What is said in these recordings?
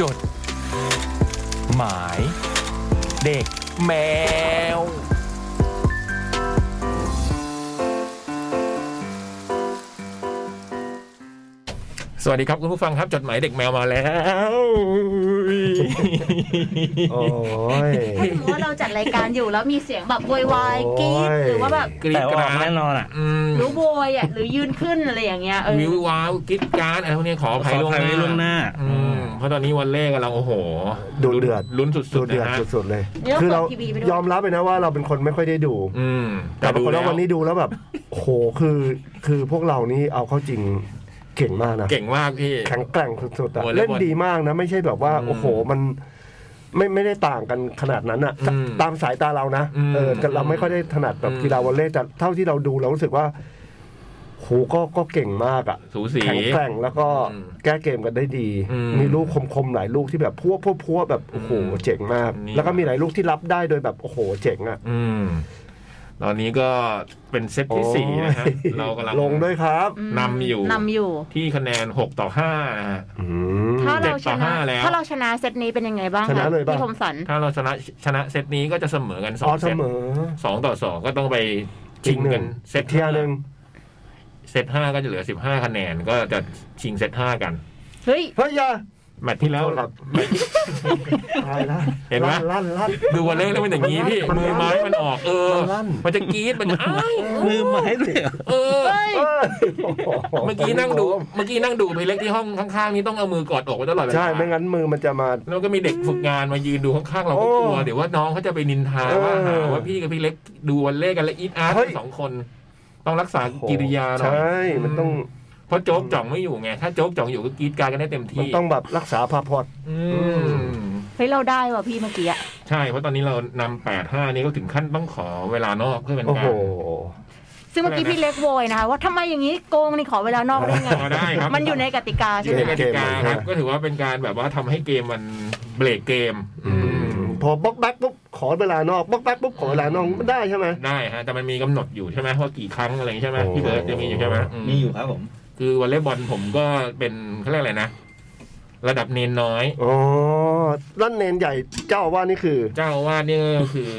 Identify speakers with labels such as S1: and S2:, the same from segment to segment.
S1: จด หมาย เด็กแมว สวัสดีครับคุณผู้ฟังครับจดหมายเด็กแมวมาแล้ว
S2: โอ้ย
S3: ถ้าสมมติว่าเราจัดรายการอยู่แล้วมีเสียงแบบโวยวาย
S2: โอ้
S3: กรี๊
S2: ย
S3: ดหรือว่าแบบ
S1: กรีด
S4: แต่
S1: ก
S4: ว่า
S1: ราด
S4: แน่นอนอ่ะ
S1: อืม
S3: หรือโวยอ่ะหรือยืนขึ้นอะไรอย่างเงี้ยเออ
S1: วิวว้าวกรีดกรารอะไรพวกนี้ขออภัย
S4: ขอ
S1: ล่วง
S4: อภั
S1: ห
S4: ย
S1: น้า
S4: ล่วงหน้า
S1: อืมเพราะตอนนี้วันเล่กำลังโอ้โห
S2: ดูเดือด
S1: ลุ้นสุ
S2: ดู
S1: ดๆ
S2: เดือด
S1: นะฮะ
S2: สุดๆเลย
S3: เนี่ย
S2: คือ
S3: เปิ
S2: เรา
S3: ดทีวีไปด้วย
S2: ยอมรับเลยนะว่าเราเป็นคนไม่ค่อยได้ดู
S1: อืม
S2: แต่ปรากฏว่าวันนี้ดูแล้วแบบโอ้โหคือคือพวกเรานี่เอาเข้าจริงเก่งมากนะ
S1: เก่งมากพี่
S2: แข็งแกร่งสุดๆอะ
S1: โอ้ย
S2: เล่นดีมากนะ ไม่ใช่แบบว่า
S1: อืม
S2: โอ้โหมันไม่ไม่ได้ต่างกันขนาดนั้นอะ
S1: อืม
S2: ตามสายตาเรานะ
S1: อืม
S2: เออแต่เราไม่ค่อยได้ถนัดแบบ
S1: อืม
S2: กีฬาวอลเลย์แต่เท่าที่เราดูเรารู้สึกว่าโหก็ก็เก่งมากอะ
S1: สูสี
S2: แข็งแกร่งแล้วก็
S1: อืม
S2: แก้เกมกันได้ดี
S1: อืม
S2: มีลูกคมๆหลายลูกที่แบบพัวพัวพัวแบบโอ้โห
S1: อืม
S2: เจ๋งมาก
S1: นี่
S2: แล้วก็มีหลายลูกที่รับได้โดยแบบโอ้โหเจ๋งอ่ะ
S1: อืม ตอนนี้ก็เป็นเซตที่สี่นะฮะ
S2: โอ้ย
S1: เรากำลัง
S2: ลงด้วยครับ
S3: อืม
S1: นำอยู่
S3: นำอยู่
S1: ที่คะแนนหกต่อห้านะฮะ
S2: อืม
S3: ถ้าเราช
S1: เจ็ดต่
S3: นะ
S1: อห้าแล้ว
S3: ถ้าเราชนะเซตนี้เป็นยังไงบ้าง
S2: ชนะ
S3: ค
S2: เลยปะ
S3: พี่ธมสัน
S1: ถ้าเราชนะชนะเซตนี้ก็จะเสมอกันสอ
S2: อ๋อง เส
S1: เซต
S2: มอ
S1: สองต่อสองก็ต้องไปชิงกันเซต
S2: เทียหนึ่ง
S1: เซตห้าก็จะเหลือสิบห้าคะแนนก็จะชิงเซตห้ากัน
S3: เฮ้ย
S2: เฮ้ยอยา
S1: แมตช์ที่แล้ว
S2: โทษครับตายละ
S1: เห็นไหม
S2: ลั่นลั่น
S1: ดูวอลเลย์แล้วมันอย่างนี้พี่
S2: มันลั่น
S1: มือไม้มันออกเออ
S2: มันลั่น
S1: มันจะกรี๊ดมันจะอ้าย
S4: มือไม้เลยเหรอ
S1: เออ
S3: เฮ้ย
S2: เอ้ยโอ้โห
S1: เมื่อกี้นั่งดูเมื่อกี้นั่งดูไปเล็กที่ห้องข้างๆนี้ต้องเอามือกอดอกไว้ตลอดเวลา
S2: ใช่ไม่งั้นมือมันจะมา
S1: แล้วก็มีเด็กฝึกงานมายืนดูข้างๆเราก็
S2: โอ้
S1: กลัวเดี๋ยวว่าน้องเขาจะไปนินทา
S2: เออ
S1: ว่าหาว่าพี่กับพี่เล็กดูวอลเลย์กันและอีทอาร์ต
S2: เฮ้ย
S1: สองคน ต้องรักษากิริยาหน่อย
S2: ใช่มันต้อง
S1: เพราะโจ๊กจ่องไม่อยู่ไงถ้าโจ๊กจ่องอยู่ก็กรีดกรารกันได้เต็ม
S2: มัน
S1: ที่
S2: ต้องแบบรักษาพาพอด
S1: อืม
S3: เฮ้ยเราได้ว่ะพี่เมื่อกี้อะ
S1: ใช่เพราะตอนนี้เรานำแปดห้านี่ก็ถึงขั้นต้องขอเวลานอกเพื่อเป็น
S2: โอ้
S1: การ
S2: โห
S3: ซึ่งเมื่อกี้
S1: อะไรนะ
S3: พี่เล็กโวยนะคะว่าทำไมอย่างนี้โกงนี่ขอเวลานอกได้ไง
S1: ขอได้ครับ
S3: มันอยู่ในกติกา
S1: อ
S3: ใช่
S1: ยู่
S3: ไหม
S1: ในก
S2: เก
S1: ติ
S2: ม
S1: กาค
S2: เลยนะ
S1: รับก็ถือว่าเป็นการแบบว่าทำให้เกมมันเบรกเกม อืม
S2: พอบล็อกแบ็กปุ๊บขอเวลานอกบล็อกแบ็กปุ๊บขอเวลานอกมันได้ใช่ไหม
S1: ได้ฮะแต่มันมีกำหนดอยู่ใช่ไหมว่ากี่ครั้งอะไรอย่างงี้ใช่ไหม
S2: โอ้
S1: พี่เบิร์ดจะมีอยู่ใช่ไหมม
S4: มีอยู่ครับผม
S1: คือวอลเลย์บอลผมก็เป็นเขาเรียกอะไรนะ ระดับเนนน้อย
S2: อ๋อลั่นเนนใหญ่เจ้าอาว่าสนี่คือ
S1: เจ้าอาวาสนี่ก็คือ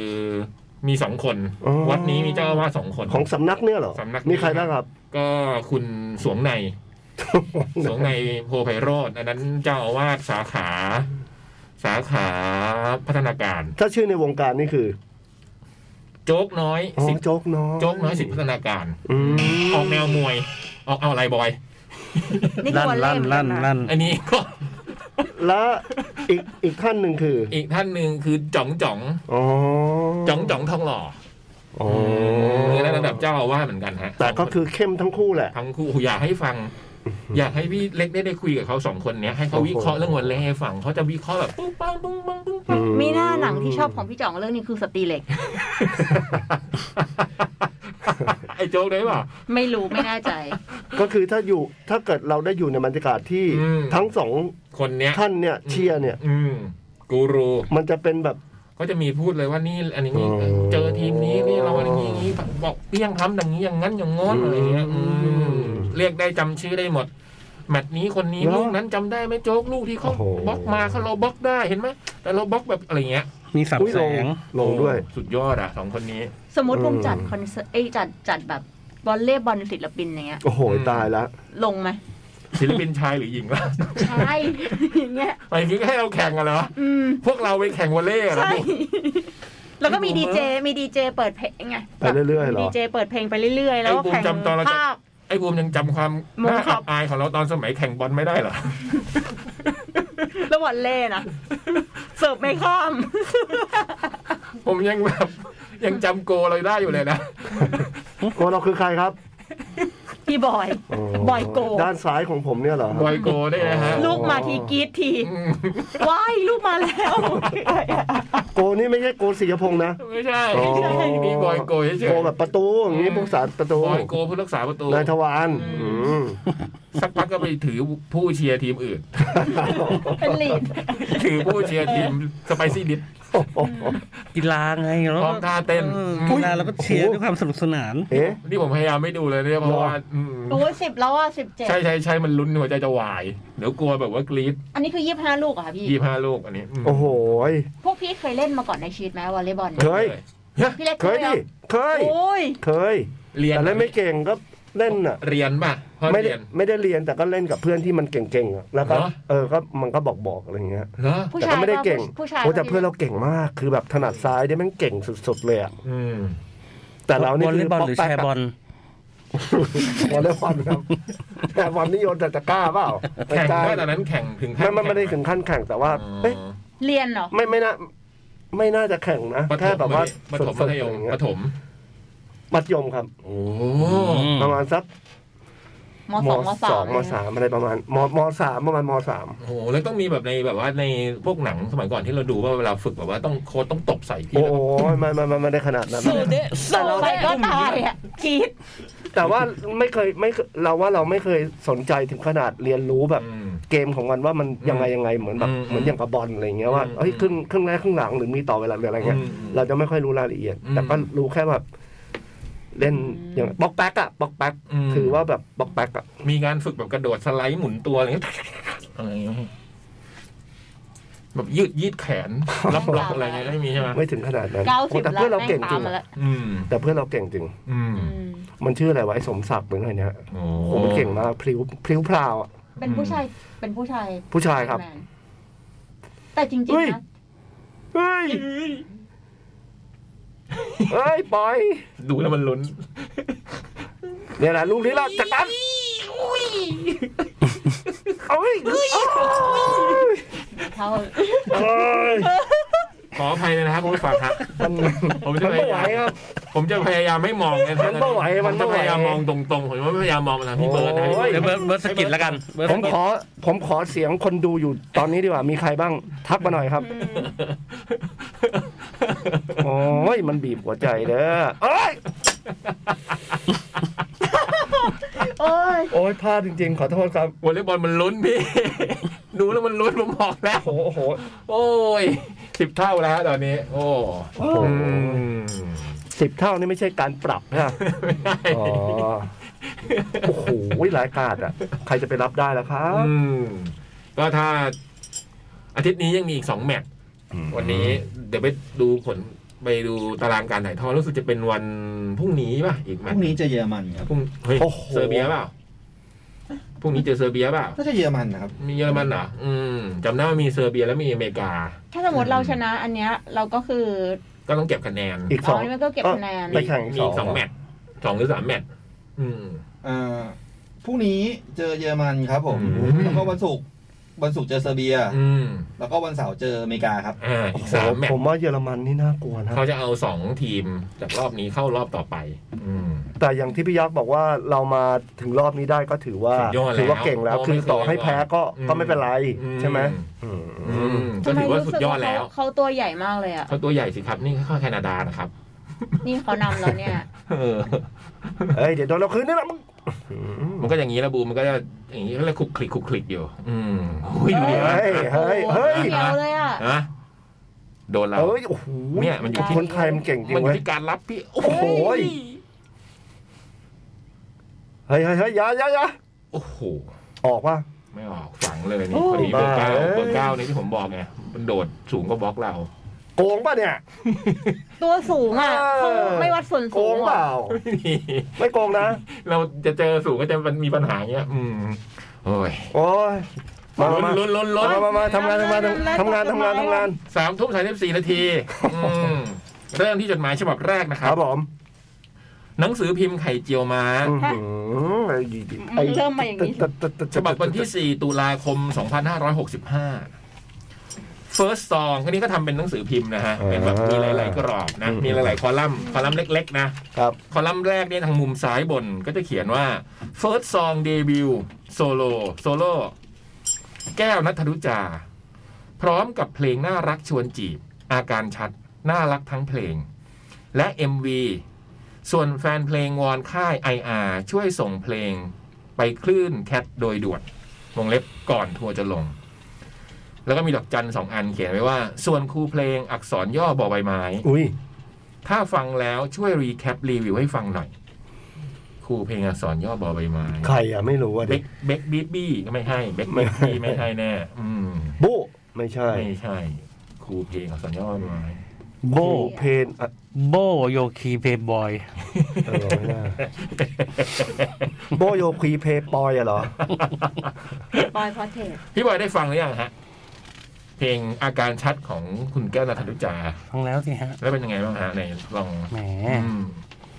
S1: มีสองคน
S2: อ๋อ
S1: วัดนี้มีเจ้าอาวาสสองคน
S2: ของสำนักเนี่ยเหรอ
S1: สำนัก
S2: มีใครบ้างครับ
S1: ก็คุณสวงใน สวงในโพไพโรธอันนั้นเจ้าอาวาสสาขา สาขาพัฒนาการ
S2: ถ้าชื่อในวงการนี่คือ
S1: โจ๊กน้อย
S2: อ๋อ
S1: สิทธิ์
S2: โจ๊กน้อย
S1: โจ๊กน้อยสิทธิพัฒนาการ
S2: อืม
S1: ออกแนวมวย ออกเอาอะไรบอย
S3: นี่คื
S4: ลั่
S3: อน วอลเล่
S4: ลั่น
S3: เหมือ
S4: ลั่
S3: น
S4: นลั่น
S3: กันนะ
S1: อันนี้ก็
S2: และอีกอีกท่านหนึ่งคือ
S1: อีกท่านหนึ่งคือจ่องจ่อง
S2: อ๋อ
S1: จ่องจ่องทองหล่อ
S2: อ๋อ
S1: คือในระดับเจ้าอาว่าสเหมือนกันฮะ
S2: แต่ก็คือเข้มทั้งคู่แหละ
S1: ทั้งคู่อยากให้ฟัง อยากให้พี่เล็กได้ได้คุยกับเขาสองคนเนี้ยให้เขา
S2: โอ้โห
S1: วิเคราะห์เรื่องวันเล่ให้ฟังเขาจะวิเคราะห์แบบปุ้งปังปุ้งปังปุ้ง
S2: อื
S3: มีหน้าหนังที่ชอบของพี่จ่องเรื่องนี้คือสตรีเหล็ก
S1: ไอ้โจ๊กได้ป่ะ
S3: ไม่รู้ไม่แน่ใจ
S2: ก็คือถ้าอยู่ถ้าเกิดเราได้อยู่ในบรรยากาศที่
S1: อืม
S2: ทั้งสอง
S1: คนเนี้ย
S2: ท่านเนี่ยเชียร์เนี่ย
S1: อืมกูรู
S2: มันจะเป็นแบบ
S1: เขาจะมีพูดเลยว่านี่อันนี้
S2: โอ้
S1: เจอทีมนี้นี่เราอะไรอย่างนี้บอกเปี้ยงทำอย่างนี้อย่างนั้นอย่างงอนอะไรเงี้ยอืมเรียกได้จำชื่อได้หมด แมตช์นี้คนนี้
S2: เหรอ
S1: ลูกนั้นจำได้ไหมโจ๊กลูกที่เขา
S2: โอ้โห
S1: บล็อกมาเขาเราบล็อกได้เห็นไหมแต่เราบล็อกแบบอะไรเงี้ย
S4: มีสับ
S2: อุ๊ย
S4: แส
S2: ลง
S4: ง
S2: ลงด้วย
S1: สุดยอดอ่ะสองคนนี้
S3: สมมติวง
S2: เออ
S3: จัดคอนเสิร์ตเอ้ยจัดจัดแบบวอลเล่บอลศิลปินอย่างเงี้ย
S2: โอ้โหตายละ
S3: ลงไหม
S1: ศิลปินชายหรือหญิงล่ะ
S3: ใช่ อย่างเงี้ย
S1: หมายถึงให้เราแข่งกันเหรอ
S3: อืม
S1: พวกเราไปแข่งวอลเล่เหรอ
S3: ใช่ แล้วก็มีดีเจ มีดีเจเปิดเพลงไง
S2: ไปเรื่อยๆเหรอ
S3: ดีเจเปิดเพลงไปเรื่อยๆ แล้วก็แข่งภาพ
S1: ไอ้บูมยังจำความ
S3: มุม
S1: น่า
S3: ครั
S1: อั
S3: บ
S1: บอายของเราตอนสมัยแข่งบอลไม่ได้เหรอ
S3: แล้ววอลเล่นะ เสิร์ฟไม่ข้าม
S1: ผมยังแบบยังจำโกเราได้อยู่เลยนะ
S2: โกเราคือใครครับ
S3: พี่บอย บอยโก
S2: ด้านซ้ายของผมเนี่ยเหรอครับ
S1: บอยโกได้นะฮะ
S3: ลูกมาทีกรีดที
S1: อืม
S3: ว้ายลูกมาแล้ว
S2: โกนี่ไม่ใช่โกศิยพงษ์นะ
S1: ไม่ใช่นี่บอยโกเฉย
S2: โกแบบประตูอย่างนี้พวกสารประตู
S1: บอยโกผู้รักษาประตู
S2: นายทวารอืม
S1: สักพักก็ไปถือผู้เชียร์ทีมอื่น
S3: เป็นลีด
S1: ถือผู้เชียร์ทีมสไปซี่ดิส
S4: กีฬาไงแล้ว
S1: พร้อมท่าเต้น
S4: ออกีฬาแล้วก็เชียร์ด้วยความสนุกสนาน
S2: เอ๊ะ
S1: นี่ผมพยายามไม่ดูเลยเนี่ยเพราะว่าอืม
S3: โอ้ยสิบแล้วอ่ะสิบเจ็ด
S1: ใช่ใช่ใช่มันลุ้นหัวใจจะวาย เดี๋ยวกลัวแบบว่ากรี๊ด
S3: อันนี้คือยี่ห้าลูกเหรอ่ะพี่
S1: ยี่ห้าลูกอันนี้ม
S2: โอ้โหย
S3: พวกพี่เคยเล่นมาก่อนในชีวิตไหมวอลเลย์บอล
S2: เคย
S3: พี่เล็ก
S2: เคย
S3: หร
S2: ดิ
S3: อ
S2: เคย
S3: โอ้ย
S2: เคย
S1: เรียน
S2: แต่เล่นไม่เก่งก็เล่นอ่ะ
S1: เรียนป่ะห้อง
S2: ไม่ได้
S1: เรียน
S2: ไม่ได้เรียนแต่ก็เล่นกับเพื่อนที่มันเก่งๆอะแล้วก็
S1: เหรอ
S2: เออก็มันก็บอกบอกๆอะไรอย่างเงี้ย
S1: เหรอ
S3: ผู้
S2: แต่
S3: ชาย
S2: ก็ไม่ได้เก่ง
S3: ผู้ชาย
S2: โอ้แต่เพื่อนเราเก่งมากคือแบบถนัดซ้ายเนี่ยแมันเก่งสุดๆเลยอะ
S1: อืม
S2: แต่เรานี่
S4: วอล
S2: คื
S4: เล
S2: อ
S4: ย์บอลหรือแชร์บอล
S2: วอลเลย์บอลครับแต่บอลนิยมแต่ตะกร้าเปล่าไม่
S1: แข่ง
S2: ใช่
S1: ว่าตอนนั้นแข่งถึงขั้
S2: ไม่
S1: น
S2: ไม่ไม่ได้ถึงขั้นแข่งแต่ว่า
S1: อ๋อ
S2: เอ๊ะ
S3: เรียนเหรอ
S2: ไม่ไม่น่าไม่น่าจะแข่งนะ
S1: ประถ
S2: แค่
S1: ม
S2: แบบว่า
S1: ประถม
S2: สุ
S1: มั
S2: ด
S1: ธ
S2: ๆ
S1: ยม
S2: อะไรอย่างเงี้
S1: ป
S2: ย
S1: ระถม
S2: มัธยมครับ
S1: โอ้
S4: อืม
S2: ประมาณสัก
S3: มสองมสาม
S2: มสามอะไรประมาณมมสามประมาณมสาม
S1: โหแล้วต้องมีแบบในแบบว่าในพวกหนังสมัยก่อนที่เราดูว่าเวลาฝึกแบบว่าต้องโค้ชต้องตบใส่พี่
S2: โอ้
S1: แล้ว
S2: โหไม่ไม่ไม่ไม่ได้ขนาดนั้น
S4: เดะ
S3: แต่เราไปก็ตายอ่ะคิด
S2: แต่ว่าไม่เคยไม่เคยเราว่าเราไม่เคยสนใจถึงขนาดเรียนรู้แบบ เกมของมันว่ามันยังไงยังไงเหมือนแบบ
S1: อืม
S2: เหมือนอย่างกับบอลอะไรเงี้ยว่า
S1: อืม
S2: เฮ้ยครึ่งครึ่งแรกครึ่งหลังหรือมีต่อเวลาหรืออะไรเงี้ย
S1: อืมอืม
S2: เราจะไม่ค่อยรู้รายละเอียด
S1: อืม
S2: แต่ก็รู้แค่แบบเล่นอย่างบล็อกแป๊กอะบล็อกแป๊ก
S1: อืม
S2: คือว่าแบบบล็อกแป๊กอะ
S1: มีการฝึกแบบกระโดดสไลด์หมุนตัวอะไรเงี้ยอะไรเงี้ยแบบยืดยืดแข นรับล็อกอะไรเงี้ยไม่มีใช่ไหม
S2: ไม่ถึงขนาดนั้น
S3: เก้าสิบ
S2: แต่
S3: แล้ว
S2: เพื่อนเรา
S3: แม่ง
S2: เก่งจ
S3: ตา
S2: ริ
S3: ม
S2: ง
S3: มาแล้ว
S1: อืม
S2: แต่เพื่อนเราเก่งจริง
S1: อืม
S3: อืม
S2: มันชื่ออะไรวะไอ้สมศักดิ์หรืออะไรเนี่ย
S1: โอ้
S2: โหมันเก่งมากพลิ้วพลิ้วพราวอะ
S3: เป็นผู้ชาย เป็นผู้ชาย
S2: ผู้ชายครับ
S3: แมนแต่จริง
S2: เฮ้ย
S3: ๆนะ
S2: เฮ้ยเฮ้ยปล่อย
S1: ดูแล้วมันลุ้น
S2: เนี่ยแหละลูกนี้เราจัดการเอาเฮ้ย
S3: เท่า
S2: เอ้ย
S1: ขออภัยเลยนะครับคุณผู้ฟังครับ
S2: มัน
S1: ผม
S2: มัน
S1: จะพ
S2: ไม่
S1: ยา
S2: ไหว
S1: าม
S2: ยครับ
S1: ผมจะพยายามไม่มองะครับ
S2: มันไม่ไหวมัน
S1: ผ
S2: ไม่
S1: จะ
S2: ไหว
S1: พยายามมองตรงๆผมจะไม่พยายามมองนะพี่เบิร์ดนะ
S2: โอ้ย
S4: เดี๋ยวเบิร์ดเบิร์ดสะกิดแล้วกันเบิร์ด
S2: ผ
S4: สะ
S2: ม
S4: กิด
S2: ขอผมขอเสียงคนดูอยู่ตอนนี้ดีกว่า มีใครบ้าง ทักมาหน่อยครับ โอ้ยมันบีบหัวใจเด้อเอ้ย
S3: โอ้ย
S2: โอ้ยพลาดจริงๆ ขอโทษครับ
S1: วอลเลย์บอลมันลุ้นพี่ ดูแล้วมันลุ้นผมบอกแล้ว
S2: โหโอ้โห
S1: โอ้ยสิบเท่าแล้วตอนนี้ โอ้
S2: โอ้โห
S1: อืม
S2: สิบเท่านี่ไม่ใช่การปรับนะ
S1: ไม่ได้
S2: อ๋อโอ้โหรายการอ่ะ ใครจะไปรับได้ล่ะครับ
S1: อืมก็ถ้า อาทิตย์นี้ยังมีอีกสองแมตช์วันนี้ เดี๋ยวไปดูผลไปดูตารางการถ่ายทอดรู้สึกจะเป็นวันพรุ่งนี้ป่ะอีก
S5: พ
S1: แมต
S5: รุ่
S1: ช์
S5: งนี้เจอเยอรมันครับ
S1: พรุ่งเฮ้ย
S2: โอ้โห
S1: เซอร์เบียเปล่าพรุ่งนี้เจอเซอร์เบียเปล่า
S5: น่าจะเยอรมันนะครับ
S1: มีเยอรมันเหรออืมจำได้ว่ามีเซอร์เบียแล้วมีอเมริกา
S3: ถ้าสมมติเราชนะอันเนี้ย เราก็คือ
S1: ก็ต้องเก็บคะแนน
S2: อีกส
S3: ต
S2: อ
S3: อง นนี้มันก็เก็บคะแนน
S2: ไปแข่งอีก
S1: มี
S2: ส
S1: อี
S2: อง
S1: กสองแมตช์สองหรือสามแมตช์อืม
S5: อ่าพรุ่งนี้เจอเยอรมันครับผม
S1: อืม
S5: แล้วก็วันศุกร์วันศุกร์เจอเซอร์เบีย
S1: อืม
S5: แล้วก็วันเสาร์เจออเมริกาครับ
S1: อ่าอีกสามแมตช์
S2: ผมว่าเยอรมันนี่น่ากลัวนะ
S1: เขาจะเอาสองทีมจากรอบนี้เข้ารอบต่อไป อืม
S2: แต่อย่างที่พี่ยักษ์บอกว่าเรามาถึงรอบนี้ได้ก็ถือว่า
S1: สุดยอดแล้ว
S2: ถืว่าเก่งแล้ว
S1: เพราะ
S2: คือต่อให้แพ้ก็
S1: อืม
S2: ก็ไม่เป็นไร ใช่ไหมอื
S1: อื
S2: ม
S1: มก็ถือว่าสุดยอด
S3: ทำไม
S1: แล้ว
S3: รู้สึกาเขาเขาตัวใหญ่มากเลยอ่ะ
S1: เขาตัวใหญ่สิครับ นี่เข้าแคนาดานะครับ
S3: นี่เขานำแล้วเนี่ย
S1: เออ
S2: เอ้ยเดี๋ยวโดนเราคืนนี่แหละมึง
S1: มันก็อย่างนี้ละบูมันก็จะอย่างนี้ก็เลยคลุกคลิกคลุกคลิกอยู่ อืมโอ้ย
S3: เฮ้
S1: ดูดิ
S2: เฮ้ยเฮ้ยเฮ้ย
S3: เดียวเลยอ่ะ
S1: ฮะโดนแล้ว
S2: เอ้ยโอ้โห
S1: เนี่ยมันอยู่ที่
S2: คนไทยมันเก่งจริ
S1: มัน
S2: ง
S1: อ
S2: เว้
S1: ยู่
S2: ย
S1: ที่การรับพี่ โอ้
S2: โอ้โห
S1: โห
S2: เฮ้ยเฮ้ยเฮ้ยอยาอยาอยา
S1: โอ้โห
S2: ออกว่า
S1: ไม่ออกฝังเลย
S2: โอ้
S1: นี่พอดี
S2: ย
S1: เบอร์
S2: บ้า
S1: เก้า
S2: เอ้ย
S1: เบอร์เก้านี่ที่ผมบอกไงมันโดดสูงกว่าบล็อกเรา
S2: โกงป่ะเนี่ย
S3: ตัวสูงอ่ะ
S2: เอ
S3: เขา
S2: อ
S3: ไม่วัดส่วน
S2: โก
S3: สูง
S2: ง
S3: หรอ
S2: เปล่า ไม่โกงนะ
S1: เราจะเจอสูงก็จะมันมีปัญหาเงี้ย อืมโอ้ย
S2: โอ้ยมา
S1: ลุ้น
S2: มา
S1: ลุ้นลุ้นลุ้น
S2: มามามาทำงานทำงานทำงานทำงานทำงาน
S1: สามทุ่มสามสิบสี่นาทีอืมเริ่มที่จดหมายฉบับแรกนะค
S2: ค
S1: รั
S2: รับ บผม
S1: หนังสือพิมพ์ไข่เจียวม้า
S2: อื้อหือไอ้ดีดีไอ้
S3: เริ่มมาอย่างนี้
S1: ฉบับวันที่ 4 ตุลาคม 2565 First Song อันนี้ก็ทำเป็นหนังสือพิมพ์นะฮะ
S2: อ่า
S1: เป็นแบบมีหลาย ๆ กรอบนะ
S2: อืม
S1: มีหลาย ๆ คอลัมน์ คอลัมน์เล็ก ๆ นะ
S2: ครับ
S1: คอลัมน์แรกเนี่ยทางมุมซ้ายบนก็จะเขียนว่า First Song Debut Solo Solo แก้วนัทรุจา พร้อมกับเพลงน่ารักชวนจีบ อาการชัด น่ารักทั้งเพลง และ MV ส่วนแฟนเพลงวอนค่าย IR ช่วยส่งเพลงไปคลื่นแคทโดยด่วนวงเล็บก่อนทัวร์จะลง แล้วก็มีดอกจันสองอันเขียนไว้ว่า ส่วนครูเพลงอักษรย่อบอใบไม้
S2: อุ้ย
S1: ถ้าฟังแล้วช่วยรีแคปรีวิวให้ฟังหน่อย ครูเพลงอักษรย่อบอใบไม้
S2: ใครอ่ะไม่รู้อ่ะ
S1: เบ
S2: ดิ
S1: กเบกบีบี้ก็ไม่ให้เบกบีบี้ไม่ให้แน่ อืม
S2: บูไม่ใช่
S1: ไม่ใช่ ครูเพลงอักษรย่อใบไม้
S2: โบเพนอ่ะ
S4: โบโยคีเพย์บอย
S2: เออไม่น่า โบโยคีเพย์ปอยอะเหรอ
S3: ปอยพอเทส
S1: พี่บอยได้ฟังหรือยังฮะ เพลงอาการชัดของคุณแก้วนาธนุจา
S4: ฟังแล้วสิฮะ
S1: แล้วเป็นยังไงบ้างฮะไหนลอง
S4: แหม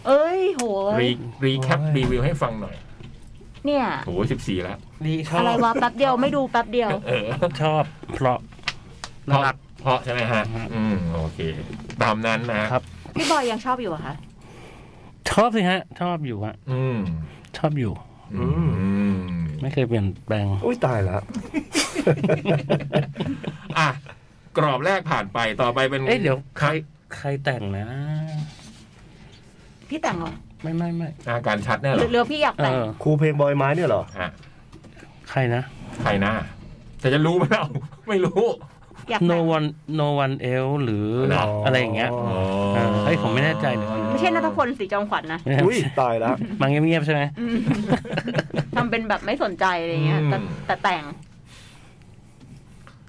S3: เอ้ยโหย
S1: รีรีแคป
S4: โอ้ย
S1: รีวิวให้ฟังหน่อย
S3: เนี่ย
S1: โหสิบสี่แล้ว
S4: ดีชอ
S3: อะไร
S4: บ
S3: วะแป๊บเดียวไม่ดูแป๊บเดียว
S1: เออ
S4: ชอบเพราะ
S1: เพ
S4: น่า
S1: ราะ
S4: รัก
S1: เพราะใช่ไหมฮะ อืมโอเค ตามนั้นนะฮะ
S4: ครับ
S3: พี่บอยยังชอบอยู่เหรอะคะ
S4: ชอบสิฮะ ชอบอยู่ฮะ
S1: อืม
S4: ชอบอยู่
S1: อื
S2: ม
S1: ม
S4: ไม่เคยเปลี่ยนแปลง
S2: อุ้ยตายละ
S1: อ่ะ กรอบแรกผ่านไปต่อไปเป็น
S4: เอ๊ะเดี๋ยวใคร
S1: ครับ
S4: ใครแต่งนะ
S3: พี่แต่งเหรอ
S4: ไม่ไม่ไม่
S1: อาการชัดแน่เห
S3: ห
S1: ร
S3: รือ
S1: อ
S3: หรือพี่อยาก
S4: เอ
S3: แต่ง
S4: อ
S2: ครูเพลงบอยไม้เนี่ยเหรอ
S1: ฮะ
S4: ใครนะ
S1: ใครหน้าแต่จะรู้ไหมเรา ไม่รู้
S3: อยากแต่
S4: no
S3: ง
S4: one no one else หรือ
S1: เหรออ
S4: อะไรอย่างเงี้ย
S1: อ๋อ
S4: เออเฮ้ยผมไม่แน่ใจเดี๋ยวก่อน
S3: ไม่ใช่นัทพลสีจอมขวัญนะ
S4: ไม่ใช่
S2: อุ้ยตายละ
S4: มาเงียบๆใช่ไหม
S3: อืมทำเป็นแบบไม่สนใจอะไรเงี้ยแต่แต่แต่ง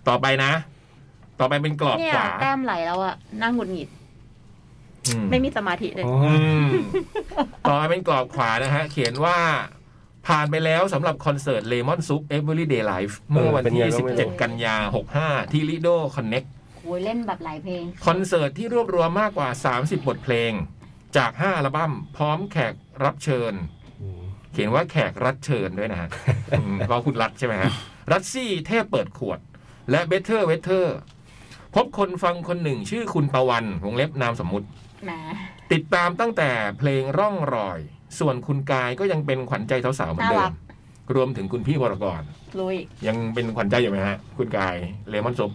S1: ต่อไปนะ ต่อไปเป็นกรอบ
S3: เนี่ย
S1: ขวา
S3: แต้มไหลแล้วอะนั่งหงุดหงิด
S1: อืม
S3: ไม่มีสมาธิเลย
S1: อืมต่อมาเป็นกรอบขวานะฮะ เขียนว่าผ่านไปแล้วสำหรับคอนเสิร์ตเลมอนซุป Everyday Life เมื่อวันที่
S2: เป็นไงบ้างไม่รู้
S1: 17 กันยา 65 ที่ลิโดคอนเน็ก
S3: โอ้ยเล่นแบบหลายเพลง
S1: คอนเสิร์ตที่รวบรวมมากกว่า 30 บทเพลง จาก 5 อัลบั้มพร้อมแขกรับเชิญ เขียนว่าแขกรับเชิญด้วยนะฮะอืมเพราะคุณรัฐใช่ไหมฮะ รัตซี่เทพเปิดขวด และเบเทอร์เวเทอร์ พบคนฟังคนหนึ่งชื่อคุณตะวันวงเล็บนามสมมุติ
S3: นะ
S1: ติดตามตั้งแต่เพลงร่องรอย ส่วนคุณกายก็ยังเป็นขวัญใจสาวๆเหมือนเดิ
S3: น่ารั
S1: ม
S3: ก
S1: รวมถึงคุณพี่วรกร
S3: ลุย
S1: ยังเป็นขวัญใจอยู่ไหมฮะ คุณกายเลมอนซุป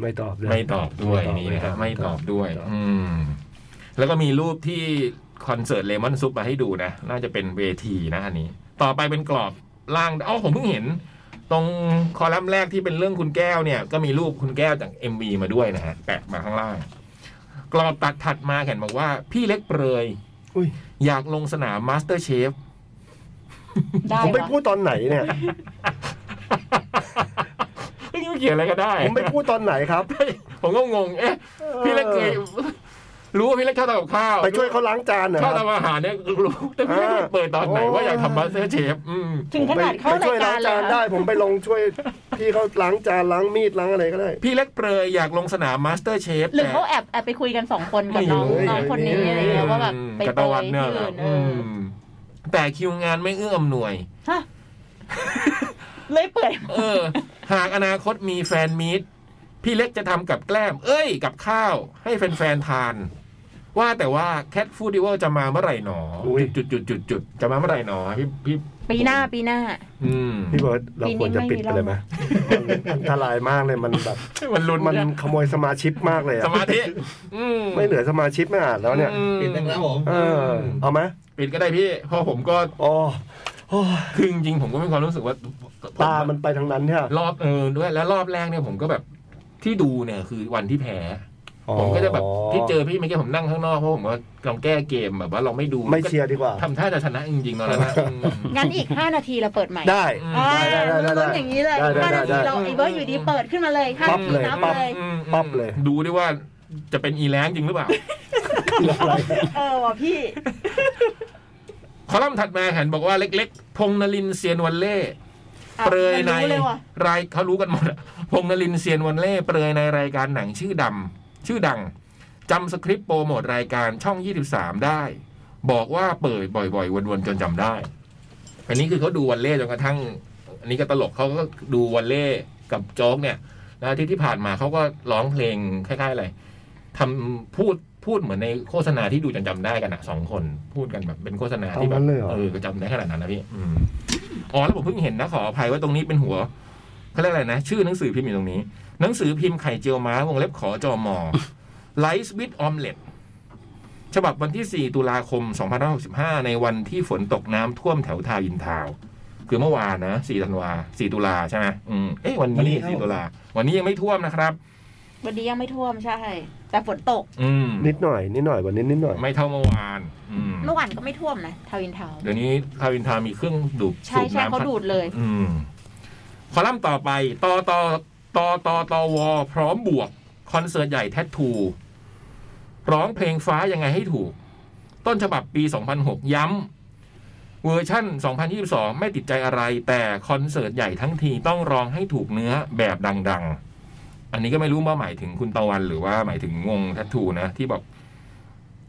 S2: ไม่ตอบเลย
S1: ไม่ตอบด้วย
S2: ไม่ตอบ
S1: นี่นะฮะ
S2: ไม่
S1: ไม่
S2: ต
S1: ต
S2: อ
S1: อ
S2: บบ
S1: ด้วย
S2: ไม่ตอบ
S1: อืม แล้วก็มีรูปที่คอนเสิร์ตเลมอนซุปมาให้ดูนะ น่าจะเป็นเวทีนะอันนี้ ต่อไปเป็นกรอบล่างอ๋อผมเพิ่งเห็น ตรงคอลัมน์แรกที่เป็นเรื่องคุณแก้วเนี่ย ก็มีรูปคุณแก้วจาก MV มาด้วยนะฮะแปะมาข้างล่าง กรอบตัดถัดมาเห็นบอกว่าพี่เล็กเปรย
S2: อุ้ย
S1: อยากลงสนามมาสเตอร์เชฟ
S3: ได้
S2: ผมไป
S3: วะ
S2: พูดตอนไหนเนี่ย
S1: ไม่ รู้เขียนอะไรก็ได้
S2: ผมไปพูดตอนไหนครับ
S1: ผมก็งง เอ๊ะ พี่เล็กเคยรู้ว่าพี่เล็กชอบทำกับข้าว
S2: ไปช่วยเขาล้างจานนะ
S1: ช
S2: ค
S1: อบ
S2: รับ
S1: ทำอาหารเนี่ยรู้ แต่พี่เล็กไม่เปิดตอนไหน
S2: เออ
S1: ว่าอยากทำมาสเตอร์เชฟอืม
S3: ถึงขนาดเข้า
S2: ไป
S3: รา
S2: ช่วย ย
S3: กา
S2: ล้าง
S3: รเล
S2: จาย น
S3: เหร
S2: ได้
S3: อ
S2: ผมไปลงช่วยพี่เขาล้างจานล้างมีดล้างอะไรก็ได้
S1: พี่เล็กเปรยอยากลงสนามมาสเตอร์เชฟ
S3: หรือเขาแอบแอบไปคุยกันสองคนกับ
S1: ไม่
S3: น้อง
S1: รู้
S3: น้องคนนี้อะไรเงี้ยว่าแบบไป
S1: กระ
S3: โปร
S1: ตะวั
S3: ย
S1: น
S3: ที่
S1: เนี่ย
S3: อื่นเอ
S1: อื
S3: อ
S1: มแต่คิวงานไม่เอื้ออำนวย
S3: ฮะเลยเปื่อย
S1: เออ หากอนาคตมีแฟนมีตพี่เล็กจะทำกับแกล้ม เอ้ย กับข้าวให้แฟนๆทาน ว่าแต่ว่าแคทฟูดิวัลจะมาเมื่อไหร่หนออย จุดจุดจุดจุดจะมาเมื่อไหร่หนอพี่พี่
S3: ปีหน้าปีหน้า
S1: อืม
S2: พี่เบิร์ดเราควรจะปิดไปเลยไหมมันอันตรายมากเลยมันแบบ
S1: มันลุ้น
S2: มัน
S1: เย
S2: ขโมยสมาชิกมากเลยอะ
S1: สมาธิอืม
S2: ไม่เหลือสมาชิกไม่อาจแล้วเนี่ย
S1: อืม
S5: เปลี่ยนแต่งแล้วผม
S2: เออ เอาไหม
S1: ปิดก็ได้พี่เพอผมก็
S2: อ๋อโอ้ย
S1: คือจริงๆผมก็มีความรู้สึกว่า
S2: ตามันไปทางนั้นเนี่ย
S1: รอบเออด้วยแล้วรอบแรกเนี่ยผมก็แบบที่ดูเนี่ยคือวันที่แพ้ ผมก็จะแบบที่เจอพี่เมื่อกี้ผมนั่งข้างนอกเพราะผมก็ลองแก้เกมแบบว่าเราไม่ดู
S2: ไม่เชียร์ดีกว่า
S1: ทำท่าจะชนะจริงๆตอนนั้นนะอืม
S3: งั้นอีกห้านาทีเราเปิดใหม่
S2: ได้
S3: อ่า
S2: ได้ได้ได้ได้
S3: ลุ้นๆอย่างนี้เลย
S2: ได้ได้
S3: ห้านา
S2: ได้
S3: ที
S2: ได้
S3: เราไอ้เบิร์ดอยู่ดีเปิดขึ้นมาเลยห้า
S2: ปั๊
S3: นา
S2: บ
S3: ที
S2: เลย
S3: นับ
S2: ปั๊บ
S3: เลย
S1: อืม
S2: ปั๊บเลย
S1: ดูด้วยว่าจะเป็นอีแรงจริงหรือเปล่า
S2: อะไร
S3: เออว่ะพี่
S1: คอลัมน์ถัดมาเห็นบอกว่าเล็กๆ พงษ์นลินทร์เซียนวันเล่
S3: อ่ะ
S1: เปรยใน
S3: มันรู้เลยว่ะ
S1: รายเขารู้กันหมดอะพงษ์นลินทร์เซียนวันเล่เปรยในรายการหนังชื่อดำชื่อดังจำสคริปต์โปรโมทรายการช่อง 23 ได้ บอกว่าเปิดบ่อยๆ วนๆ จนจำได้ อันนี้คือเขาดูวันเล่จนกระทั่ง อันนี้ก็ตลกเขาก็ดูวันเล่กับโจ๊กเนี่ยนะที่ที่ผ่านมาเขาก็ร้องเพลงคล้ายๆอะไรทำพูดพูดเหมือนในโฆษณาที่ดูจนจำได้กันอะสองคนพูดกันแบบเป็นโฆษณาที่แบ
S2: เอางั้
S1: บ
S2: นเลยเหรอ
S1: เออก็จำได้ขนาดนั้นนะพี่อืมอ๋อแล้วผมเพิ่งเห็นนะขออภัยว่าตรงนี้เป็นหัวเขาเรียกอะไรนะ ชื่อหนังสือพิมพ์อยู่ตรงนี้ หนังสือพิมพ์ไข่เจียวม้าวงเล็บขอจอมอไลฟ์วิดออมเล็ตฉบับวันที่ 4 ตุลาคม 2565 ในวันที่ฝนตกน้ำท่วมแถวทาวน์อินทาวน์ คือเมื่อวานนะ4ธันวา4ตุลาใช่ไหมอืมเอ๊ะวัน
S5: วันนี้
S1: นี้
S5: ครับ
S1: 4ตุลาวันนี้ยังไม่ท่วมนะครับ
S3: วันนี้ยังไม่ท่วมใช่ แต่ฝนตก
S1: อืม
S2: นิดหน่อยนิดหน่อยวันนี้นิดหน่อย
S1: ไม่เท่าเมื่อวานอืม
S3: เมื่อวานก็ไม่ท่วมนะทาวินทาวน์
S1: เดี๋ยวนี้ทาวินทามีเครื่องดูด
S3: ใช่
S1: สูบ
S3: ใช่
S1: น้ำ
S3: เขาดูดเลย
S1: อืมคอลัมน์ต่อไปต่อต่อต่อต่อต่อวอพร้อมบวก คอนเสิร์ตใหญ่แทททู ร้องเพลงฟ้ายังไงให้ถูก ต้นฉบับปี 2006 ย้ำเวอร์ชั่น 2022 ไม่ติดใจอะไร แต่คอนเสิร์ตใหญ่ทั้งทีต้องร้องให้ถูกเนื้อแบบดัง ๆ อันนี้ก็ไม่รู้ว่าหมายถึงคุณตะวันหรือว่าหมายถึงงงแทททูนะ ที่บอก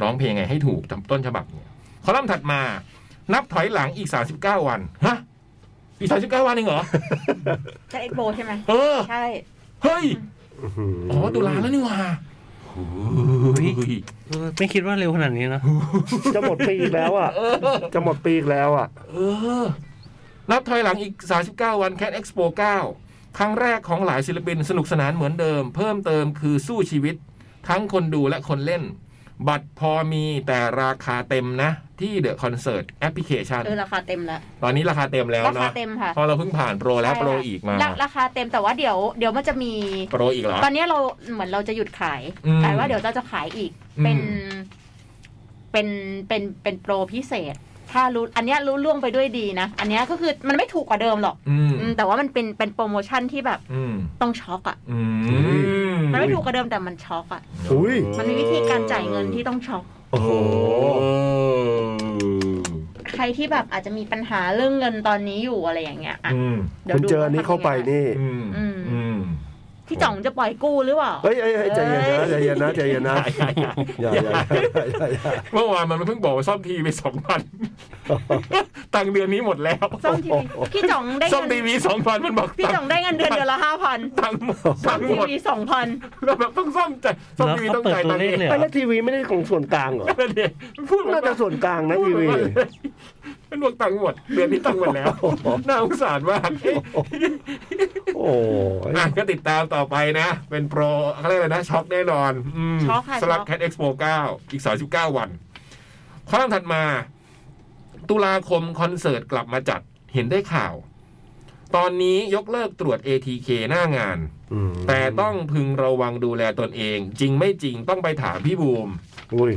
S1: ร้องเพลงไงให้ถูกต้นฉบับเนี่ยคอลัมน์ถัดมา นับถอยหลังอีก 39 วันฮะ อีกสามสิบเก้าวันเองเหรอ
S3: จะเอ็กโบใช่ไหม
S1: เออ
S3: ใช่
S1: เฮ้ย
S2: อื้อหื
S1: อ๋อ ตุลาแล้วนี่หว่า
S4: เฮ้ย เออไม่คิดว่าเร็วขนาดนี้นะ
S2: จะหมดปีอีกแล้วอ่ะ
S1: เออ
S2: จะหมดปีอีกแล้วอ่ะ
S1: เออ นับถอยหลังอีก 39 วันแค t เอ็กซ์โป9ครั้งแรกของหลายศิลปินสนุกสนานเหมือนเดิม เพิ่มเติมคือสู้ชีวิต ทั้งคนดูและคนเล่น บัตรพอมีแต่ราคาเต็มนะ ที่เดอะคอนเสิร์ตแอปพลิเคชัน
S3: เออ ราคาเต็มละ
S1: ตอนนี้ราคาเต็มแล้ว
S3: ราคา
S1: เนาะ
S3: เต็มค่ะ
S1: เพอเราเพิ่งผ่านโปรแล้ว
S3: ใช่
S1: โปร
S3: ค่ะ
S1: อีกมา
S3: รราคาเต็มแต่ว่าเดี๋ยวเดี๋ยวมันจะมี
S1: โปรอีกเหรอ
S3: ตอนนี้เราเหมือนเราจะหยุดขาย
S1: อืม
S3: แต่ว่าเดี๋ยวเราจะขายอีก เป็น
S1: อืม
S3: เป็นเป็นเป็นโปรพิเศษ ถ้ารู้อันเนี้ยรู้ล่วงไปด้วยดีนะ อันเนี้ยก็คือมันไม่ถูกกว่าเดิมหรอก
S1: อืม
S3: อืมแต่ว่ามันเป็นเป็นโปรโมชั่นที่แบบ
S1: อืม
S3: ต้องช็อกอะ่ะ
S1: อืม
S3: มันไม่ถูกกว่าเดิมแต่มันช็อกอะ่ะ
S2: อุ้ย
S3: มันมีวิธีการจ่ายเงินที่ต้องช็อก
S2: โอ้โห
S3: ใครที่แบบอาจจะมีปัญหาเรื่องเงินตอนนี้อยู่อะไรอย่างเงี้ยอ่ะ
S1: อืม
S3: ดี๋ยว
S2: คุณ
S3: ดู
S2: เจออันนี้เข้าไปนี่
S1: อืม อืม
S3: ที่จ่องจะปล่อยกู้หรือเปล่า
S2: เฮ้ยเอ้ยเอ้ยใจเย็นนะใจเย็นนะใจเย็นนะ อย่าอย่าอย่าอย่า
S1: เมื่อวานมันเพิ่งบอกว่าซ่อมทีไปสองพันตังค์เดือนนี้หมดแล้ว
S3: ซ่อมทีวีพี่จ่องได้
S1: ซ่อม
S3: เงิ
S1: ทีวีสองพันมันบอก
S3: พี่จ่องได้เงินเดือนเดือนละห้าพัน
S1: ตังค์หมด
S3: ซ่
S1: ตั
S3: อง
S1: ค์
S3: มที
S1: หมด
S3: วีสองพัน
S1: แล้วแบบต้องซ่อมใจซ่อม
S4: แล้ว
S1: ทีวี
S4: เขา
S1: ต้อง
S4: เปิด
S1: จ่าย
S4: ตั
S1: ตัว งค์
S4: เลข
S1: เอง
S4: เลยเหรอ
S2: ไปแล้วทีวีไม่ได้ของส่วนกลางเหรอ
S1: นั่นเองพูด
S2: น่าจะส่วนกลางนะทีวี
S1: เป็นบอกตังค์หมดเดือนนี้ตังค์หมดแล้วน่าสงสารมาก
S2: โอ้ย
S1: อ่ะก็ติดตามต่อไปนะ เป็นโปรเขาเรียกอะไรนะ ช็อกแน่นอนม
S3: ช็อกค่ะ
S1: สลับ
S3: ช็อก
S1: แค t เอ็กซ์โป9อีก 39 วันข้างถัดมา ตุลาคมคอนเสิร์ตกลับมาจัดเห็นได้ข่าว ตอนนี้ยกเลิกตรวจ ATK หน้างาน
S2: อืม
S1: แต่ต้องพึงระวังดูแลตนเอง จริงไม่จริงต้องไปถามพี่บูม
S2: อุ้ย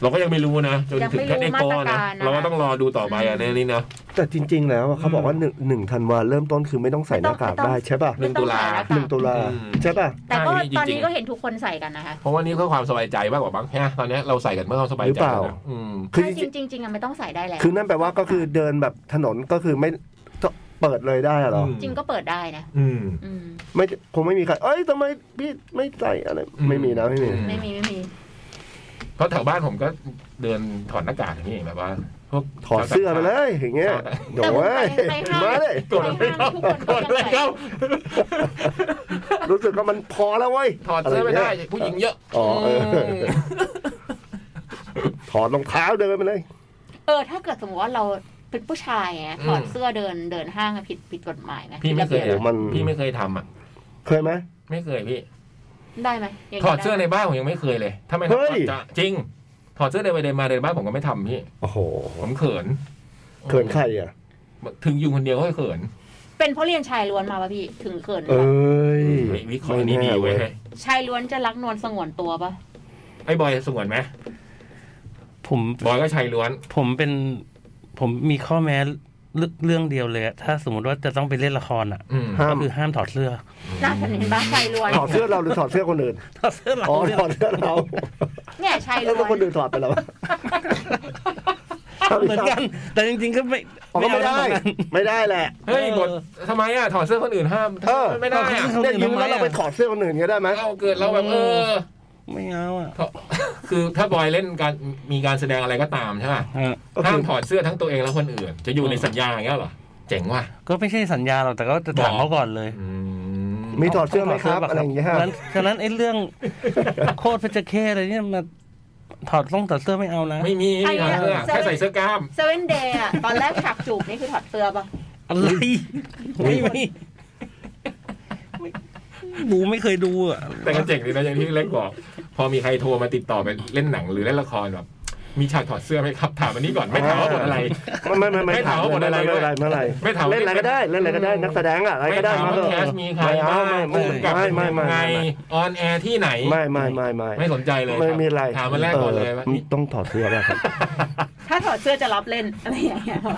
S1: เราก็ยังไม่รู้นะ จนถึงแค
S3: ยั
S1: t
S3: งไม่
S1: เอ็ก
S3: รู้
S1: ซ์โป
S3: มาตร
S1: นะ
S3: การนะคะ
S1: เราก็ต้องรอดูต่อไปอ่ะในนี้เนาะ
S2: แต่จริง ๆ แล้วอะเขาบอกว่าหนึ่งหนึ่งธันวาเริ่มต้นคือไม่ต้องใส่หน้ากากได้ใช่ป่ะ
S1: หนึ่งตุลา
S2: หนึ่งตุลา
S1: อืม
S2: ใช่ป่ะ
S3: แต่ก็
S1: ได้จริงๆ
S3: ตอนนี้ก็เห็นทุกคนใส่กันนะคะ
S1: เพราะว่านี่ก็ความสบายใจมากกว่าบ้างฮะตอนเนี้ยเราใส่กันเพื่อความสบายใจ
S2: หรือเปล่า
S1: นะอืม
S2: คือ
S3: ใช่
S2: จ
S3: จริ
S2: ริง
S3: งๆจริงๆอะไม่ต้องใส่ได้แล้ว
S2: ๆคือนั่นแปลว่าก็คือเดินแบบถนนก็คือไม่ต้องเปิดเลยได้เหรอ
S3: จริงก็เปิดได้นะ
S1: อืม
S3: อืม
S2: ไม่คงไม่มีใคร เอ้ยทำไมพี่ไม่ใส่อะไร
S1: อืม
S2: ไม่มีนะไม่มี
S3: ไม่มีไม่มี
S1: เพราะแถวบ้านผมก็เดินถอดหน้ากากอย่างนี้แบบว่าพวก
S2: ถอดเสื้อไปเลยอย่างเงี้ยเดี๋ยวเว้ย
S3: แต่ผมไป
S2: มาเลย
S1: กดเลยครับกดเลยครับ
S2: รู้สึกว่ามันพอแล้วเว้ย
S1: ถอดเสื้อไม่ได้
S2: ะรย่างเงี้ย
S1: ผู้หญิงเยอะ
S2: อ๋อเออ
S1: ม
S2: ถอดรองเท้าเดินไปเลย
S3: เออ ถ้าเกิดสมมติว่าเราเป็นผู้ชายไงถอดเสื้อเดินเดินห้างอะผิดผิดกฎหมายไหม
S1: พี่ไม่เคย
S2: โอ้
S1: อะ
S2: มัน
S1: พี่ไม่เคยทำอ่ะ
S2: เคยไหม
S1: ไม่เคยพี่
S3: ได้ไหมย่าง
S1: ถ
S3: งี้
S1: อดเสื้อใน
S3: ไไหม
S1: บ้านผมยังไม่เคยเลย ถ้าไม่นับ
S2: เฮ้ย
S1: จะจริง ถอดเสื้อเดินไปเดินมาเดินบ้านผมก็ไม่ทำพี่
S2: โอ้โห
S1: ผมเขิน
S2: เขินใครอ่ะ
S1: ถึงอยู่คนเดียวก็เขิน
S3: เป็นเพราะเรียนชายล้วนมาป่ะพี่ถึงเขิน
S2: เอ้ย
S1: เฮ้ยวิเคราะห์อันนี้ดีเว้ย
S3: ชายล้วนจะรักนวลสงวนตัวป่ะ
S1: ไอ้บอยสงวนไหม
S4: ผม
S1: บอยก็ชายล้วน
S4: ผมเป็นผมมีข้อแม้เรื่องเรื่องเดียวเลยอะถ้าสมมติว่าจะต้องไปเล่นละครอ่ะ
S1: อืม
S2: ห้า
S4: ก็
S2: ม
S4: คือห้ามถอดเสื้อ
S3: น่าสนิทบ้าชายล้วน
S2: ถอดเสื้อเราหรือถอดเสื้อคนอื่น
S4: ถอดเสื้อเรา
S2: อ๋อ
S4: เนี่ย
S2: ถอดเสื้อเรา
S3: เนี่ยชายล้
S2: แล้ว
S3: วน
S2: คนอื่นถอดไปแล้ว
S4: เหมือนกัน แต่จริง ๆ ก็ไม่
S2: อ๋อก็ไม่ได้
S4: เอาเหอนกัน
S2: ไม่ได้แหละ
S1: เฮ้ยบททำไมอ่ะถอดเสื้อคนอื่นห้าม
S2: เออ
S1: ไม่ได้อ่ะ
S4: คนอื่
S2: เนี่ย
S4: น
S2: ยืม
S4: ทำไม
S2: แล้วเรา
S4: อะ
S2: ไปถอดเสื้อคนอื่นก็ได้ไหม
S1: เราเกิดเราแบบเออ
S4: ไม่เอาอ่ะ
S1: เพราะ คือถ้าบอยเล่นการมีการแสดงอะไรก็ตามใช่ป่ะ
S4: เออ
S2: ก็
S1: ห้า
S2: คื
S1: ม
S2: อ
S1: ถอดเสื้อทั้งตัวเองและคนอื่น จะอยู่ในสัญญาอย่างเงี้ยเหรอ เจ๋งว่ะ
S4: ก็ไม่ใช่สัญญาหรอกแต่ก็จะถาม
S1: บอก
S4: เขาก่อนเลย
S1: อืม
S2: มีถอดเสื้อไหมครับ
S4: ถดสื้ป
S2: อะไรอย่างเงี้ยฮะ
S4: ฉะนั้นฉะนั้นไอ้เรื่องโคตรเพชรเคอะไรเนี่ยมาถอดต้องถอดเสื้อไม่เอานะ
S1: ไม่มีไม่มีถอดเสื้อแค่ใส่เสื้อกล้าม
S3: เซเว่นเดย์อะตอนแรกฉากจูบนี่คือถอดเสื้อป่ะ
S4: อะไรไม่มีไม่บูไม่เคยดูอ่ะ
S1: แต่ก็เจ๋งดีนะอย่างที่เล็กบอก พอมีใครโทรมาติดต่อไปเล่นหนังหรือเล่นละครแบบ มีฉากถอดเสื้อไหมครับ ถามอันนี้ก่อนไม่ถามว่าบทอะไร
S2: ไม่ไม่ไม่
S1: ไม่ถามว่าบทอะไร
S2: ไม่เป็นไรไม่เป็นไร
S1: ไม่ถามว่า
S2: เล่นอะไรก็ได้เล่นอะไรก็ได้นักแสดงอะอะไร
S1: ไม่
S2: ก็ได้
S1: ถามว่า
S2: เถอะ
S1: แคสมีใคร
S2: ไม่เอา
S1: บ้าง
S2: ไม่
S1: ผู้กำกับ
S2: ไม่
S1: เป็น
S2: ไม่
S1: ยัง
S2: ไม่
S1: ไง
S2: ไม่
S1: ออนแอร์ที่ไหน
S2: ไม่ไม่ไม่ไม่
S1: ไม่สนใจเลย
S2: ไม่
S1: ครับ
S2: มีอะไร
S1: ถามมันแรกก่อนเลยว่า
S2: ออต้องถอดเสื้อแล้วครับ
S3: ถ้าถอดเสื้อจะรับเล่น อะไรอย่างเงี้ย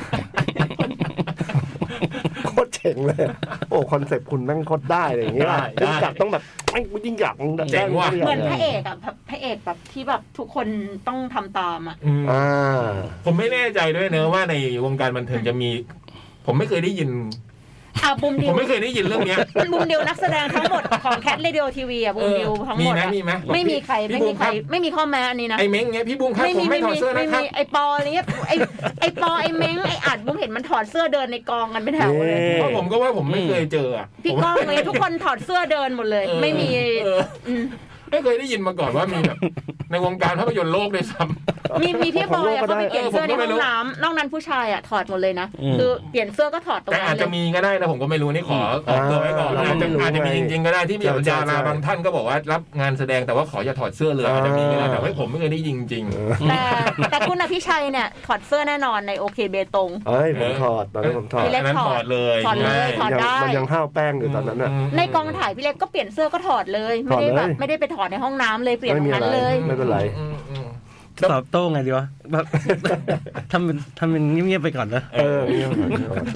S2: โคตรเจ๋งเลยอะโอ้คอนเซ็ปต์คุณแม่งโคตรได้อะไรอย่างเงี้ย
S1: ได้ได้
S2: ผู้กำกับต้องแบบแม่งกูยิ่งอยากมึได้
S1: เจ๋งว่ะ
S3: เหมือนพระเอกอะพระเอกแบบที่แบบทุกคนต้องทำตามอะ
S1: อืม
S2: อ่า
S1: ผมไม่แน่ใจด้วยเนอะว่าในวงการบันเทิงจะมี ผมไม่เคยได้ยิน
S3: อ่ะบุมดิ
S1: ผ
S3: ว
S1: มไม่เคยได้ยินเรื่องเนี้ย
S3: มันบุมดิวนักแสดงทั้งหมดของแคทเรดิโอทีวีอะบุมดิวทั้งห
S1: มี
S3: มด
S1: ไหม
S3: อะ
S1: มีไหม
S3: ไม่มีใครไม่มีใคร ไม่มีข้อแม้อันนี้นะ
S1: ไอ้เม้งเนี้ยพี่บุ้งครับ
S3: ไม่
S1: ผ
S3: มี
S1: มไม่ถ
S3: ไม่
S1: อด
S3: มี
S1: เสื้อนะ
S3: ไม่
S1: ครับ
S3: มีไอปออะไรเงี้ยไอไอปอไอเม้งไออัดบุมเห็นมันถอดเสื้อเดินในกองกันเป็นแถวเลย
S2: เอ๊ะ
S1: เพราะผมก็ว่าผมไม่เคยเจออะ
S3: พี่
S1: ผม
S3: ก้องเลยทุกคนถอดเสื้อเดินหมดเลย
S1: เออ
S3: ไม่มี
S1: เออ
S3: ม
S1: ไม่เคยได้ยินมาก่อนว่ามีแบบ ในวงการภาพยนตร์โลกด้วยซ้
S3: มีมีพี่บอยอะ
S2: ผมก็
S3: เขาไป
S2: ได้
S3: เปลี่ยนเสื้อใน
S1: เออผมก็ไม่
S3: ห้อ
S1: รู้
S3: งน้ำนอกนั้นผู้ชายอะถอดหมดเลยนะ
S4: อืม
S3: คือเปลี่ยนเสื้อก็ถอดต
S1: ำ
S3: รง
S1: แต่
S3: นั้น
S1: อาจ
S3: เล
S1: จะ
S3: ย
S1: มีก็ได้นะผมก็ไม่รู้นี่ขอออ
S2: ม
S1: กตัวไว้ก่อน
S2: เราก็
S1: อาจ
S2: ไม่
S1: จะ
S2: รู้
S1: อาจจะมี
S2: ไง
S1: จริงๆก็ได้ที่มี
S2: ใช่ใช่
S1: ดารา
S2: ใช่
S1: บางท่านก็บอกว่ารับงานแสดงแต่ว่าขออย่าถอดเสื้อเลยอาจจะมีก็ได้
S2: อ่า
S1: แต่ว่าผมไม่เคยได้ยินจริงๆ
S3: แต่แต่คุณอภิชัยเนี่ยถอดเสื้อแน่นอนในโอเคเบตง
S2: เอ้ยผมถอดตอนนั้นผมถอด
S3: พี่เล็ก
S1: นนั้นถอดเลย
S3: ถอดเลย
S1: ใช่
S3: ถอดได้
S2: ยังมันยังห้าวแป้งอยู่ตอนนั้นอ่ะ
S3: ในกองถ่ายพี่เล็กก็เปลี่ยนเสื้อก็ถอดเลย ไม่ได้
S2: ถอดเลย
S3: แบบไม่ได้ไปถอดในห้องน้ำเลยเปลี่ยนตรงนั้นเลย
S2: ไม่เป็นไร
S1: อืมอืม
S4: ตอบโต้ไงดีวะแบบ ทำเป็นทำเป็นเงียบๆไปก่อนนะ
S2: เออเงียบหน่อยเงียบหน่อย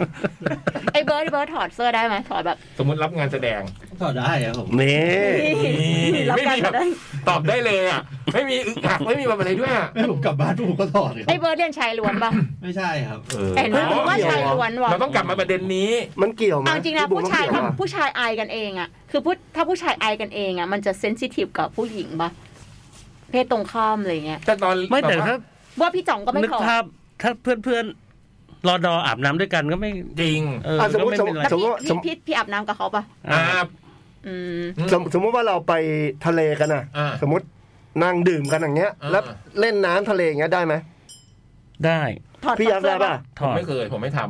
S3: ไอ้เบิร์ดเบิร์ดถอดเสื้อได้ไหมถอดแบบ
S1: สมมติรับงานแสดง
S5: ถอดได้ครับผม
S2: นี่
S1: นี่
S3: รับ
S1: ไม่
S3: การ
S1: มีแบบ
S3: ได้
S1: ตอบได้เลยอ่ะ ไม่มีอึกอักไม่มีแบบอะไรด้วยอ่ะ
S5: แม่ผมกลับบ้านผมก็ถอดครั
S3: ไอ้
S5: บ
S3: เบิร์ดเรียนชายล้วนปะ
S5: ไม่ใช่ครับ
S3: เห็นไหม
S1: อ๋อ
S3: ว่าชายล้วนว่ะ
S1: เราต้องกลับมาประเด็นนี้
S2: มันเกี่ยวไหม
S3: เอาจริงนะ
S2: พี่บุ๊
S3: ผู้
S2: ค
S3: ชาย
S2: เกี่ว
S3: ถ้า
S2: อะ
S3: ผู้ชายอายกันเองอ่ะ คือผู้ถ้าผู้ชายอายกันเองอ่ะมันจะเซนซิทีฟกับผู้หญิงปะเพศตรงข้ามอะไรเงี้ย
S1: แต่ตอน
S4: ไม่แต่
S1: บบ
S4: ถ้า
S1: ว่า
S3: ว่าพี่จ่องก็ไม่
S4: นึก
S3: ถอด
S4: ภาพถ้าเพื่อนๆรอดออาบน้ำด้วยกันก็ไม่
S1: จริง
S4: เออ
S2: อ่ะสม
S4: ก็
S2: มติ
S4: ไม่
S2: สมม
S4: เป็น
S2: ติ
S4: ไร
S3: แล้ว
S2: สม
S3: พี่
S2: มติ
S3: พี่พี่พี่อาบน้ำกับเขาปะ
S1: อ่า
S3: อืม
S2: สมสมมติว่าเราไปทะเลกันอ่ะ
S1: อ่า
S2: สมมตินั่งดื่มกันอย่างเงี้ย
S1: อ่า
S2: แล้วเล่นน้ำทะเลอย่างเงี้ยได้ไหม
S4: ได้
S3: ถอด
S2: พี่ยักษ์ได้ป่ะ
S4: ถ
S1: ผ
S4: อ
S1: ม
S4: ด
S1: ไม่เคย ผมไม่ท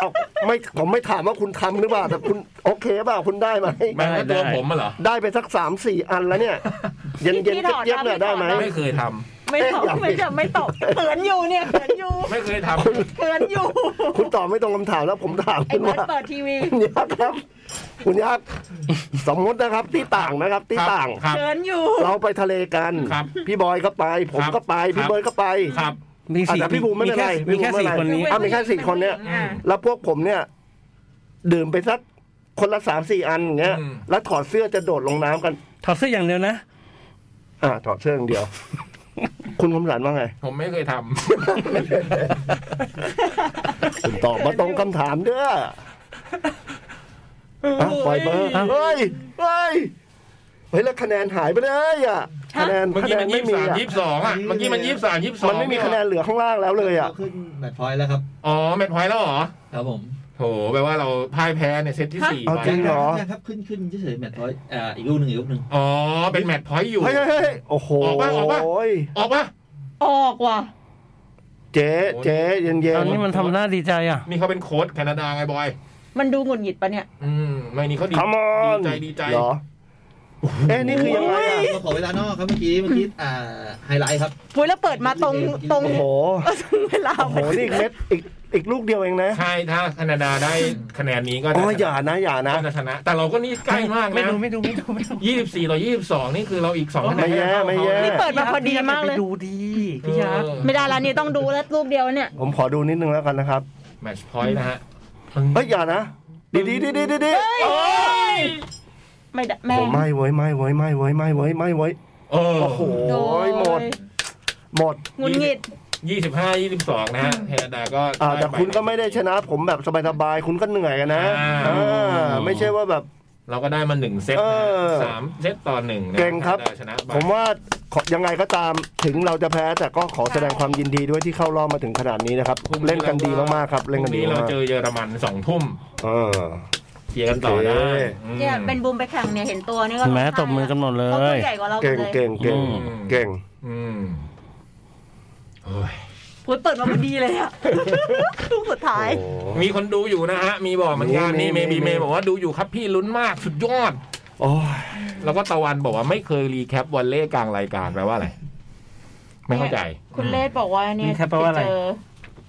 S2: เอ้าไม่ผมไม่ถามว่าคุณทำหรือเปล่าแต่คุณโอเคเปล่าคุณได้ไหม
S1: ำแม้ว่าตัวผมมาเหรอ
S2: ได้ไปสักสามสี่อันแล้ว เนี่ย เย็นเย็นเย็บๆหน่อยได้ไหม
S1: ไม่เคยทำ
S3: ไม่ถอดไม่จะไม่ตอบเขินอยู่เนี่ยเขินอยู่
S1: ไม่เคยทำ
S3: เขินอยู่
S2: คุณตอบไม่ตรงคำถามแล้วผมถาม
S3: ไอ้
S2: คุณ
S3: เบิร์ด
S2: ว่า
S3: เปิดทีวี
S2: คุณยักษ์ครับ คุณยักษ์สมมตินะครับที่ต่างนะครับที่
S1: ครับ
S2: ต่าง
S1: ครับ
S3: เขินอยู่
S2: เราไปทะเลกัน
S1: ครับ
S2: พี่บอยก็ไป ผมก็ไป
S1: ครับ
S2: พี่เบิร์ดก็ไป
S1: ครับ
S4: มีสี่
S2: อ่ะแต่พี่บูมไม่เป็นไร
S4: มีแค่
S2: พี่บูมไม่
S4: สี่
S2: เป็นไร
S4: คนนี้
S2: อ่ะมีแค่สี่คนเนี่ย
S1: อ่ะ
S2: แล้วพวกผมเนี่ย ดื่มไปสักคนละสามสี่อันอย่างเงี้ย
S1: อืม
S2: แล้วถอดเสื้อจะโดดลงน้ำกัน
S4: ถอดเสื้ออย่างเดียวนะ
S2: อ่าถอดเสื้ออย่างเดียว คุณคำสันว่าไง
S1: ผมไม่เคยทำ
S2: คุณตอบมาตรงคำถามเด้ออ่ะปล่อยเบอร์
S4: อ้าว
S2: เฮ้ยเฮ้ยเฮ้ยแล้วคะแนนหายไปเลยอ่ะคะแนน
S1: เมื่อ
S2: คะ
S1: กี้
S2: แน
S1: มัน น
S2: ไม่
S1: ยี่สิ
S2: มี
S1: บสาม
S2: อ่ะ
S1: ยี่สิบสองอ่ะ เมื่อกี้มันยี่สิบสามยี่สิบสอง
S2: มันไม่มีคะแนนเหลือข้างล่างแล้วเลยอ่ะ
S5: ขึ้นแมตช์พอยต์แล้วครับ
S1: อ๋อแมทพอยต์แล้วเหรอ
S5: ครับผม
S1: โหแปลว่าเราพ่ายแพ้ในเซตที่สี่
S2: เอา
S1: ไป
S2: จริง เหรอ
S5: ยังครับขึ้นขึ้นเฉยๆแมตช์พอยต์อ่าอีกลูกหนึ่งอีกลูกหนึ่ง
S1: อ๋อ เป็นแมทพอยต์อยู่
S2: เฮ้ยเฮ้ยเฮ้ยโอ้โห
S1: ออกปะออกปะ ออกปะ
S3: ออกว่ะ
S2: เจ๊เจ๊เย็นเย็
S4: ตอน นนี้มันทำหน้าดีใจอ่ะ
S1: นี่เขาเป็นโค้ชแคนาดาไงบอย
S3: มันดูหงุดหงิดปะเนี่ย
S1: อืม ไม่นี่เขาดี
S2: ขมอน
S1: ดีใจดีใจ
S2: เหรอ เอ๊ะนี่คือยังไงอ่ะ
S5: เราขอเวลานอกครับเมื่อกี้เมื่อกี้อ่าไฮไลท์ครับ
S3: พุ้ยแล้วเปิดมาตรงตรง
S2: โอ้โห
S3: ตรงเวลา
S2: โอ้โห นี่อีกเม็ดอีกอีกลูกเดียวเองนะ
S1: ใช่ถ้าแคนาดาได้คะแนนนี้ก็
S2: อ๋อ
S1: จะ
S2: อย่านะอย่านะ
S1: ก็จะชนะ แต่เราก็นี่ใกล้มาก
S4: ไม่
S1: นะ
S4: ดูไม่ดูไม่ดูไม่ดู
S1: ยี่สิบสี่ต่อยี่สิบสองนี่คือเราอีกสองคะแน
S2: ไม่
S1: น
S2: แย่ไม่แย่
S3: นี่เปิดมาพอดีมากเลย
S4: ไปดูดีพี่ยักษ์
S3: ไม่ได้ละนี่ต้องดูแล้วลูกเดียวเนี่ย
S2: ผมขอดูนิดนึงแล้วกันนะครับ
S1: แมตช์พอยต์นะฮะ
S2: เฮ้ยอย่านะ ดีดีดีดีดีดีโอ้
S3: ไม่ได้แม่
S2: โหไม่เว้ยไม่เว้ยไม่เว้ยไม่เว้ยไม่เว้ย
S1: โอ้
S2: โอ้โห
S3: โด
S2: หมด หมด
S3: หงุดหงิด
S1: ยี่สิบห้ายี่สิบสองนะฮะแคนาดาก็
S2: อ่า
S1: ด้
S2: แต่คุณ
S1: ป
S2: ก็ไม่ได้ชนะ ผมแบบสบายๆคุณก็เหนื่อยกันนะอ่าไม่ใช่ว่าแบบ
S1: เราก็ได้มาหนึ่งเซต
S2: เอ
S1: นะฮะ
S2: อ
S1: สามเซตต่อหนึ่งนะ
S2: เก่งครับ
S1: แนาดาชนะไป
S2: ผมว่าขอยังไงก็ตามถึงเราจะแพ้แต่ก็ขอแสดงความยินดีด้วยที่เข้ารอบมาถึงขนาดนี้นะครับ เล่นกันดีมากๆครับเล่นกันดี
S1: พรุ่งเรา
S2: มาก
S1: เจอเยอรมันสองทุ่ม
S2: เออ
S1: เชียร์กันต่อได้
S2: โอเค
S1: อืม
S3: เนี่ยเป็นบูมไปแข่งเนี่ยเห็นตัวนี่ก็
S4: เห็นไหม
S3: ร้งไห้
S4: ตบมือกันหมดเลย
S3: เขาตัวใหญ่กว่าเราหม
S2: เก่ง
S3: ดเลย
S2: เก่งเก่ง
S1: อืม
S2: เก่ง
S1: อืมโอ้ย
S3: พุ้ยเปิดมาพอดีเลยอะ ลูกสุดท้าย
S2: โอ้
S1: มีคนดูอยู่นะฮะ มีบอกเหมือนกัน
S2: มี
S1: นี่เม
S2: มี
S1: บีเม
S2: มี
S1: บอกว่าดูอยู่ครับพี่ลุ้นมากสุดยอด
S2: โอ้ย
S1: แล้วก็ตะวันบอกว่าไม่เคยรีแคปวอลเล่กลางรายการแปลว่าอะไร ไม่เข้าใจ
S3: คุณเลศบอกว่าเนี่ย
S4: นี่ครับแปลว่าอะไร
S3: เจอ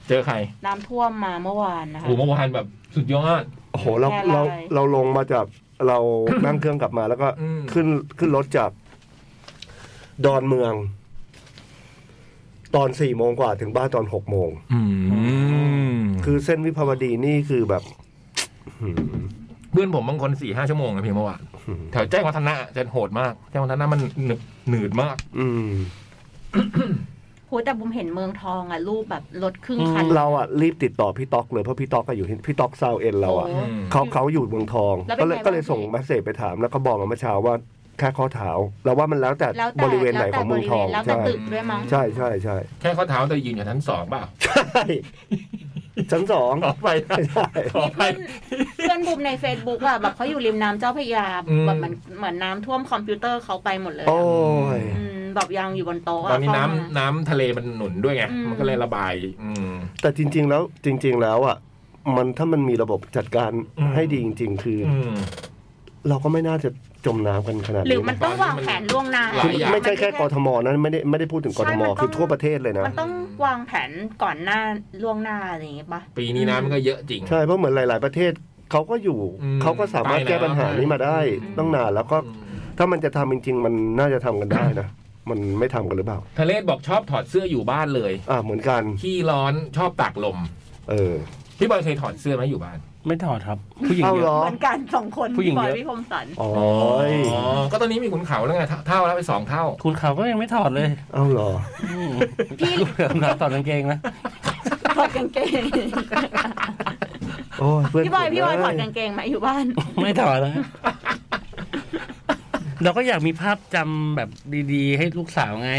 S1: เจอใคร
S3: น้ำท่วมมาเมื่อวานนะคะ
S1: โอ้โหเมื่อวานแบบสุดยอด
S2: โอ้โหเรา
S3: แพร่
S2: เรา
S3: หลาย
S2: เราลงมาจากเรา นั่งเครื่องกลับมาแล้วก็
S1: อืม
S2: ขึ้นขึ้นรถจาก ดอนเมือง ตอนสี่โมงกว่าถึงบ้านตอนหกโมง คือเส้นวิภาวดีนี่คือแบบ
S1: เพื่อนผมบางคนสี่ห้าชั่วโมงนะพี่เมื่อวาน
S2: อืม
S1: แถวแจ้งวัฒนะจะโหดมาก แจ้งวัฒนะมันหนึบหนืดมาก
S2: อืม
S3: โหแต่บุมเห็นเมืองทองอ่ะรูปแบบรถครึ่งคัน
S2: เราอ่ะรีบติดต่อพี่ต๊อกเลยเพราะพี่ต๊อกก็อยู่ที่พี่ต๊อกซาวเอ็นเราอ่ะ
S3: โอ้
S2: เขาเขาอยู่เมืองทอง
S3: แล้วเป็
S2: ก็
S3: น
S2: เลย
S3: ไงบ้าง
S2: ก็เลยส่ง
S3: พี่
S2: เมสเซจไปถาม แล้วก็บอกมาเมื่อเช้าว่าแค่ข้อเท้าเราว่ามันแล้วแต่
S3: แล้วแต่
S2: บริเวณไหน
S3: แล้ว
S2: ข
S3: แต่
S2: องเมืองทอง
S3: บริเวณแล้วแต่
S2: ใช่
S3: ตึกด้วยมั้ง
S2: ใช่ใช่ใช่
S1: แค่ข้อเท้าแต่ยืนอยู่ชั้นสองเปล่า
S2: ใช่ชั้นสอง
S1: ขอไปนะ
S2: ใช่
S1: ขอไป
S3: เพื่อนบุมใน Facebook อ่ะแบบเขาอยู่ริมน้ำเจ้าพระยา
S1: อืม
S3: แบบเหมือนเหมือนน้ำท่วมคอมพิวเตอร์เขาไปหมดเลย
S2: โอ้
S3: อะ
S2: ย
S3: อืมแบบยังอยู่บนโต๊ะะ
S1: ตอนนี้น้ำ
S3: เข้ามา
S1: น้ำทะเลมันหนุนด้วยไง
S3: อืม
S1: มันก็เลยระบาย อืม
S2: แต่จริง ๆ แล้วจริง ๆ แล้วอ่ะมันถ้ามันมีระบบจัดการ
S1: อืม
S2: ให้ดีจริง ๆ คืออ
S1: อืม
S2: เราก็ไม่น่าจะจมน้ำกันขนาด
S3: หรือ
S2: นี้
S3: มันต้องวางแผนล่วงหน้า
S1: หลายอย่าง
S2: ไม่ใช่แค่กทมนะไม่ได้ไม่ได้พูดถึงกทม
S3: ใช่มันต้อง
S2: คือทั่วประเทศเลยนะ
S3: มันต้องวางแผนก่อนหน้าล่วงหน้าอะไรอย่างเงี้ยปะ
S1: ปีนี้น้ำมันก็เยอะจริง
S2: ใช่เพราะเหมือนหลาย ๆ ประเทศเขาก็อยู่
S1: อืม
S2: เขาก็สามารถแก้ปัญหานี้มาได้
S1: อืม
S2: ตั้งนานแล้วก็
S1: อืม
S2: ถ้ามันจะทำจริง ๆ มันน่าจะทำกันได้นะ มันไม่ทำกันหรือเปล่า
S1: ทะเลบอกชอบถอดเสื้ออยู่บ้านเลย
S2: อ่าเหมือนกัน
S1: ขี้ร้อนชอบตากลม
S2: เออ
S1: พี่บอยเคยถอดเสื้อไหมอยู่บ้าน
S4: ไม่ถอดครับ ผู้หญิง
S2: เอา
S4: เย
S2: เหร
S4: อะ
S2: อ
S3: เหมือนกันสองคน
S4: ผู้หญิง
S3: พี่บอย
S4: เยอะ
S3: พี่คมสัน
S2: อ๋อ
S1: อ๋อก็ตอนนี้มีขุนเขาแล้วไงเท่าแล้วไปสองเท่า
S4: คุณเขาก็ยังไม่ถอดเลย
S2: เอาเหรอ
S4: อืม
S3: พี่
S4: กูเผื่อมถอดกางเกงนะ
S3: ถอดกางเกง
S2: โอ้ยเพื่อน
S3: พี่บอย
S2: ผม
S3: พี่บอย
S2: เ
S3: ถอดกางเกงไหมอยู่บ้าน
S4: ไม่ถอดนะเราก็อยากมีภาพจำแบบดีๆ ให้ลูกสาวไง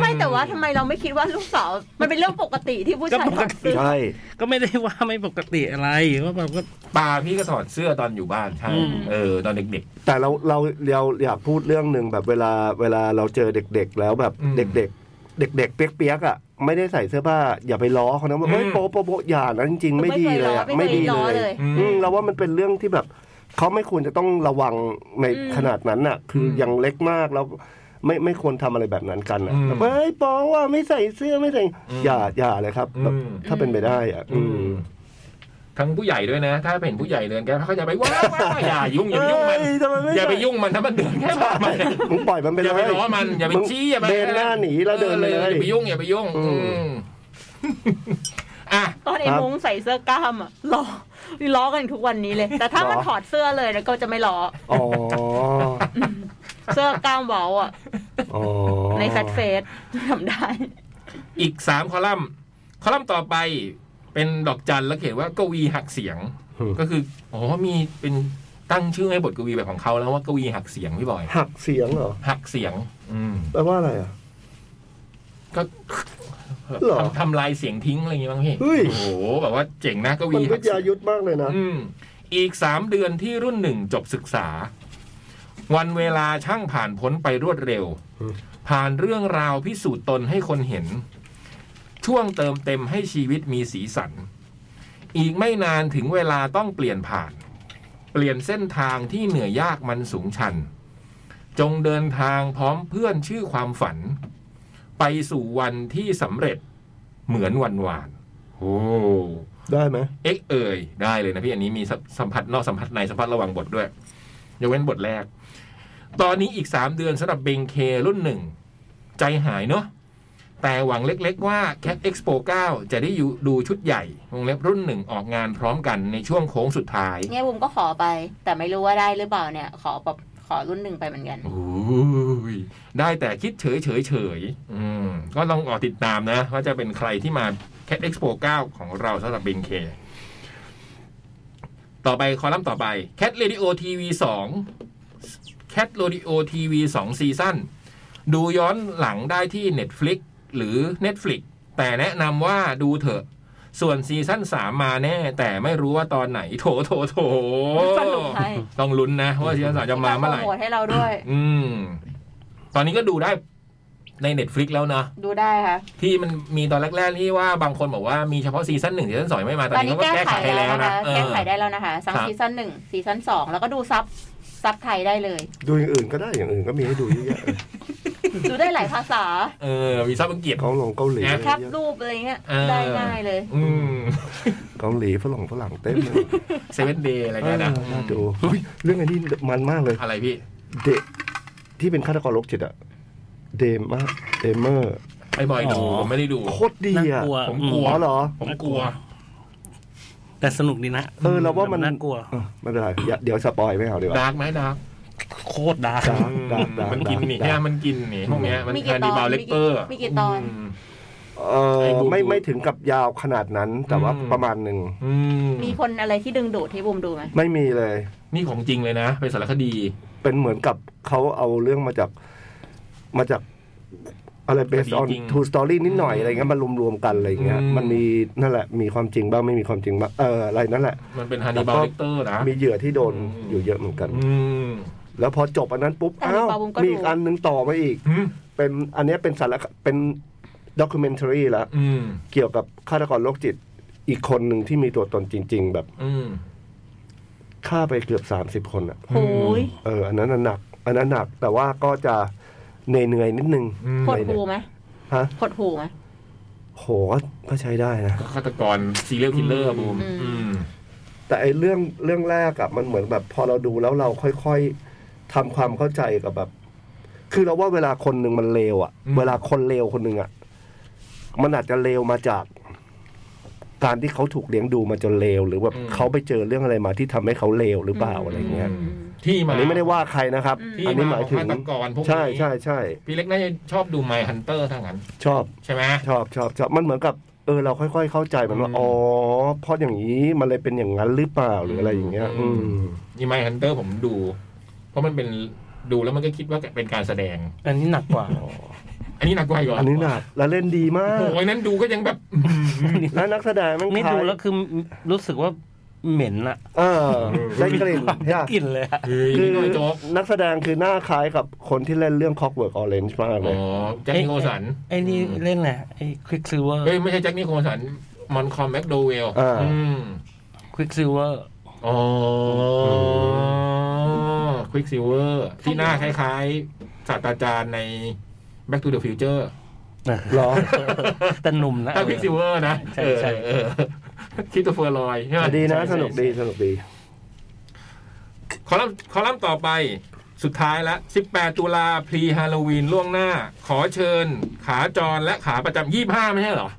S3: ไม่แต่ว่าทำไมเราไม่คิดว่าลูกสาวมันเป็นเรื่องปกติที่ผู้ชาย
S4: ก็ปกติ
S2: ใช่
S4: ก็ไม่ได้ว่าไม่ปกติอะไรก็แบบก็
S1: ตาพี่ก็ถอดเสื้อตอนอยู่บ้านใช่
S4: อืม
S1: เออตอนเด็ก
S2: แต่เราเราเราอยากพูดเรื่องหนึ่งแบบเวลาเวลาเราเจอเด็ก ๆ แล้วแบบ
S1: อืม
S2: เด็ก ๆ เด็ก ๆ เปียก ๆ อ่ะ ไม่ได้ใส่เสื้อผ้าอย่าไปล้อเขานะว่าเฮ้ย
S1: อืม
S2: โป๊ะโป๊ะโป๊ะอย่านะจริง ๆ ไม่ดีเลยอะไม่
S3: ไม่เค
S2: ดี
S3: ย
S2: เล
S3: ล้อย เลย
S1: ๆอืม
S2: อืมเราว่ามันเป็นเรื่องที่แบบเขาไม่ควรจะต้องระวังใน
S3: อืม
S2: ขนาดนั้นน่ะ คืออ
S1: ม
S2: ยังเล็กมากแล้วไม่ไม่ควรทำอะไรแบบนั้นกันน่ะ
S1: อืม
S2: แบบเฮ้ยปอว่าไม่ใส่เสื้อไม่ใส่
S1: อืม
S2: อย่าอย่าเลยครับแบบ
S1: อืม
S2: ถ้าเป็นไปได้อ่ะ อืม
S1: ทั้งผู้ใหญ่ด้วยนะ ถ้าเห็นผู้ใหญ่เดินแกเขาจะไปว้าวว้าวอย่ายุ่งอย่าไปยุ่งมัน
S2: เอ้ทำมม่
S1: อย่าไป
S2: ใส่
S1: ยุ่งมันถ้ามันเดินแค่ผ่านมาเนี่ย
S2: มึงปล่อยมันไป
S1: อ
S2: เล
S1: ย่าไป
S2: ย
S1: ล้อมันอย่าไป
S2: มึง
S1: ชี้อย่าไป
S2: เบนหน้าหนีแล้วเดินไปเลย
S1: อออย่าไปยุ่งอย่าไปยุ่ง
S2: อืม
S1: อืมอ่ะ
S3: ตอนไอ้
S2: ครับ
S3: มุ้งใส่เสื้อกล้ามอะล้อล้อกันทุกวันนี้เลย แต่ถ้า
S2: ล้อ
S3: มันถอดเสื้อเลยนะก็จะไม่ล้อ
S2: อ๋อ
S3: เสื้อกล้ามเว้าอ่ะ
S2: อ๋อ
S3: ในแฟตเฟส ทำได้
S1: อีกสามคอลัมน์คอลัมน์ต่อไปเป็นดอกจันแล้วเขียนว่ากวีหักเสียง ก็คืออ๋อมีเป็นตั้งชื่อให้บทกวีแบบของเขาแล้วว่ากวีหักเสียงพี่บอย
S2: หักเสียงเหรอ
S1: หักเสียง อืม
S2: แปลว่าอะไรอ่ะ
S1: ก็
S2: หรอ
S1: ทำทำลายเสียงทิ้งอะไรอย่างงี้บ้างพี่
S2: เฮ้ย
S1: โอ้โหแบบว่าเจ๋งนะกวี
S2: มันวิ
S1: หั
S2: ทยา
S1: กเสียง
S2: ยุทธมากเลยนะ
S1: อืม อีกสามเดือนที่รุ่นหนึ่งจบศึกษา วันเวลาช่างผ่านพ้นไปรวดเร็ว ผ่านเรื่องราวพิสูจน์ตนให้คนเห็น ช่วงเติมเต็มให้ชีวิตมีสีสัน อีกไม่นานถึงเวลาต้องเปลี่ยนผ่าน เปลี่ยนเส้นทางที่เหนื่อยยากมันสูงชัน จงเดินทางพร้อมเพื่อนชื่อความฝัน ไปสู่วันที่สำเร็จเหมือนวันวานโอ้
S2: ได้ไหม
S1: เอ็กเอ่ยได้เลยนะพี่อันนี้มีสัมสัมผัสนอกสัมผัสในสัมผัสระหว่างบทด้วยยกเว้นบทแรก ตอนนี้อีกสามเดือนสำหรับเบงเครุ่นหนึ่ง ใจหายเนาะแต่หวังเล็กๆว่า Cat Expo 9 จะได้อยู่ดูชุดใหญ่วงเล็บรุ่นหนึ่งออกงานพร้อมกันในช่วงโค้งสุดท้าย
S3: เนี่ยบุมก็ขอไป แต่ไม่รู้ว่าได้หรือเปล่าเนี่ย ขอแบบขอรุ่นหนึ่งไปเหมือนกัน
S1: โอ้ยได้แต่คิดเฉยเฉยเฉยๆอืมก็ลองออกติดตามนะ ว่าจะเป็นใครที่มา Cat Expo 9 ของเราสำหรับ BNK ต่อไปคอลัมน์ต่อไป Cat Radio TV 2 Cat Radio TV 2ซีซั่นดูย้อนหลังได้ที่ Netflix หรือ Netflix แต่แนะนำว่าดูเถอะ ส่วนซีซั่น3 มาแน่ แต่ไม่รู้ว่าตอนไหนโถโถโถ
S3: สนุกให้
S1: ต้องลุ้นนะว่าซีซั่นสามจะมาเมื่อไหร่
S3: โปโทให้เราด้วย
S1: อืม ตอนนี้ก็ดูได้ใน Netflix แล้วนะ
S3: ดูได้ค่ะ
S1: ที่มันมีตอนแรก ๆ ที่ว่าบางคนบอกว่ามีเฉพาะซีซั่นหนึ่งซีซั่นสองยังไม่มา ตอน
S3: ตอน
S1: นี้
S3: นี้
S1: เขาก็
S3: แก้
S1: แก้
S3: ไข
S1: ไขให้
S3: แล้
S1: แล้วว
S3: นะ
S1: นะคะ เออ
S3: แก้ไขได้แล้วนะคะทั้ง
S1: ครับ
S3: ซีซั่นหนึ่งซีซั่นสองแล้วก็ดูซับซับไทยได้เลย
S2: ดูอย่างอื่นก็ได้อย่างอื่นก็มีให้ดูเยอะแยะ
S3: ดูได้หลายภาษา
S1: เออวีซ่าอังกฤษ
S2: เกาหลงเกาหลี
S1: นะ
S3: แคปรูปอะไรเงี้ย
S1: เออ
S3: ได้ง่ายเลย
S1: อืม
S2: เกาหลีฝรั่งฝรั่งเต็มเลย
S1: เซเว่นเดย์อะไรเงี้ยนะ
S2: น่าดูเฮ้ยเรื่องอันนี้มันมากเลย
S1: อะไรพี่
S2: เดะที่เป็นฆาตกรโรคจิตอะเดมาเดเมอร์
S1: ไอ้บอยดู
S4: อ๋อ
S1: ผมไม่ได้ดู
S2: โคตรดี
S4: น่า
S2: อะ
S4: กลัว
S1: ผม
S4: อืม
S1: กลัว
S2: อ๋อเหรอ
S1: ผมกลัว
S4: แต่สนุกดีนะ
S2: เออเราว่ามัน
S4: น่ากลัว
S2: เออไม่เป็นไรอย่าเดี๋ยวสปอยไม่เอาดีกว่า
S1: ดาร์กไหมดาร์ก
S4: โคตรดาร์ก
S2: dark ดาร์กดาร์ก
S1: มันกินหนี
S2: ดาร์ก
S1: เนี่ยมันกินหนีพวกเนี้ยมัน
S3: มี
S1: แค
S3: กี่ตอบ
S1: นิาน ลเล
S3: มี
S1: เป
S3: กี่
S1: อร์
S3: มีกี่ตอน
S2: เออ
S1: ไอ้บูม
S2: ไม่
S1: ดู
S2: ไม่ถึงกับยาวขนาดนั้น แต่ว่า
S1: อืม
S2: ประมาณหนึ่ง
S1: อืม
S3: มีคนอะไรที่ดึงดูดให้บูมดูไหม
S2: ไม่มีเลย
S1: นี่ของจริงเลยนะเป็นสารคดี
S2: เป็นเหมือนกับเขาเอาเรื่องมาจากมาจากอะไร based on
S1: คดีจริง
S2: true story นิดหน่อยอะไรเงี้ยมารวมๆกันอะไรเงี้ย
S1: อืม
S2: มันมีนั่นแหละ มีความจริงบ้างไม่มีความจริงบ้างเอออะไรนั่นแหละ
S1: มันเป็นฮันนิบาลเลเปอร์นะ
S2: มีเหยื่อที่โดน
S1: อืม
S2: อยู่เยอะเหมือนกัน
S1: อืม
S2: แล้วพอจบอันนั้นปุ๊บ
S3: แต่
S2: อ้า
S3: มี
S2: ว
S3: ปาบุมก็
S2: มี
S3: ดู
S2: อีกอันหนึงต่อมาอีก
S1: อืม
S2: เป็นอันเนี้ยเป็นสารคเป็นด็อกิเมนทรีละ
S1: อืม
S2: เกี่ยวกับฆาตกรโรคจิตอีกคนหนึ่งที่มีตัวตนจริง ๆ แบบ
S1: อืม
S2: ฆ่าไปเกือบ 30 คนอะ
S3: โอ้ย
S2: เอออันนั้นน่ะหนัก อันนั้นหนักแต่ว่าก็จะเหนื่อยๆนิดนึง
S1: อืม
S3: หดหูไหม
S2: ฮะ
S3: หดหูไหม
S2: โหก็ก็ใช้ได้นะ
S1: ฆาตกรซีเรียลคิลเลอร์บูม
S3: อืม
S1: อืม
S2: แต่ไอ้เรื่องเรื่องแรกอะมันเหมือนแบบพอเราดูแล้วเราค่อยๆทำความเข้าใจกับแบบ คือเราว่าเวลาคนหนึ่งมันเลวอะ
S1: อืม
S2: เวลาคนเลวคนหนึ่งอะมันอาจจะเลวมาจาก การที่เขาถูกเลี้ยงดูมาจนเลวหรือแบบเขาไปเจอเรื่องอะไรมาที่ทำให้เขาเลวหรือเปล่าอะไรเงี้ย
S3: อืม
S1: ที่มา
S2: อันนี้ไม่ได้ว่าใครนะครับ
S1: ที่
S2: อันนี้
S1: มาม
S2: หาย
S1: ขอ
S2: ถึ
S1: งฆาง ตกรพวกนี้
S2: ใช่ใช่ใช่
S1: พี่เล็กน่าจะชอบดูไมฮันเตอร์ทั้งนั้น
S2: ชอบ
S1: ใช่ไหม
S2: ชอบชอบชอบมันเหมือนกับเออเราค่อยๆ เข้าใจมันว่า
S1: อืม
S2: อ๋อเพราะอย่างนี้มันเลยเป็นอย่างนั้นหรือเปล่าหรืออะไรอย่างเงี้ย อืม
S1: นี่ไมฮันเตอร์ผมดู เพราะมันเป็นดูแล้วมันก็คิดว่าเป็นการแสดง
S4: อันนี้หนักกว่า
S1: อันนี้หนักกว่าอีกเหรอ
S2: อันนี้หนักแล้วเล่นดีมาก
S1: โอ้ยนั้นดูก็ยังแบบ
S2: แล้วนักแสดงแมัน
S4: นี่ดูแล้วคือรู้สึกว่าเหม็นอะ
S2: เออได้ก ลิ่น
S4: ความได้
S2: ยาก
S4: กลิ่นเลยอะ
S1: เฮ้ย
S2: คือ
S1: นี่หน่อยโจ๊ก
S2: นักแสดงคือหน้าคล้ายกับคนที่เล่นเรื่อง Clockwork Orange มากเล
S1: อ๋อย แจ็คนิโคลสัน
S4: ไอ้นี่เล่นแหละไอ้ควิกซิลเวอร์
S1: เฮ้ยไม่ใช่แจ็คนิโคลสันมอนคอมแม็กโดเวลอืม
S4: ควิกซิลเวอร์
S1: อ๋อควิกซิเวอร์ที่หน้าคล้ายๆศาสตราจารย์ใน Back to the Future
S2: เหรอ
S4: แต่หนุ่มนะ
S1: ถ้าควิกซิเวอร์นะ
S4: ใช่ใช่
S1: เออคิดตัวเฟอร์ลอยใช่ไหม
S2: ดีนะสนุกดีสนุกดี
S1: คอลัมน์คอลัมน์ต่อไปสุดท้ายละ 18 ตุลาพรีฮาโลวีนล่วงหน้า ขอเชิญ ขาจรและขาประจำ25 ไม่ใช่เหรอ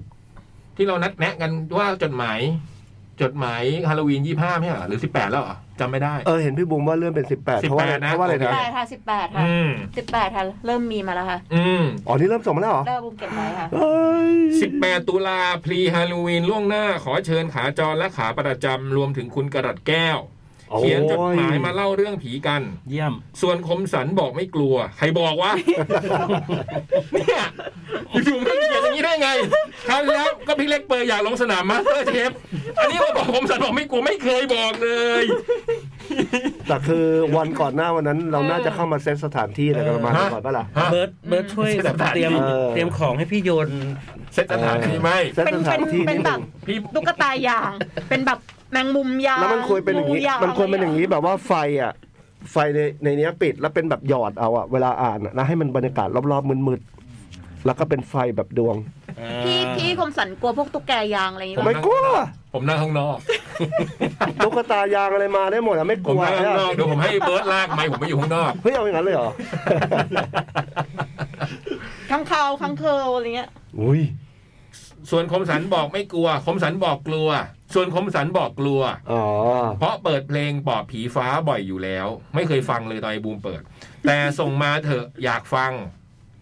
S1: ที่เรานัดแนะกันว่าจดหมาย จดหมายฮาโลวีน 25 ไม่ใช่เหรอ หรือ 18 แล้วเหรอจำไม่ได้
S2: เออเห็นพี่บุ๋มว่าเลื่อนเป็น 18 เพราะว่าอะ
S1: 18
S2: ไร
S1: นะ
S2: เพราะว่าอะไร
S3: สิบ
S2: นะ
S3: แปดค่ะสิบแปดค่ะ
S1: อืม
S3: สิบแปดค่ะ เริ่มมีมาแล้วค่ะ
S1: อืม
S2: อ๋อนี่เริ่มส่งมาแล้วเหรอ
S3: แล้วบูมเก็บไว้ค่ะ
S2: เฮ้ย
S1: 18 ตุลาพรีฮาโลวีนล่วงหน้า ขอเชิญขาจรและขาประจำรวมถึงคุณกระดัดแก้ว เขียนจดหมายมาเล่าเรื่องผีกัน
S4: เยี่ยม
S1: ส่วนคมสันบอกไม่กลัว ใครบอกวะ เนี่ยอยู่ๆไม่เขียนอย่างนี้ได้ไงคราวที่แล้วก็พี่เล็กเปิดอยากลงสนามมาสเตอร์เชฟอันนี้มาบอกคมสันบอกไม่กลัวไม่เคยบอกเลย
S2: แต่คือวันก่อนหน้าวันนั้น เราน่าจะเข้ามาเซตสถานที่อะไรกันประมาณนั้นก่อนปะล่ะ
S1: ฮะ
S4: เบิร์ดเบิร์ดช่วย
S1: เสียดาย
S4: เตรียม
S2: เออ
S4: เตรียมของให้พี่โยน
S1: เซตสถานที่ไหม
S2: เซต
S3: เป็นเป็
S2: สถานนที่
S3: เป็
S2: นิ
S3: น
S2: ด
S3: แบ
S2: นึ
S3: บ
S2: ง
S1: พี่
S3: ตุ๊กตายาง เป็นแบบแมงมุมยาง
S2: แล้วมันควรเป็นอย่างนี้
S3: งู
S2: มันควรเป็นอย่างนี้แบบว่าไฟอ่ะ ไฟในในเนี้ยปิดแล้วเป็นแบบหยอดเอาอ่ะ เวลาอ่านอะแล้วให้มันบรรยากาศรอบๆมืดๆ แล้วก็เป็นไฟแบบดวง
S3: พี่พี่คมสันกลัวพวกตุ๊กแกยางอะไรอย่างเงี้ย
S2: ไม่กลัว
S1: ผมนั่งข้างนอก
S2: ตุ๊กตายางอะไรมาได้หมดอ่ะไม่ก
S1: ผม
S2: ลัว
S1: นั่งข้างนอก
S2: อะ
S1: เดี๋ยวผมให้เบิร์ดลากไมค์ผมไม่อยู่ข้างนอก
S2: เฮ้ยเอาอย่างนั้นเลยเหรอ
S3: ข้างคาวข้างเคิลอะไรเงี้ย
S2: อุ้ย
S1: ส่วนคมสันบอกไม่กลัว คมสันบอกกลัว ส่วนคมสันบอกกลัว
S2: อ๋อ
S1: เพราะเปิดเพลงปอบผีฟ้าบ่อยอยู่แล้ว ไม่เคยฟังเลยตอนไอ้บูมเปิด แต่ส่งมาเถอะอยากฟัง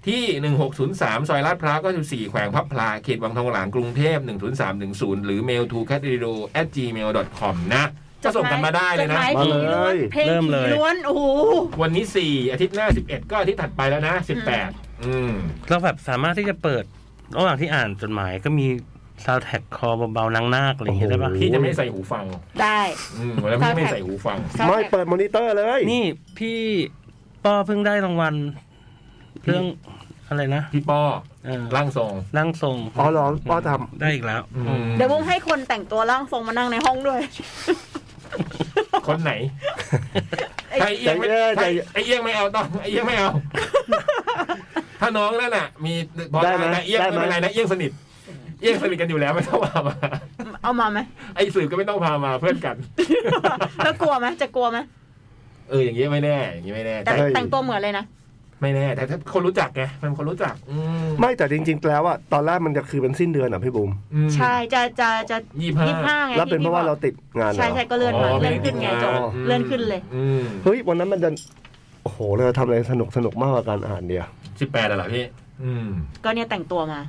S1: ที่ 1603 ซอยลาดพร้าว94 แขวงพับพลา เขตวังทองหลางกรุงเทพ 10310 หรือ mail to c a t r i d o at gmail com นะ จะส่งกันมาได้เลย
S3: จ
S1: นะ
S3: ดหมายผีล้วน
S2: มาเลย
S3: เพลง
S4: เริ่มเล
S3: ผี
S4: ย
S3: ล้วนโอ้โห
S1: วันนี้ 4 อาทิตย์หน้า 11 ก็อาทิตย์ถัดไปแล้วนะ 18 อืม
S4: เราแบบสามารถที่จะเปิด ระหว่างที่อ่านจดหมายก็มีซาวแท็กคอเบาๆนางนาคอะไรอย่างเงี้ยได้ปะ
S2: โอ้โห
S1: พี่จะไม่ใส่หูฟัง
S3: ได้
S1: อืมแล้วพี่ไม่ใส่หูฟัง
S2: ไม่เปิดมอนิเตอร์เลย
S4: นี่พี่ป้อเพิ่งได้รางวัล เรื่องอะไรนะ
S1: พี่ป้อ
S4: เออ
S1: ร่างทรง
S4: ร่างทรง
S2: อ๋อเหรอป้อท
S4: ได้อีกแล้ว
S1: อืม
S3: เดี๋ยวบุ้งให้คนแต่งตัวร่างทรงมานั่งในห้องด้วย
S1: คนไหน ไอเอียงไม่
S2: ใจเย็นใจ
S1: ไอ้ไอเอียงไม่เอาต้องไอเอียงไม่เอา ท ถ้าน้องนั่นน่ะ มีบอล
S2: ได้ไหม
S1: นะเอี้ยง
S2: ได้
S1: ไม่
S2: ไหม
S1: เป็นไรนะเอี้ยงสนิทเอี้ยงสนิทกันอยู่แล้วไม่ต้องพามา
S3: เอามาไหม
S1: ไอ้สืบก็ไม่ต้องพามาเพื่อน กัน
S3: แล้วกลัวไหมจะกลัวไหม
S1: เอออย่างนี้ไม่แน่อย่างนี้ไม่แน่
S3: แต่
S1: แต่
S2: ใช่
S3: แต่งตัวเหมือนเลยนะ
S1: ไม่แน่ แต่ถ้าคนรู้จักไงมันคนรู้จัก อืม
S2: ไม่แต่จริง ๆ แล้วอะตอนแรกมันจะคือเป็นสิ้นเดือนอะพี่บุ๋ม
S1: อืม
S3: ใช่จะจะจะ
S1: ยี่
S3: ยี่
S1: สิบ
S3: สิ
S1: บ ห้า
S3: ห้าไง
S2: แล้วเป็นเพ
S3: ที่
S2: ราะว่าเราติดงานเหร
S3: ใช่
S2: อ
S3: ใช่ก็เลื่อนมา
S1: อ๋อ
S3: เลื่อนขึ้นไงจบ
S1: อ๋อ
S3: เลื่อนขึ้นเลย
S1: อืม
S2: เฮ้ย วันนั้นมันจะโอ้โหเราทำอะไรสนุกสนุกมากกว่าการอ่านเดียว
S1: สิบแปดเหรอพี่อืม
S3: ก็เนี่ยแต่งตัวมา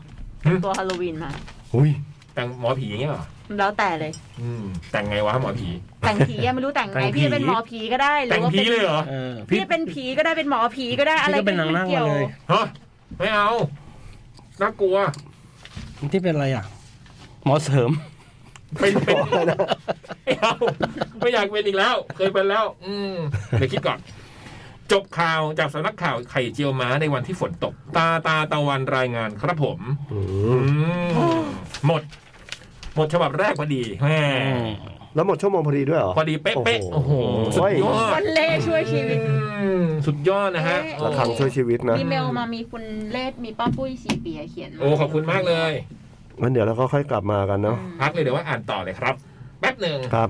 S3: แต่งตัวฮาโลวีนมา
S2: อุ้ย
S1: แต่งหมอผีอย่างเงี้ยเหรอ
S3: แล้วแต่เลย
S1: อืม แต่งไงวะหมอผี
S3: แต่งผีอะไม่รู้แต่งไง
S4: แต่งผี
S3: พี่จะเป็นหมอผีก็ได้หรื
S1: แต่
S3: อง ว่า
S1: ผีเลยเหรอ
S4: เออ
S3: พี่จะเป็นผีก็ได้เป็นหมอผีก็ได้อะไร
S4: พี่ก็เป็นนาง
S3: ไม่
S4: นั่ง
S3: กี่
S4: มาวเลย
S1: ฮะไม่เอาน่ากลัว
S4: ที่เป็นอะไรอ่ะ หมอเสริม
S1: เป็นเป็นไม่เอาไม่อยากเป็นอีกแล้ว เคยเป็นแล้ว อืมเดี๋ยวคิดก่อน จบข่าวจากสำนักข่าวไข่เจียวม้าในวันที่ฝนตก ตาตาตะวันรายงานครับผม
S2: อื
S1: อื
S2: ม
S1: มหมด หมดฉบับแรกพอดีแม่
S2: แล้วหมดชั่วโมงพอดีด้วยเหรอ
S1: พอดีเป๊ะเป๊ะโอ้โหสุดยอด
S3: วันเล่ช่วยชีวิต
S1: อืมสุดยอดนะฮะ
S3: เอ๊ะ
S2: ระฆังช่วยชีวิตนะ
S3: มีเมลมามีคุณเลศมีป้าปุ้ยสีเปียเขียนมา
S1: โอ้ขอบคุณมากเลย
S2: งั้นเดี๋ยวเราก็ค่อยกลับมากันเนาะ
S1: พักเลยเดี๋ยวว่าอ่านต่อเลยครับ แป๊บหนึ่ง
S2: ครับ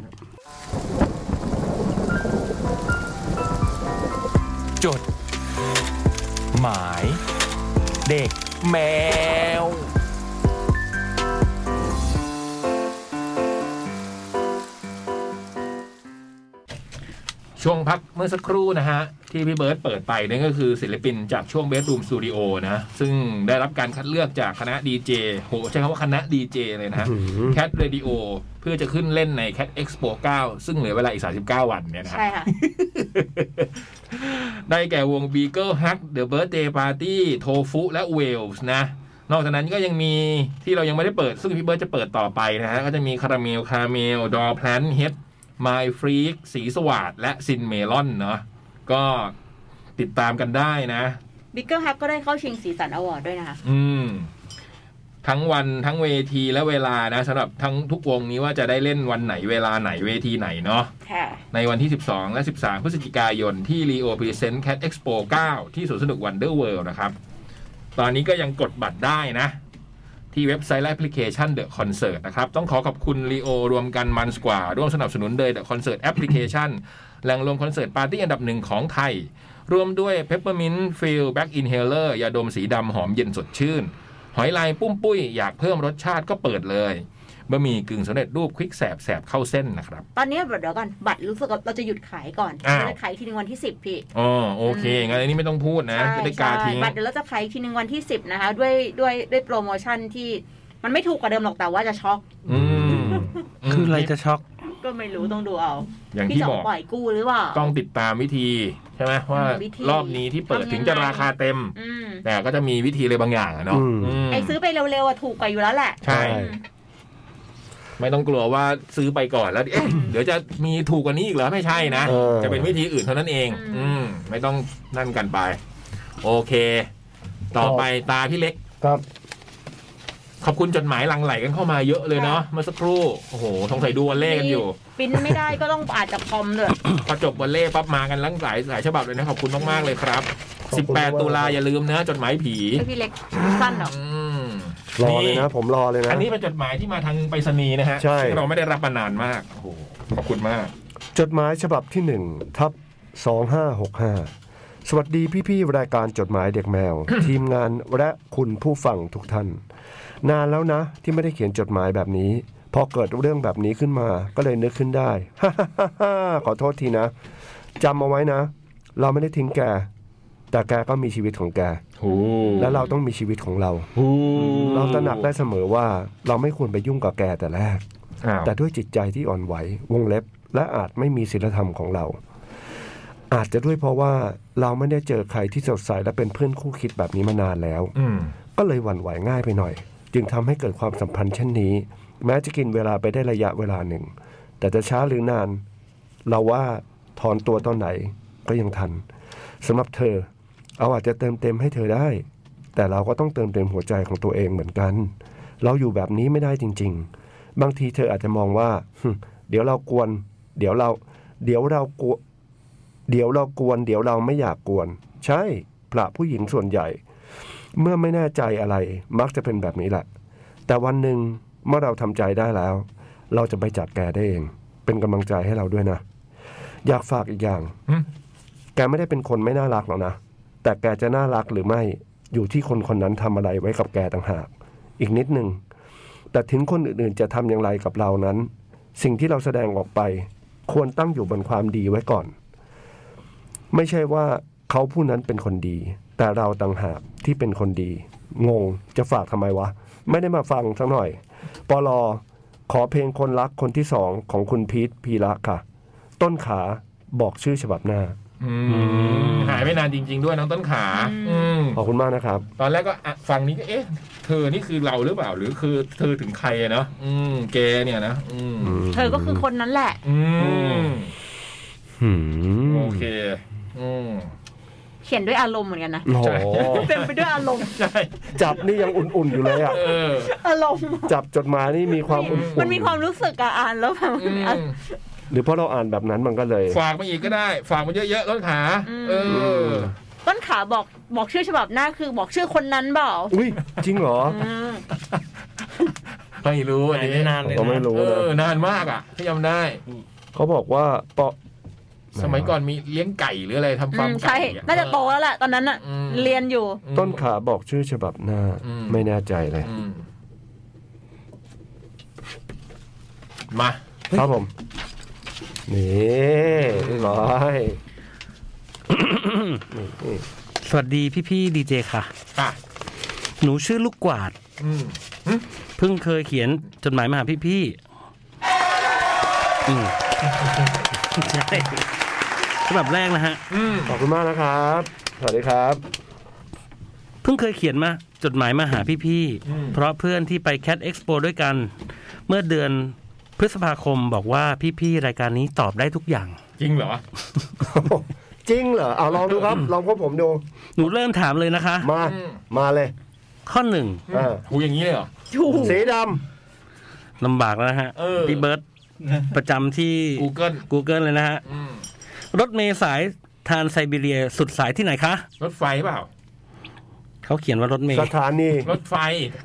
S6: จด หมาย เด็กแมว
S1: ช่วงพักเมื่อสักครู่นะฮะ ที่พี่เบิร์ตเปิดไปนั่นก็คือศิลปินจากช่วงเบส r ูมสตูดิโอนะ ซึ่งได้รับการคัดเลือกจากคณะดีเจโหใช้คำว่าคณะดีเจเลยนะฮะ
S2: อื้อหือ
S1: แค t เรดิโอเพื่อจะขึ้นเล่นใน Cat Expo 9 ซึ่งเหลือเวลาอีก 39 วันเนี่ยนะฮะ
S3: ใช่ค่ะ
S1: ได้แก่วง Beagle Hug The Birthday Party Tofu และ Wales นะ นอกจากนั้นก็ยังมีที่เรายังไม่ได้เปิด ซึ่งพี่เบิร์ตจะเปิดต่อไปนะฮะ ก็จะมีคาราเมลคาเมลดอแพลนเฮดมายฟรีกสีสวัสดและซินเมลอนเนาะก็ติดตามกันได้นะ
S3: บิ๊กเกอร์ฮักก็ได้เข้าชิงสีสันอวอร์ดด้วยนะคะ
S1: อืม ทั้งวันทั้งเวทีและเวลานะสำหรับทั้งทุกวงนี้ว่าจะได้เล่นวันไหนเวลาไหนเวทีไหนเนาะ
S3: ค่ะ
S1: ในวันที่ 12 และ 13 พฤศจิกายน ที่ Leo Present Cat Expo 9 ที่สวนสนุก Wonder World นะครับ ตอนนี้ก็ยังกดบัตรได้นะ ที่เว็บไซต์และแอปพลิเคชัน The Concert นะครับ ต้องขอขอบคุณ Leo รวมกันมันสกว่า ร่วมสนับสนุนโดย The Concert Application แหล่งรวมคอนเสิร์ตปาร์ตี้อันดับหนึ่งของไทย รวมด้วย Peppermint f i e l Back Inhaler ยาดมสีดำหอมเย็นสดชื่น หอยลายปุ้มปุ้ยอยากเพิ่มรสชาติก็เปิดเลยบะหมี่กึ่งสำเร็จรูปควิกแสบแสบเข้าเส้นนะครับ
S3: ตอนนี้เดี๋ยวก่อนบัตรรู้สึกว่าเราจะหยุดขายก่อน
S1: อ้าว
S3: เราจะขายอีกทีหนึงวันที่สิบพี่
S1: อ๋อโอเคงั้นอันนี้ไม่ต้องพูดนะ
S3: ใช่
S1: จะได้
S3: ใช่
S1: กาทิ้ง
S3: บัตรเดี๋ยวเราจะขายอีกทีหนึงวันที่สิบนะคะด้วยด้วยด้วยโปรโมชั่นที่มันไม่ถูกกว่าเดิมหรอกแต่ว่าจะช็อก
S1: อืม
S4: คืออะไรจะช็อก
S3: ก็ไม่รู้ต้องดูเอา
S1: อย่าง
S3: พี่
S1: ที่
S3: จ่อบ
S1: อ
S3: ง
S1: ก
S3: ปล่อยกู้หรือเปล่า
S1: ต้องติดตามวิธีใช่ไหมว่า
S3: วิธี
S1: รอบนี้ที่เปิด
S3: ทำยังไง
S1: ถึงจะราคาเต็ม
S3: อืม
S1: แต่ก็จะมีวิธีอะไรบางอย่างอะเนาะ
S2: อืม
S1: ม
S3: ไอซื้อไปเร็วๆอะถูกกว่าอยู่แล้วแหละ
S1: ใช่
S3: อืม
S1: ไม่ต้องกลัวว่าซื้อไปก่อนแล้วเอ๊ะเดี๋ยวจะมีถูกกว่านี้อีกเหรอไม่ใช่นะ
S2: เออ
S1: จะเป็นวิธีอื่นเท่านั้นเอง อืมไม่ต้องนั่นกันไป โอเค ต่อไปตาพี่เล็ก
S2: ครับ
S1: ขอบคุณจดหมายหลังไหลกันเข้ามาเยอะเลยเนาะเมื่อสักครู่โอ้โหสงสัยดูวอลเล่กันอยู่
S3: ปริ้นไม่ได้ก็ต้องอ่านจากคอมเลย
S1: พอจบวอลเล่ปั๊บมากันหลังหลายหลายฉบับเลยนะ ขอบคุณมาก ๆ เลยครับ
S2: ขอบคุณมากๆ
S1: 18 ตุลาอย่าลืมนะจดหมายผี
S3: ไอ้พี่เล็กสั้นเหรอ
S1: อืม
S2: รอเลยนะผมรอเลยนะ
S1: อันนี้เป็นจดหมายที่มาทางไปรษณีย์นะฮะ
S2: ใช่
S1: ซึ่งเราไม่ได้รับมานานมากโอ้โหขอบคุณมาก
S2: จดหมายฉบับที่หนึ่งทับสองห้าหกห้าสวัสดีพี่ๆรายการจดหมายเด็กแม ว ทีมงานและคุณผู้ฟังทุกท่าน นานแล้วนะที่ไม่ได้เขียนจดหมายแบบนี้ พอเกิดเรื่องแบบนี้ขึ้นมาก็เลยนึกขึ้นได้ ขอโทษทีนะจำเอาไว้นะ เราไม่ได้ทิ้งแก แต่แกก็มีชีวิตของแก และเราต้องมีชีวิตของเรา เราตระหนักได้เสมอว่าเราไม่ควรไปยุ่งกับแกแต่แรก
S1: อ้าว
S2: แต่ด้วยจิตใจที่อ่อนไหววงเล็บ และอาจไม่มีศีลธรรมของเรา อาจจะด้วยเพราะว่าเราไม่ได้เจอใครที่สดใสและเป็นเพื่อนคู่คิดแบบนี้มานานแล้ว
S1: อืม
S2: ก็เลยหวั่นไหวง่ายไปหน่อย จึงทำให้เกิดความสัมพันธ์เช่นนี้ แม้จะกินเวลาไปได้ระยะเวลาหนึ่ง แต่จะช้าหรือนาน เราว่าถอนตัวตอนไหนก็ยังทันสำหรับเธอ เอาอาจจะเติมเต็มให้เธอได้ แต่เราก็ต้องเติมเต็มหัวใจของตัวเองเหมือนกัน เราอยู่แบบนี้ไม่ได้จริง ๆ บางทีเธออาจจะมองว่าหึเดี๋ยวเรากวน เดี๋ยวเรา เดี๋ยวเรากวนเดี๋ยวเรากวน เดี๋ยวเราไม่อยากกวน ใช่พระผู้หญิงส่วนใหญ่ เมื่อไม่แน่ใจอะไรมักจะเป็นแบบนี้แหละ แต่วันหนึ่งเมื่อเราทำใจได้แล้ว เราจะไปจัดแกได้เอง เป็นกำลังใจให้เราด้วยนะ อยากฝากอีกอย่าง
S1: หึ
S2: แกไม่ได้เป็นคนไม่น่ารักหรอกนะ แต่แกจะน่ารักหรือไม่อยู่ที่คนคนนั้นทำอะไรไว้กับแกต่างหาก อีกนิดหนึ่ง แต่ถึงคนอื่นๆจะทำอย่างไรกับเรานั้น สิ่งที่เราแสดงออกไป ควรตั้งอยู่บนความดีไว้ก่อน ไม่ใช่ว่าเขาผู้นั้นเป็นคนดี แต่เราต่างหากที่เป็นคนดี งงจะฝากทำไมวะ ไม่ได้มาฟังสักหน่อยปลอขอเพลงคนรักคนที่สองของคุณพีทพีระค่ะ ต้นขาบอกชื่อฉบับหน้า
S1: อื
S4: ม
S1: มหายไปนานจริง ๆ ด้วยน้องต้นขา
S3: อื
S1: อืม
S2: ขอบคุณมากนะครับ
S1: ตอนแรกก็อ่ะฟังนี้ก็เอ๊ะ เธอนี่คือเราหรือเปล่าหรือคือเธอถึงใครอะเนาะอืมแกเนี่ยนะอืม
S3: เธอก็คือคนนั้นแหละ
S1: อืม
S2: หืม
S1: โอเค อืม
S3: เขียนด้วยอารมณ์เหมือนกันนะ
S2: โอ้โห
S3: เต็มไปด้วยอารมณ์
S1: ใช่
S2: จับนี่ยังอุ่นๆอยู่เลยอ่ะ
S1: เออ
S3: อารมณ์
S2: จับจดหมายนี่มีความอุ่นๆ
S3: มันมีความรู้สึกอะอ่านแล้วแบบ
S1: อืม
S3: อ่ะ
S2: หรือเพราะเราอ่านแบบนั้นมันก็เลย
S1: ฝากมาอีกก็ได้ ฝากมาเยอะๆต้นขา
S3: อืม
S1: เออ
S3: ต้นขาบอกบอกชื่อฉบับหน้าคือบอกชื่อคนนั้นเปล่า
S2: อุ้ยจริงเหรอ
S3: อืม
S1: ไม่รู้อัน
S4: หายไป
S1: นี้
S4: นานเลย
S2: ก็
S4: นะ
S2: ไม่รู้
S1: เอ
S2: นะ
S1: อ นานมากอ่ะที่จำได้
S2: เขาบอกว่าเปาะ
S1: สมัยก่อนมีเลี้ยงไก่หรืออะไรทำฟาร์มไก่
S3: ใช่
S1: อะ
S3: น่าจะโตแล้วแหละตอนนั้นอะ
S1: อืม
S3: เรียนอยู่
S1: อืม
S2: ต้นขาบอกชื่อฉบับหน้า
S1: อืม
S2: ไม่แน่ใจเลย
S1: อืมมา
S2: ครับผม นี่เรียบร้ อยนี่นี่
S4: สวัสดีพี่พี่ดีเจค่ะ
S1: อ่ะ
S4: หนูชื่อลูกกวาด
S1: อืม
S4: เพิ่งเคยเขียนจดหมายมาหาพี่พี่ๆอืมใช่ฉบับแรกนะฮะ
S1: อืม
S2: ขอบคุณมากนะครับ สวัสดี ครับ
S4: เพิ่งเคยเขียนมาจดหมายมาหาพี่ๆ เพราะเพื่อนที่ไปแคดเอ็กซ์โปด้วยกัน เมื่อเดือนพฤษภาคมบอกว่าพี่ๆ รายการนี้ตอบได้ทุกอย่าง
S1: จริงเหรอ
S2: จริงเหรอเอาลองดูครับ ลองพวกผมดู
S4: หนูเริ่มถามเลยนะคะ
S2: มา
S1: อืม
S2: มาเลย
S4: ข้อหนึ่ง
S2: อ่า
S1: หูอย่างนี้เลยเหรอ
S2: สีด
S4: ลำบากแล้วนะฮะ
S1: เออ
S4: พี่เบิ ร์ตประจำที่
S1: Google
S4: Google เลยนะฮะ
S1: อืม
S4: รถเมล์สายทานไซบีเรียสุดสายที่ไหนคะ
S1: รถไฟเปล่า
S4: เขาเขียนว่ารถเมล์
S2: ำสถานี
S1: รถไฟ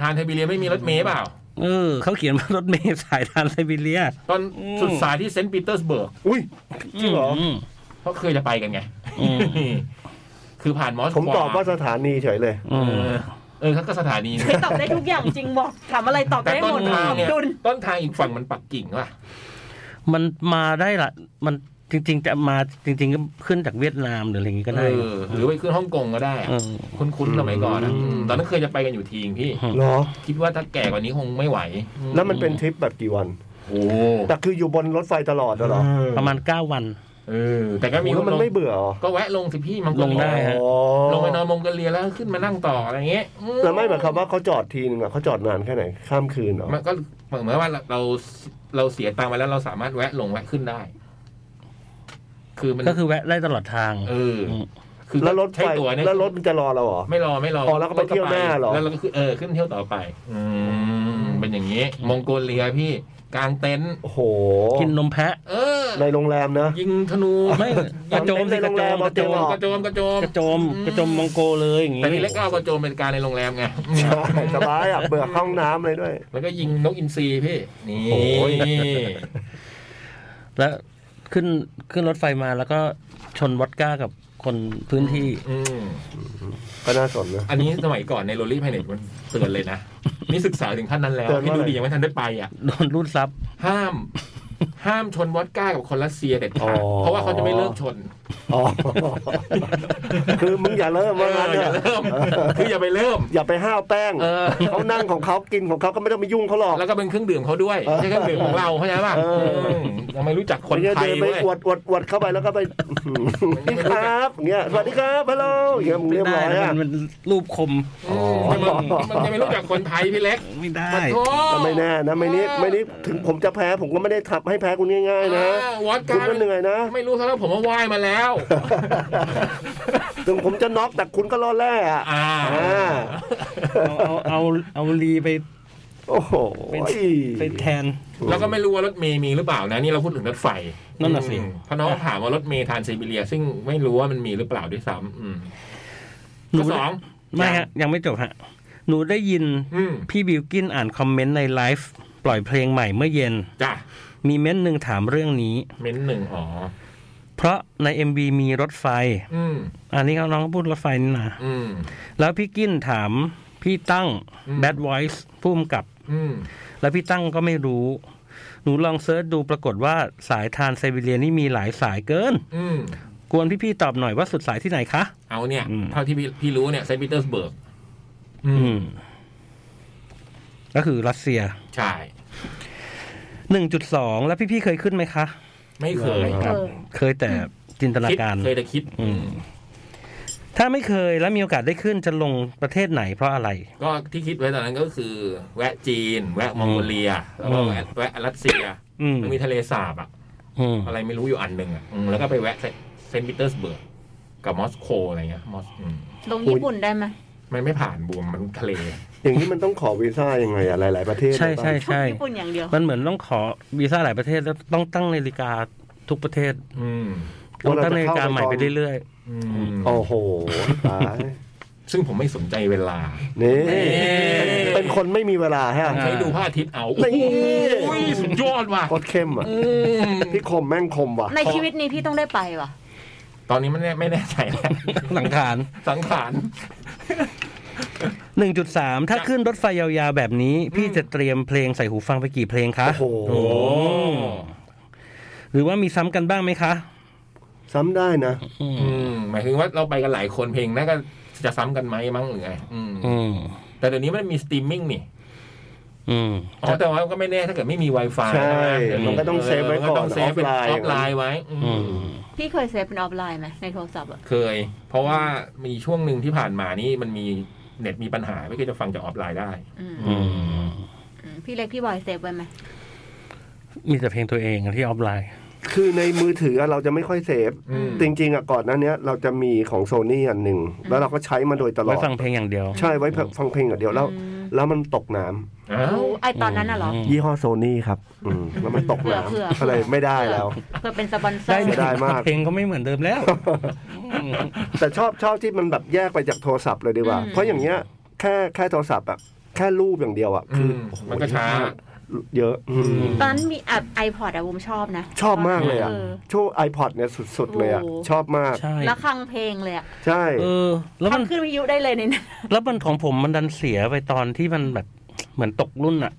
S1: ทานไทบีเรียไม่มีรถเมล์เปล่า
S4: เออเขาเขียนว่ารถเมล์สายทานไซบีเรีย
S1: ตอน
S4: อืม
S1: สุดสายที่เซนต์ปีเตอร์สเบิร์ก
S2: อุ้ยจริงเหรอ
S4: ม
S1: เพราะเคยจะไปกันไง
S4: อืม
S1: คือผ่านมอส
S2: ผมตอบว่าสถานีเฉยเลย
S4: อื
S1: เอ
S4: ม
S1: อเออเขาก็สถานี
S3: ตอบได้ทุกอย่างจริงบอกถามอะไรตอบ
S1: แต่
S3: ได้
S1: ต้
S3: ห
S1: น
S3: มด
S1: ทางเนี่ย
S3: ดุล
S1: ต้นทางอีกฝั่งมันปักกิ่งว่ะ
S4: มันมาได้ละ มันจริง ๆ จะมาจริง ๆ ก็ขึ้นจากเวียดนามหรืออะไรอย่างงี้ก็ได้
S1: เออหรือไปขึ้นฮ่องกงก็ได้อะ
S4: เออ
S1: คุ้นๆสมัยก่อนอะอืมตอนนั้นเคยจะไปกันอยู่ทีงพี่
S2: เหรอ
S1: คิดว่าถ้าแก่กว่านี้คงไม่ไหว
S2: แล้วมันเป็นทริปแบบกี่วัน
S1: โอ้
S2: แต่คืออยู่บนรถไฟตลอดเหรอ
S4: ประมาณเก้าวัน
S1: เออ แต่ก็มี
S2: โอ้แล้วมัน
S1: ลง
S2: ไม่เบื่อเหรอ
S1: ก็แวะลงสิพี่มังกร
S4: ลงได้
S1: เลีย
S4: ฮะ
S2: อ๋อ
S1: ลงไปนอนมงกรเลียแล้วขึ้นมานั่งต่ออะไรเงี้ยอื
S2: แต่ไม่หมายความว่าเขาจอดทีนึงอะเขาจอดนานแค่ไหน ข้ามคืนเหรอ
S1: มันก็เหมือนว่าเราเราเราเสียตังค์ไปแล้วเราสามารถแวะลงแวะขึ้นได้ คือมัน
S4: ก็คือแวะได้ตลอดทาง
S1: เออ
S4: ม
S1: คือ
S2: แล้วรถไฟ
S1: ใช้ตั๋วเนี่ย
S2: แล้วรถมันจะรอเราเหรอ
S1: ไม่รอไม่รอ
S2: อแล้วก็ไปเที่ยวหน้าเหรอ
S1: แล้วเราก็คือเออขึ้นเที่ยวต่อไป อืมเป็นอย่างนี้มงโกเลียพี่กางเต็นท์
S2: โอ้โห
S4: กินนมแพะ
S1: เออ
S2: ในโรงแรมนะ
S1: ยิงธนู
S4: ไม่กระโจมสิกระโจมกระโจม
S1: กระโจมกระโจม
S4: กระโจมกระโจมมองโกเลยอย่างงี้
S1: แต่นี่เล็กก็เอากระโจมเป็นการในโรงแรมไง
S2: ใช่สบายอ่ะ เบื่อเข้าห้องน้ำเลยด้วย
S1: แล้วก็ยิงนกอินทรีพี่ นี่
S2: โอ้ย
S4: แล้วขึ้นขึ้นรถไฟมาแล้วก็ชนวอดก้ากับคนพื้นที่
S1: อืม
S2: ก็น่าสนนะ
S1: อันนี้สมัยก่อนในโรลลี่ไพเน็ตมันเตือนเลยนะ นี่ศึกษาถึงขั้นนั้นแล้ว
S2: เตือนว่า
S1: พี่ดูดียังไม่ทันได้ไปอ่ะ
S4: โดนรูดซับ
S1: ห้าม ห้ามชนวอดก้ากับคนรัสเซียเด็ดขาด
S2: อ๋อ
S1: เพราะว่าเขาจะไม่เลิกชน
S2: อ๋อ คือมึงอย่าเริ่ม
S1: เอ
S2: ว่า
S1: อ
S2: งั้น
S1: อย่า
S2: เถอะ
S1: เริ่มคืออย่าไปเริ่ม
S2: อย่าไปห้าวแป้ง
S1: เออ
S2: เขานั่งของเขากินของเขาก็ไม่ต้องไปยุ่งเขาหรอก
S1: แล้วก็เป็นเครื่องดื่มเขาด้วยไม่ใช่เครื่องดื่มของเราเข้าใจป่ะ
S2: เออ
S1: มยังไม่รู้จักคนไทย
S2: ไป
S1: เว้ย
S2: อวดอวดอวดเข้าไปแล้วก็ไป
S1: มันไม่รู้จัก
S2: ครับอย่างเงี้ยสวัสดีครับฮัลโหลอย่างเงี้ยมึงเรียบร้
S4: ได้
S2: อย
S4: นะ
S2: อ่ะ
S4: มันมันรูปคม
S1: อืมมันมันยังไม่รู้จักคนไทยพี่เล็ก
S4: ไม่ได้
S1: โอ้
S2: ก็ไม่แน่นะไม่นี้ไม่นี้ถึงผมจะแพ้ผมก็ไม่ได้ทับให้แพ้คุณง่าย ๆ นะ
S1: อ่าวอด
S2: คุ
S1: ก้า
S2: ณก็เหนื่อยนะ
S1: ไม่รู้ซะแล้วผมว่าว่ายมาแล้ว
S2: ถึงผมจะน็อกแต่คุณก็รอดแร่อะ
S1: อ่า
S2: อ่า
S4: เอาเอาเอาเอาลีไป
S2: โอ้โห
S4: ไปแทน
S1: แล้วก็ไม่รู้ว่ารถเมย์มีหรือเปล่านะ นี่เราพูดถึงรถไฟ
S4: นั่นน่ะสิ
S1: อืมเพราะน้องถามว่ารถเมย์ทานไซบีเรีย ซึ่งไม่รู้ว่ามันมีหรือเปล่าด้วยซ้ำอืมข้อสอง
S4: ไม่ฮะ ยังไม่จบฮะ หนูได้ยิน
S1: อืม
S4: พี่บิวกินอ่านคอมเมนต์ในไลฟ์ปล่อยเพลงใหม่เมื่อเย็น
S1: จ้ะ
S4: มีเม้นต์หนึ่งถามเรื่องนี้
S1: เม้นหนึ่งอ๋อ
S4: เพราะใน MV มีรถไฟ
S1: อืม
S4: อันนี้น้องก็พูดรถไฟนี่นะ
S1: อืม
S4: แล้วพี่กินถามพี่ตั้ง
S1: อืม
S4: แบดไวส์พุ่มกับ
S1: อืม
S4: แล้วพี่ตั้งก็ไม่รู้ หนูลองเซิร์ชดูปรากฏว่าสายทานไซบีเรียนี่มีหลายสายเกิน
S1: อืม
S4: กวนพี่ๆตอบหน่อยว่าสุดสายที่ไหนคะ
S1: เอาเนี่ย
S4: อืม
S1: เท่าที่พี่พี่รู้เนี่ยเซนต์ปีเตอร์สเบิร์กอื
S4: อื
S1: ม
S4: ม ก็คือรัสเซีย
S1: ใช่
S4: 1.2 แล้วพี่ๆเคยขึ้นไหมคะ
S1: ไม่เคย
S3: เออ
S4: เคยแต่จินตนา
S1: คิด
S4: การ
S1: เคยแต่คิด
S4: อืม
S1: อืม
S4: ถ้าไม่เคยแล้วมีโอกาสได้ขึ้นจะลงประเทศไหนเพราะอะไร
S1: ก็ที่คิดไว้ตอนนั้นก็คือ แวะจีน แวะมองโกเลีย แล้วก็แวะแวะรัสเซีย
S4: อืม
S1: มันมีทะเลสาบอ่ะ
S4: อืม
S1: อะไรไม่รู้อยู่อันหนึ่งอ่ะอืมแล้วก็ไปแวะเซเซนต์ปีเตอร์สเบิร์กกับมอสโกอะไรเงี้ยมอสอืม
S3: ลงญี่ปุ่นได้ไหม
S1: มันไม่ผ่านบวมมันทะเล
S2: อย่างนี้มันต้องขอวีซ่ายังไงอะหลาย ๆ ประเทศ
S4: ใช่
S2: เลยปะ
S4: ใช่ใช่
S3: ญี่ปุ่นอย่างเดียว
S4: มันเหมือนต้องขอวีซ่าหลายประเทศแล้วต้องตั้งนาฬิกาทุกประเทศ
S1: อืม
S4: ต้องตั้งนาฬิกาใหม่ไปเรื่อย
S1: อืม
S2: โอ้โหตาย
S1: ซึ่งผมไม่สนใจเวลา
S2: นี่
S1: เอ๊ะ
S2: เป็นคนไม่มีเวลาฮะ
S1: ใช้ดูพระอาทิตย์เอา
S2: นี่
S1: โอ้ยสุดยอดว่ะ
S2: โคตรเข้มอ่ะ
S1: อืม
S2: พี่คมแม่งคมว่ะ
S3: ในชีวิตนี้พี่ต้องได้ไปว่ะ
S1: ตอนนี้มันไม่แน่ใจแล้ว
S4: ๆ หลังคาน
S1: สังขาร
S4: 1.3 ถ้าขึ้นรถไฟยาวๆแบบนี้ พี่จะเตรียมเพลงใส่หูฟังไปกี่เพลงคะ
S2: โอ้โห
S1: โอ้
S4: หรือว่ามีซ้ำกันบ้างไหมคะ
S2: ซ้ำได้นะ
S1: อืมหมายถึงว่าเราไปกันหลายคนเพลงน่าก็จะซ้ำกันไหมมั้งหรือไงอืม
S4: อืม
S1: แต่เดี๋ยวนี้มันมีสตรีมมิ่งนี่
S4: อืม
S1: อ๋อแต่ว่าก็ไม่แน่ถ้าเกิดไม่มี Wi-Fi
S2: ใช่
S1: ไห
S2: มันก็ต้องเซฟไว้ก่อ
S1: เเมั
S2: น
S1: ต้งเซ
S2: ออ
S1: ฟ
S2: ฟ
S1: เป็น
S2: ไล
S1: ออฟ
S2: น์
S1: ไลน์ไว้ อืม
S4: อืม
S3: พี่เคยเซฟเป็นออฟไลน์ไหมในโทรศัพท์อะ
S1: เคย เพราะว่ามีช่วงหนึ่งที่ผ่านมานี่มันมีเน็ตมีปัญหาไม่เคยจะฟังจากออฟไลน์ได้
S3: อืม
S4: อืม
S3: อืมพี่เล็กพี่บอยเซฟไว้ไหม
S4: มีแต่เพลงตัวเองที่ออฟไลน์
S2: คือในมือถืออะเราจะไม่ค่อยเซฟ
S1: อืม
S2: จริง ๆอะก่อนหนั้นเนี้ยเราจะมีของโซนี่อันหนึ่งแล้วเราก็ใช้มาโดยตล
S4: ไว้
S2: อด
S4: ฟังเพลงอย่างเดียว
S2: ใช่ไว้ฟังเพลงอย่างเดียวแล้ว
S3: อืม
S2: แล้วมันตกน้ำ
S1: อ้าว
S3: ไอตอนนั้นน่ะเหรอ
S2: ยี่ห้อโซนี่ครับอืมแล้วมันตก
S3: เผื่อเผื่อ
S2: น้ำอะไรไม่ได้แล้ว
S3: เพื่อเป็นสปอนเซอ
S4: ได้
S3: ร์
S2: เสียดายมาก
S4: เพลงก็ไม่เหมือนเดิมแล้วอืม
S2: แต่ชอบชอบที่มันแบบแยกไปจากโทรศัพท์เลยดีกว่า
S3: อืม
S2: เพราะอย่างเงี้ยแค่แค่โทรศัพท์อะแค่รูปอย่างเดียวอะ
S1: อื
S2: คือ
S1: มมันก็ช้า
S2: เยอะอืม
S3: ตอนนั้นมีแอปไอพอดอะบุมชอบนะ
S2: ชอบมากเลยอะ
S3: ออ
S2: ช่วง iPod เนี่ยสุดๆเลยอะ
S3: โอ้โห
S2: ชอบมาก
S4: ใช่
S3: แล้วคังเพลงเลยอะ
S2: ใช่
S4: เออ แล้วมัน
S3: ทำขึ้นวิทยุได้เลยในนั้น
S4: แล้วมันของผมมันดันเสียไปตอนที่มันแบบเหมือนตกรุ่นอะ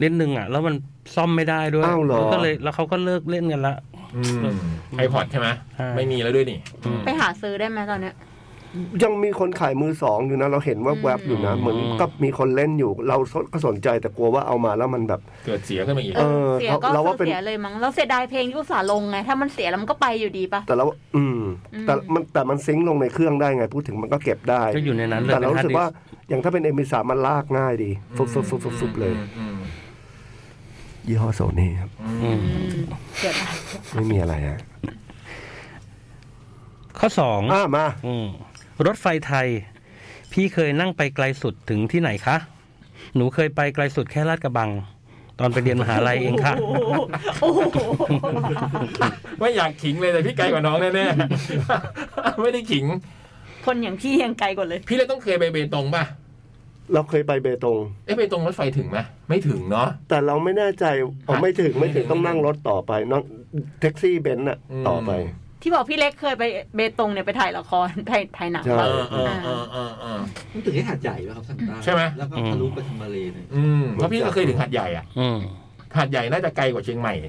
S4: เล่นหนึ่งอะแล้วมันซ่อมไม่ได้ด้วย
S2: อ้าวเหรอ
S4: ก็เลยแล้วเขาก็เลิกเล่นกันละ
S1: อืมไอพอดใช่ไหม
S4: ใช่
S1: ไม่มีแล้วด้วยนี่อืม
S3: ไปหาซื้อได้ไหมตอนเนี้ย
S2: ยังมีคนขายมือสองอยู่นะเราเห็นว่าแวบๆอยู่นะ เหมือนกับมีคนเล่นอยู่ เราก็สนใจแต่กลัวว่าเอามาแล้วมันแบบ
S1: เกิดเสียขึ้นมาอีก
S3: เออ
S2: เออ
S3: เสียก็
S2: เราว่าเป็น
S3: เสียเลยมั้งเราเสียดายเพลงที่อุตส่าห์ลงไง ถ้ามันเสียแล้วมันก็ไปอยู่ดีปะ
S2: แต่เราอืม
S3: อืม
S2: แต่มันแต่มันซิงค์ลงในเครื่องได้ไง พูดถึงมันก็เก็บได้
S4: ก็อยู่ในนั้นเลย
S2: แต่เรา
S4: เป็น
S2: รู้
S4: ฮา
S2: สึ
S4: ร์ด
S2: ก
S4: ดิ
S2: ว่า
S4: สก์
S2: อย่างถ้าเป็นเอมิสามันลากง่ายดีฟุบฟุบฟุบฟุบฟุบเลย
S1: อืม
S2: ยี่ห้อโซนี่ครับ
S4: อืม
S3: อืมเสียดาย
S2: ไม่มีอะไรอ่ะ
S4: ข้อสอง
S2: อ่ะมา
S4: อืมรถไฟไทย พี่เคยนั่งไปไกลสุดถึงที่ไหนคะ หนูเคยไปไกลสุดแค่ลาดกระบัง ตอนไปเรียนมหาลัยเอง ค่ะ
S3: โอ้โหโอ้โห
S1: ไม่อยากขิงเลยแต่พี่ไกลกว่าน้องแน่ๆ ไม่ได้ขิง
S3: คนอย่างพี่ยังไกลกว่าเลย
S1: พี่เลยต้องเคยไปเบตงป่ะ
S2: เราเคยไปเบตง
S1: เอ๊ะเบตงรถไฟถึงไหมไม่ถึงเนาะ
S2: แต่เราไม่แน่ใจเอาไม่ถึงไม่ถึง
S1: ไม่ถึง
S2: ต้องนั่งรถต่อไปนั่งแท็กซี่เบนซ์น่ะ
S1: อืม
S2: ต่อไป
S3: ที่บอกพี่เล็กเคยไปเบตงเนี่ยไปถ่ายละครถ่ายถ่ายหนัง
S2: ใช่
S1: เอ
S3: ปะ
S1: อเออเออเออเออ
S5: มันถึงที่หาดใหญ่ป่ะครับทางใต้
S1: ใช่ไหม
S5: แล้วก็ทะลุไปทางมาเลเลย
S1: อืมเพราะพี่ก็เคยถึงหาดใหญ่อ่ะ
S4: อืม
S1: หาดใหญ่น่าจะไกลกว่าเชียงใหม่
S2: อื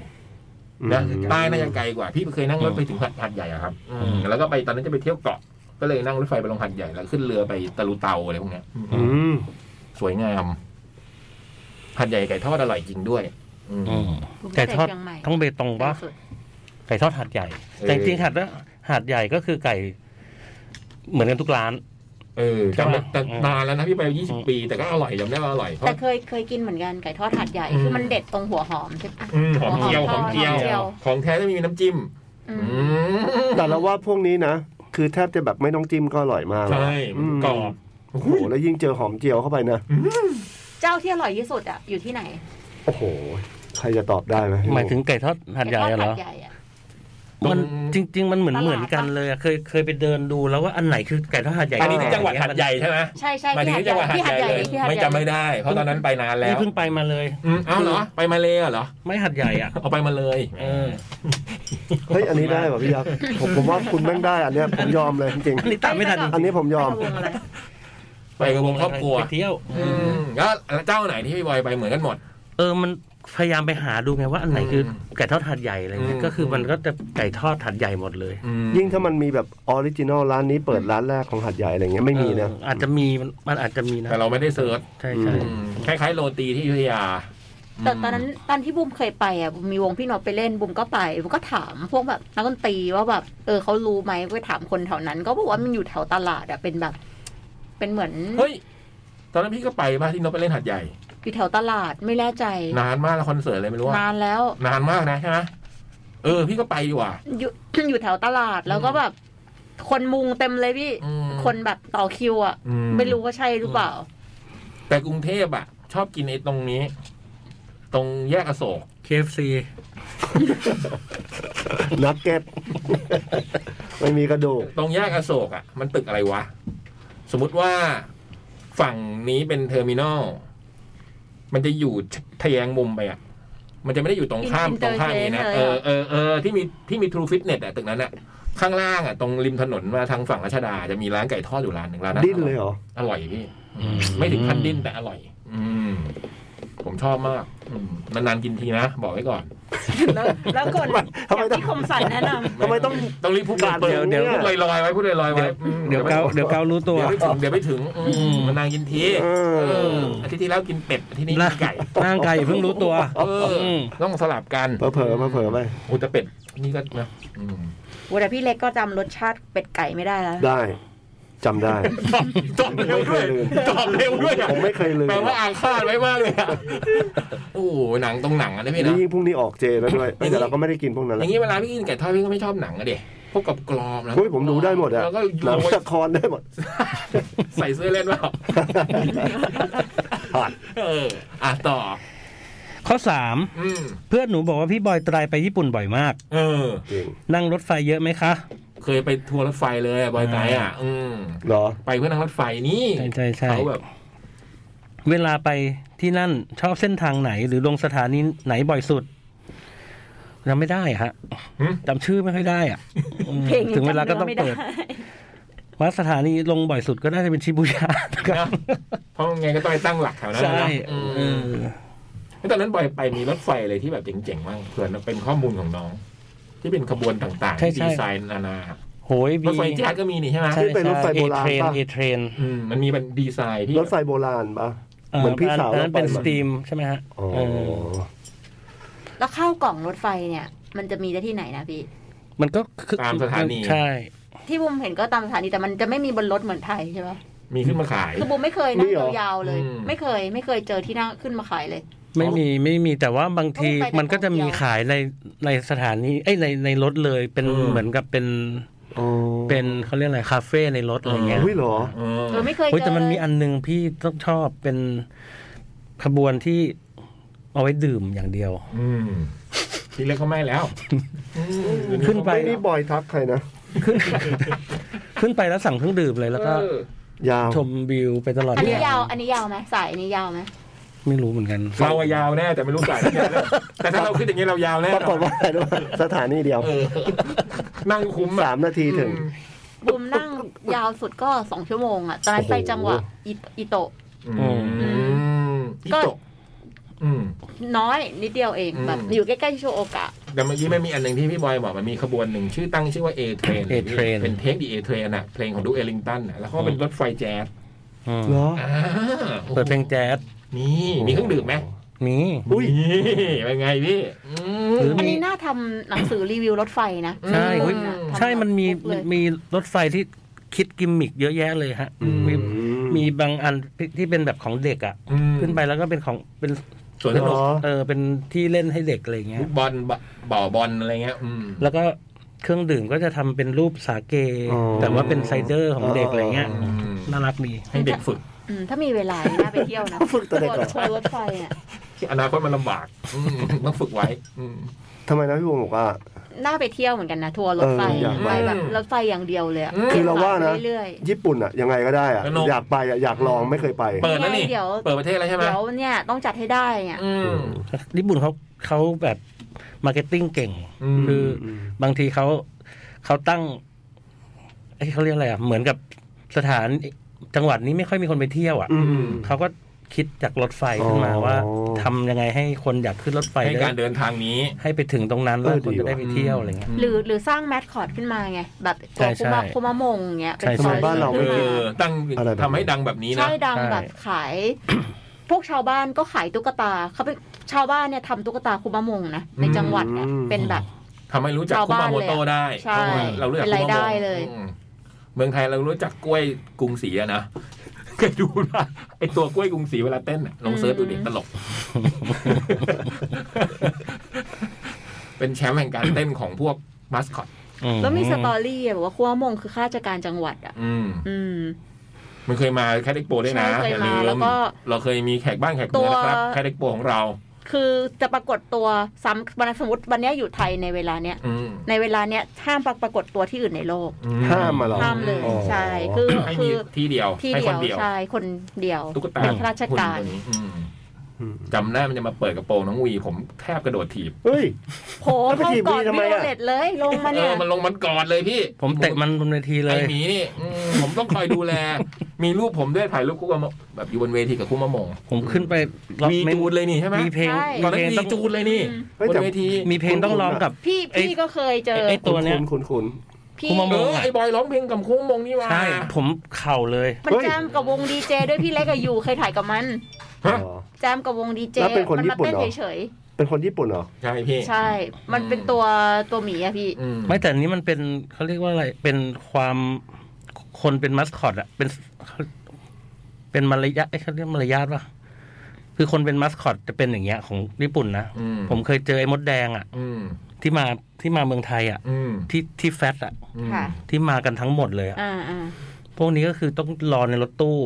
S2: ม
S1: นะใต้น่าจะไกลกว่า พี่เคยนั่งรถไปถึงหัดใหญ่อะครับอืม
S4: อืม
S1: แล้วก็ไปตอนนั้นจะไปเที่ยวเกาะ ก็เลยนั่งรถไฟไปลงหัดใหญ่แล้วขึ้นเรือไปตะลุเตาอะไรพวกเนี้ย
S2: อืม
S1: สวยงามหัดใหญ่ไก่ทอดอร่อยจริงด้วย อืม
S4: อืม
S3: ภูมิใจ
S4: ไก่ทอด
S3: เชียงใหม่
S4: ต้องเบตงปะ
S3: สุด
S4: ไก่ทอดหาดใหญ่
S1: เออ
S4: แต่จริงๆหาดละหาดใหญ่ก็คือไก่ เหมือนกันทุกร้าน
S1: เออจำได้
S4: ใช่ไหม
S1: แต่นานแล้วนะพี่ไปยี่สิ
S4: อื
S1: บ
S4: ม
S1: ปี แต่ก็อร่อยจำได้ว่าอร่อยเพราะ
S3: แต่เคยเคยกินเหมือนกันไก่ทอดหาดใหญ่
S1: อืม
S3: คือมันเด็ดตรงหัวหอมใช่ปะ
S1: อืมหอมเจียว
S3: ห
S1: ห
S3: อ
S1: อ
S3: ม
S1: ม
S3: เจี
S1: เจี
S3: ย
S1: ยว ว
S3: หอมเจียว
S1: ของแท้จะมีน้ำจิ้ม
S3: อืม
S1: อืม
S2: แต่เราว่าพวกนี้นะ คือแทบจะแบบไม่ต้องจิ้มก็อร่อยมากแล้ว
S1: ใช่มันกรอบ
S2: โอ้โหแล้วยิ่งเจอหอมเจียวเข้าไปนะ
S3: เจ้าที่อร่อยที่สุดอ่ะอยู่ที่ไหน
S2: โอ้โห ใครจะตอบได้ไหม
S4: หมายถึงไก่ทอดหาดใหญ่อะเหรอ
S3: ไก่ทอดหาดใหญ่อะ
S4: มันจริง ๆ มันเหมือน
S3: ตลาด
S4: เหมือนกันเลยอะเคยเคยไปเดินดูแล้วว่าอันไหนคือไก่ทอดหาดใหญ่
S1: อันนี้ที่จังหวัดหัดใหญ่ใช่ไหม
S3: ใช่ใช่
S1: หมายถึงที่จังหวัดหัด
S3: ที่หัด
S1: ให
S3: ให
S1: ญ่
S3: ญ่
S1: เลย
S3: ที่หัด
S1: ไม่
S3: ใหญ่
S1: จำไม่ได้ เพราะตอนนั้นไปนานแล้
S4: นี่
S1: ว
S4: เพิ่งไปมาเลย
S1: อืมเอาเหรอไปมาเลเหรอ
S4: ไม่หาดใหญ่อ่ะ
S1: เอาไปมาเลย
S4: เออ
S2: เฮ้ยอันนี้ได้ป่ะพี่ยักษ์ผมผมว่าคุณแม่งได้อันเนี้ยผมยอมเลยจริง
S4: อันนี้ตามไม่ทันจริงๆ
S2: อันนี้ผมยอม
S3: ไป
S1: ไปกั
S3: กับวงะไร
S1: บวงครอบครัว
S4: ไปเที่ยว
S1: อืมแล้วแล้วเจ้าไหนที่พี่บอยไปเหมือนกันหมด
S4: เออมันพยายามไปหาดูไงว่าอันไหนคืออ
S1: ม
S4: ไก่ทอดหาดใหญ่อะไรเงี้
S1: อื
S4: ย
S1: ม
S4: ก็คือมันก็จะไก่ทอดหาดใหญ่หมดเลย
S1: อืม
S2: ยิ่งถ้ามันมีแบบออริจินอลร้านนี้เปิดร้านแรกของหัดใหญ่อะไรเงี้ยไม่มีนะ
S4: เอออาจจะมีมันมันอาจจะมีนะ
S1: แต่เราไม่ได้เสิร์ช
S4: ใช่ใช่
S2: อื
S1: อืมคล้ายๆโรตีที่อยุธยา
S3: แต่ตอนนั้นตอนที่บุมเคยไปอ่ะบุมมีวงพี่โนตไปเล่นบุมก็ไปบุมก็ถามพวกแบบนักดนตรีว่าแบบเออเขารู้ไหมก็ไปถามคนแถวนั้น ก็บอกว่ามันอยู่แถวตลาดอ่ะเป็นแบบ เป็นเหมือน
S1: เฮ้ยตอนนั้นพี่ก็ไปป่ะที่นกไปเล่นหัดใหญ่
S3: อยู่แถวตลาดไม่แน่ใจ
S1: นานมากแล้วคอนเสิร์ตเลยไม่รู้ว่าน
S3: านแล้ว
S1: นานมากนะใช่ไหมเออ พี่ก็ไปดีกว่า
S3: อยู่ อยู่แถวตลาดแล้วก็แบบ คนมุงเต็มเลยพี่
S1: อืม
S3: คนแบบต่อคิวอ่ะ
S1: อืม
S3: ไม่รู้ว่าใช่หรือเปล่า
S1: แต่กรุงเทพอ่ะ ชอบกินไอ้ตรงนี้ ตรงแยกอโศก
S4: เคฟซี
S2: นักเก็ต ไม่มีกระดูก
S1: ตรงแยกอโศกอ่ะ มันตึกอะไรวะ สมมุติว่าฝั่งนี้เป็นเทอร์มินอล มันจะอยู่ทะแยงมุมไปอ่ะ มันจะไม่ได้อยู่ตรงข้าม
S3: อิน
S1: ต
S3: เต
S1: ร
S3: อร์
S1: งข้ามนี้นะเอ
S3: เชนเลยเหร
S1: อ
S3: อ
S1: เออเออที่มีที่มีทรูฟิตเนสอ่ะตึกนั้นอ่ะ ข้างล่างอ่ะ ตรงริมถนนมาทางฝั่งรัชดาจะมีร้านไก่ทอดอยู่ร้านหนึ่งร้านนั้น
S2: ดิ้นเลยเหรอ
S1: อร่อยพี่อืมไม่ถึงขั้นดิ้นแต่อร่อย อืม ผมชอบมากอืมนานๆกินทีนะ บอกไว้ก่อน
S3: แล้วแล้วคน
S2: ทำไมทำ
S3: อ
S2: ไม
S3: ย่างที่คมสันแนะน
S2: ทำไมต้อง
S1: ต้องรีบพูดเปิด
S2: เดี๋ยวเดี๋ยว
S1: พูดลอยๆไว้พูดลอยๆไว้อืม
S4: เดี๋ยวเกาเดี๋ยวเการู้ตัว
S1: เดี๋ยวไม่ถึงเดี๋ยวไม่ถึงอืมมันนางกินที
S2: เออ
S1: เอออาทิตย์ที่แล้วกินเป็ดอาทิตย์นี้
S4: แล้
S1: กิ
S4: ว
S1: นไก่
S4: ร่างกายอย่าเพิ่งรู้ตัว
S1: เอออ
S4: ม
S1: ต้องสลับกัน
S2: เผลอๆเผลอๆไป
S1: อุยแตเป็ดนี่ก็นะอืม
S3: ำวันพี่เล็กก็จำรสชาติเป็ดไก่ไม่ได้แล้ว
S2: ได้จำได้
S1: ตอบตอบเร็วด้วยตอบเร็วด้วยอะ
S2: ผมไม่เคยลืม
S1: แปลว่าอาฆาตไว้มากเลยอะโอ้โหหนังตรงหนังอะนะพี่นะ
S2: นี่ยิ่งพรุ่งนี้ออกเจแล้วด้วยเอ้ยแต่เราก็ไม่ได้กินพวกนั้น
S1: อ
S2: แล้ว
S1: ย่างนี้เวลาพี่กินไก่ทอดพี่ก็ไม่ชอบหนังอะเด็พวกกับกรอบนะ
S2: เฮ้ยผมดูได้หมดอะ
S1: แล้วก็
S2: หนัง
S1: โรย
S2: ละครได้หมด
S1: ใส่เสื้อเล่นว่า
S2: ผ่าน
S1: เอออ่ะต่อ
S4: ข้อสาม
S1: อืม
S4: เพื่อนหนูบอกว่าพี่บอยตรายไปญี่ปุ่นบ่อยมาก
S1: เออ
S2: จริง
S4: นั่งรถไฟเยอะไหมคะ
S1: เคยไปทัวร์รถไฟเลยอะบอยไกด์อ่ะ อืม
S2: เหรอ
S1: ไปเพื่อนั่งรถไฟนี่
S4: ใช่ใช่ใช่
S1: เขาแบบ
S4: เวลาไปที่นั่นชอบเส้นทางไหน หรือลงสถานีไหนบ่อยสุดจำไม่ได้อะฮะจำชื่อไม่ค่อยได้อะอืม
S3: เพลงยั
S4: ถึงเวลาก็ต้อง
S3: จำนื้ไม่ไ
S4: เปิดว่าสถานีลงบ่อยสุดก็น่าจะเป็นชิบู ย่านะครับ
S1: นะเพราะไงก็ต้องไปตั้งหลักแถวนั้น
S4: ใช่
S1: นะ
S4: เอ
S1: อืม
S4: อ
S1: แล้วตอนนั้นบอยไปมีรถไฟอะไรที่แบบเจ๋งๆบ้างเผื่อเป็นข้อมูลของน้อง ที่เป็นขบวนต่างๆที่ดีไซน์นานา
S4: โหย
S1: ร
S4: บี
S1: ถไฟแจ๊สก็มีนี่ใช่ไหม
S4: ใช่
S2: ที่เป็นรถไฟโบราณ
S4: เอเทรน
S2: ป่ะ
S4: เอเทรน
S1: อืมมันมีเป็นดีไซน์ที่
S2: รถไฟโบราณปะเหมือนพี่สาว
S4: อัน
S2: เรา
S4: นั้น
S2: ไป
S4: เป็นส
S2: มา
S4: ตรีมใช่ไหมฮะ
S2: อ๋อ
S4: เออ
S3: แล้วข้าวกล่องรถไฟเนี่ย มันจะมีได้ที่ไหนนะพี่
S4: มันก็คือ
S1: ตามสถานี
S4: ใช่
S3: ที่บุมเห็นก็ตามสถานีแต่มันจะไม่มีบนรถเหมือนไทยใช่ไหม
S1: มีขึ้นมาขาย
S3: คือบุมไม่เคยนั่งยาวๆเลย
S1: อืม
S3: ไม่เคย ไม่เคยเจอที่นั่งขึ้นมาขายเลย
S4: ไม่มีไม่มีแต่ว่าบางที
S3: ต้องไปแต่
S4: มันก็จะมี
S3: โตเกียว
S4: ขายในในสถานีเอ้ยในในรถเลยเป็น
S1: เออ
S4: เหมือนกับเป็น
S2: อ๋อ
S4: เป็นเขาเรียกอะไรคาเฟ่ในรถอะไรเงี้ย
S2: อุ้ยเหรอ
S1: เออ
S3: เออไม่เคย
S4: เฮ้ย
S3: เจอ
S4: แต่มันมี
S3: เลย
S4: อันหนึงพี่ต้องชอบเป็นขบวนที่เอาไว้ดื่มอย่างเดียว
S1: อืมทีแรกก็ไม่แล้วอืม
S4: ขึ้นไป
S2: นี่บอยทักใครนะ
S4: ขึ้น ขึ้นไปแล้วสั่งเครื่องดื่มเลยแล้วก็
S1: เออย
S2: าว
S4: ชมวิวไปตลอด
S3: อันนี้
S4: ทาง
S3: ยาว อันนี้ยาวไหมสายอันนี้ยาวไหม
S4: ไม่รู้เหมือนกัน
S1: เราอะยาวแน่แต่ไม่รู้สายเนี่ย นะแต่ถ้าเราขึ้นอย่างนี้เรายาวแน่
S2: ปรากฏว่าอะไรรู้ปะสถานีเดียว
S1: เออนั่งคุ้มอะ
S2: สามนาทีถึง
S3: บุมนั่งยาวสุดก็สองชั่วโมงอ่ะตอนนั้นไปจังหวะอิอิโตะ
S1: อืม
S3: ก็
S1: อิโตะอืม
S3: น้อยนิดเดียวเอง
S1: อืม
S3: แบบอยู่ใกล้ๆชิโชโอกะ
S1: แต่เมื่อกี้ไม่มีอันหนึ่งที่พี่บอยบอกมันมีขบวนหนึ่งชื่อตั้งชื่อว่า A Train หรือ
S4: A Train
S1: เป็นเทคดี A Train น่ะเพลงของดูเอลิงตันน่ะแล้วก็เป็นรถไฟแจ๊ส
S4: อืม
S2: เหรอ
S1: อ่าโอ้โห
S4: เปิดเพลงแจ๊ส
S1: นี่มีเครื่องดื่มไหม
S4: มี
S2: อุ้ย
S1: นี่เป็นไงพี่อืม
S4: หรือ
S3: อัน
S4: มี
S3: นี้น่าทำหนังสือรีวิวรถไฟนะ
S4: ใช่เฮ้ย
S1: อืม
S4: ใช่มันมี
S3: ทำแบบครบเลย
S4: มีรถไฟที่คิดกิมมิกเยอะแยะเลยฮะมีมีบางอันที่เป็นแบบของเด็กอ่ะ
S1: อืม
S4: ขึ้นไปแล้วก็เป็นของเป็น
S1: สวนส
S2: เหร
S1: นุก
S2: อ
S4: เออเป็นที่เล่นให้เด็กอะไรเงี้ย
S1: ฟุตบอลบะบ่อบอลอะไรเงี้ยอืม
S4: แล้วก็เครื่องดื่มก็จะทำเป็นรูปสาเก
S2: อ๋อ
S4: แต่ว่าเป็นไซเดอร์ของเด็กอะไรเงี้ย
S2: อ๋
S1: อืม
S4: น่ารักดี
S1: ให้เด็กฝึก
S3: อืมถ้ามีเวลาน่าไปเที่ยวนะ
S2: ฝึกตัวเด็กก่อน
S3: ทัวร์รถไฟอ่ะ
S1: อนาคตมันลำบากอืมต้องฝึกไว้อืม
S2: ทำไมนะพี่วงบอกว่า
S3: น่าไปเที่ยวเหมือนกันนะ ทัวร์รถไฟ
S2: เอออยากไป
S3: ไปแบบรถไฟอย่างเดียวเลยะ
S1: อืม
S2: คือเราว่านะ
S3: เรื่อยๆ
S2: ญี่ปุ่นอะยังไงก็ได้อะ
S1: สนุก
S2: อยากไปอะอยากลองไม่เคยไป
S1: เปิดแล้วนี่
S3: เดี๋ยว
S1: เปิดประเทศแล้วใช่ไหม
S3: เดี๋ยวเนี่ยต้องจัดให้ได้เนี่ย
S1: อืม
S4: ญี่ปุ่นเขาเขาแบบมาร์เก็ตติ้งเก่ง
S1: อืม
S4: คือบางทีเขาเขาตั้งเอ้ยเขาเรียกอะไรอ่ะ เหมือนกับสถานจังหวัดนี้ไม่ค่อยมีคนไปเที่ยวอ่ะ
S2: อืม
S4: เขาก็คิดจากรถไฟขึ้นมา
S2: อ๋อ
S4: ว่าทำยังไงให้คนอยากขึ้นรถไฟ
S1: ให้การ
S4: ได้
S1: เดินทางนี้
S4: ให้ไปถึงตรงนั้น
S2: เอ
S4: แล้ว
S2: อ
S4: คนจะได้
S2: ดีว่ะ
S4: ไปเที่ยวอะไรเงี้ย
S3: หรือหรือสร้างแมสคอตขึ้นมาไง แบบตัว
S4: ใช่
S3: คุมา
S4: ใช่
S3: คุมามงเงี้ย
S4: ใช่
S3: ป็ซอย
S4: สมัยบ้านเรา
S1: เอ
S3: ขึ้ม
S1: อตั้ง
S2: อะไรแบบนี้
S1: ทำให้ดังแบบนี้นะ
S3: ใช่ดัง
S4: ใช่
S3: แบบขาย พวกชาวบ้านก็ขายตุ๊กตาเขาเป็นชาวบ้านเนี่ยทำตุ๊กตาคุมามงนะใน
S1: อืม
S3: จังหวัดเนี่ยเป็นแบบ
S1: ทำให้รู้จักคุมาโมโตะได้
S3: ใช่
S1: เพราะว่าเรารู้จัก
S3: เป็น
S1: คุ
S3: ราย
S1: มาโม
S3: ได้
S1: โตะ
S3: เลย
S1: อืมเมืองไทยเรารู้จักกล้วยกรุงศรีอะนะ เคยดูว่าไอตัวกล้วยกรุงศรีเวลาเต้นอะลองเซิร์ชดูเด็กต ลก เป็นแชมป์แห่งการเต้นของพวกมาสคอต
S4: อื
S3: แล้วมีสตอรี่อะบอกว่าคุมามงคือข้าราชการจังหวัดอ่ะ
S1: อืม
S3: อืม
S1: มันเคยมาแคดเอ็กโปด้วยนะ
S3: ใช่เคยมา
S1: อย่าลื
S3: แล้
S1: ม
S3: วก็
S1: เราเคยมีแขกบ้านแขกเมืองนะครับ
S3: ตัว
S1: แคดเอ็กโปของเรา
S3: คือจะปรากฏตัวซ้ำวันสมมติวันเนี้ยอยู่ไทยในเวลาเนี้ย
S1: อืม
S3: ในเวลาเนี้ยห้ามปรากฏตัวที่อื่นในโลก
S1: อื
S2: ห้ามมาหรอ
S3: ห้ามเลย
S2: อ๋อ
S3: ใช่ คือ
S1: ให้
S3: คื
S1: มี
S3: อ
S1: ที่เดียว
S3: ที่
S1: ให้
S3: เดี
S1: ค
S3: ย
S1: น
S3: ว
S1: เดียว
S3: ใช่คนเดียว
S1: ตุ๊กตา
S3: ข้าราชการ
S1: หุ่นตัวนี้อืมจำได้มันจะมาเปิดกระโปรงน้องวี ผมแทบกระโดดถีบ
S2: เฮ้ย
S3: โผล่
S2: แล้วไป
S3: เข้า
S2: ถีบ
S3: กอด
S2: พี่ทำไม
S3: วิโอ
S2: อะ
S3: เลตเลยลงมา
S1: เอ
S3: เนี่ย
S1: อมันลงมันกอดเลยพี่
S4: ผมเตะมันบนเวทีเล
S1: ไอย หมีนี่อืมผมต้องคอยดูแล มีรูปผมด้วยถ่ายรูปคู่กับมะแบบอยู่บนเวทีกับคู่มะมง
S4: ผมขึ้นไป
S1: วี
S4: เมน
S1: จูนเลยนี่ใช่ไหม
S4: มีเพลง
S3: ใช่
S1: ต
S4: มี
S1: อนนั้
S4: เพล
S1: น
S4: ง
S1: วี
S4: ต้อง
S1: จูนเลยนี่
S2: เฮ้ย
S1: บ
S2: แต่
S1: นเวที
S4: มีเพลงต้องร้องกับ
S3: พี่
S4: ไอ้
S3: พี่ก็เคยเจอ
S4: ไอ้ตัวเนี้ย
S2: คุ้นๆคุ้น
S3: พี่
S4: คุมะ
S1: เอ
S4: มง
S1: อ
S4: อะ
S1: ไอบอยร้องเพลงกับคู่มะมงนี่ว่า
S4: ใช่ ผมเข่าเลย
S3: มัน
S2: เฮ้ย
S3: แจมกับวงดีเจด้วยพี่เล็กกับยูเคยถ่ายกับมัน
S2: ๆอ๋อ
S3: แจมกับวงดีเจ
S2: แล้วเป็นคน
S3: มั
S2: ญี่
S3: มา
S2: ปุ่น
S3: เต้น
S2: เหรอ
S3: เฉย
S2: เป็นคนญี่ปุ่นเหรอ
S1: ใช่พี่
S3: ๆใช่ มันเป็นตัวตัวหมีอะพี่
S1: อื
S4: ไม่แต่อันนี้มันเป็นเขาเรียกว่าอะไร เป็นความคนเป็นมัสคอตอะเป็นเป็นมารยาทเอ้ยเขาเรียกมารยาทปะคือคนเป็นมัสคอตจะเป็นอย่างเงี้ยของญี่ปุ่นนะ
S1: อื
S4: ผมเคยเจอไอ้มดแดงอะ
S1: อืม
S4: ที่มาที่มาเมืองไทยอะ
S1: อืม
S4: ที่ที่แฟตอะ
S1: อืม
S3: ค่ะ
S4: ที่มากันทั้งหมดเลยอะ
S3: อ่าอ่า
S4: พวกนี้ก็คือต้องรอในรถตู้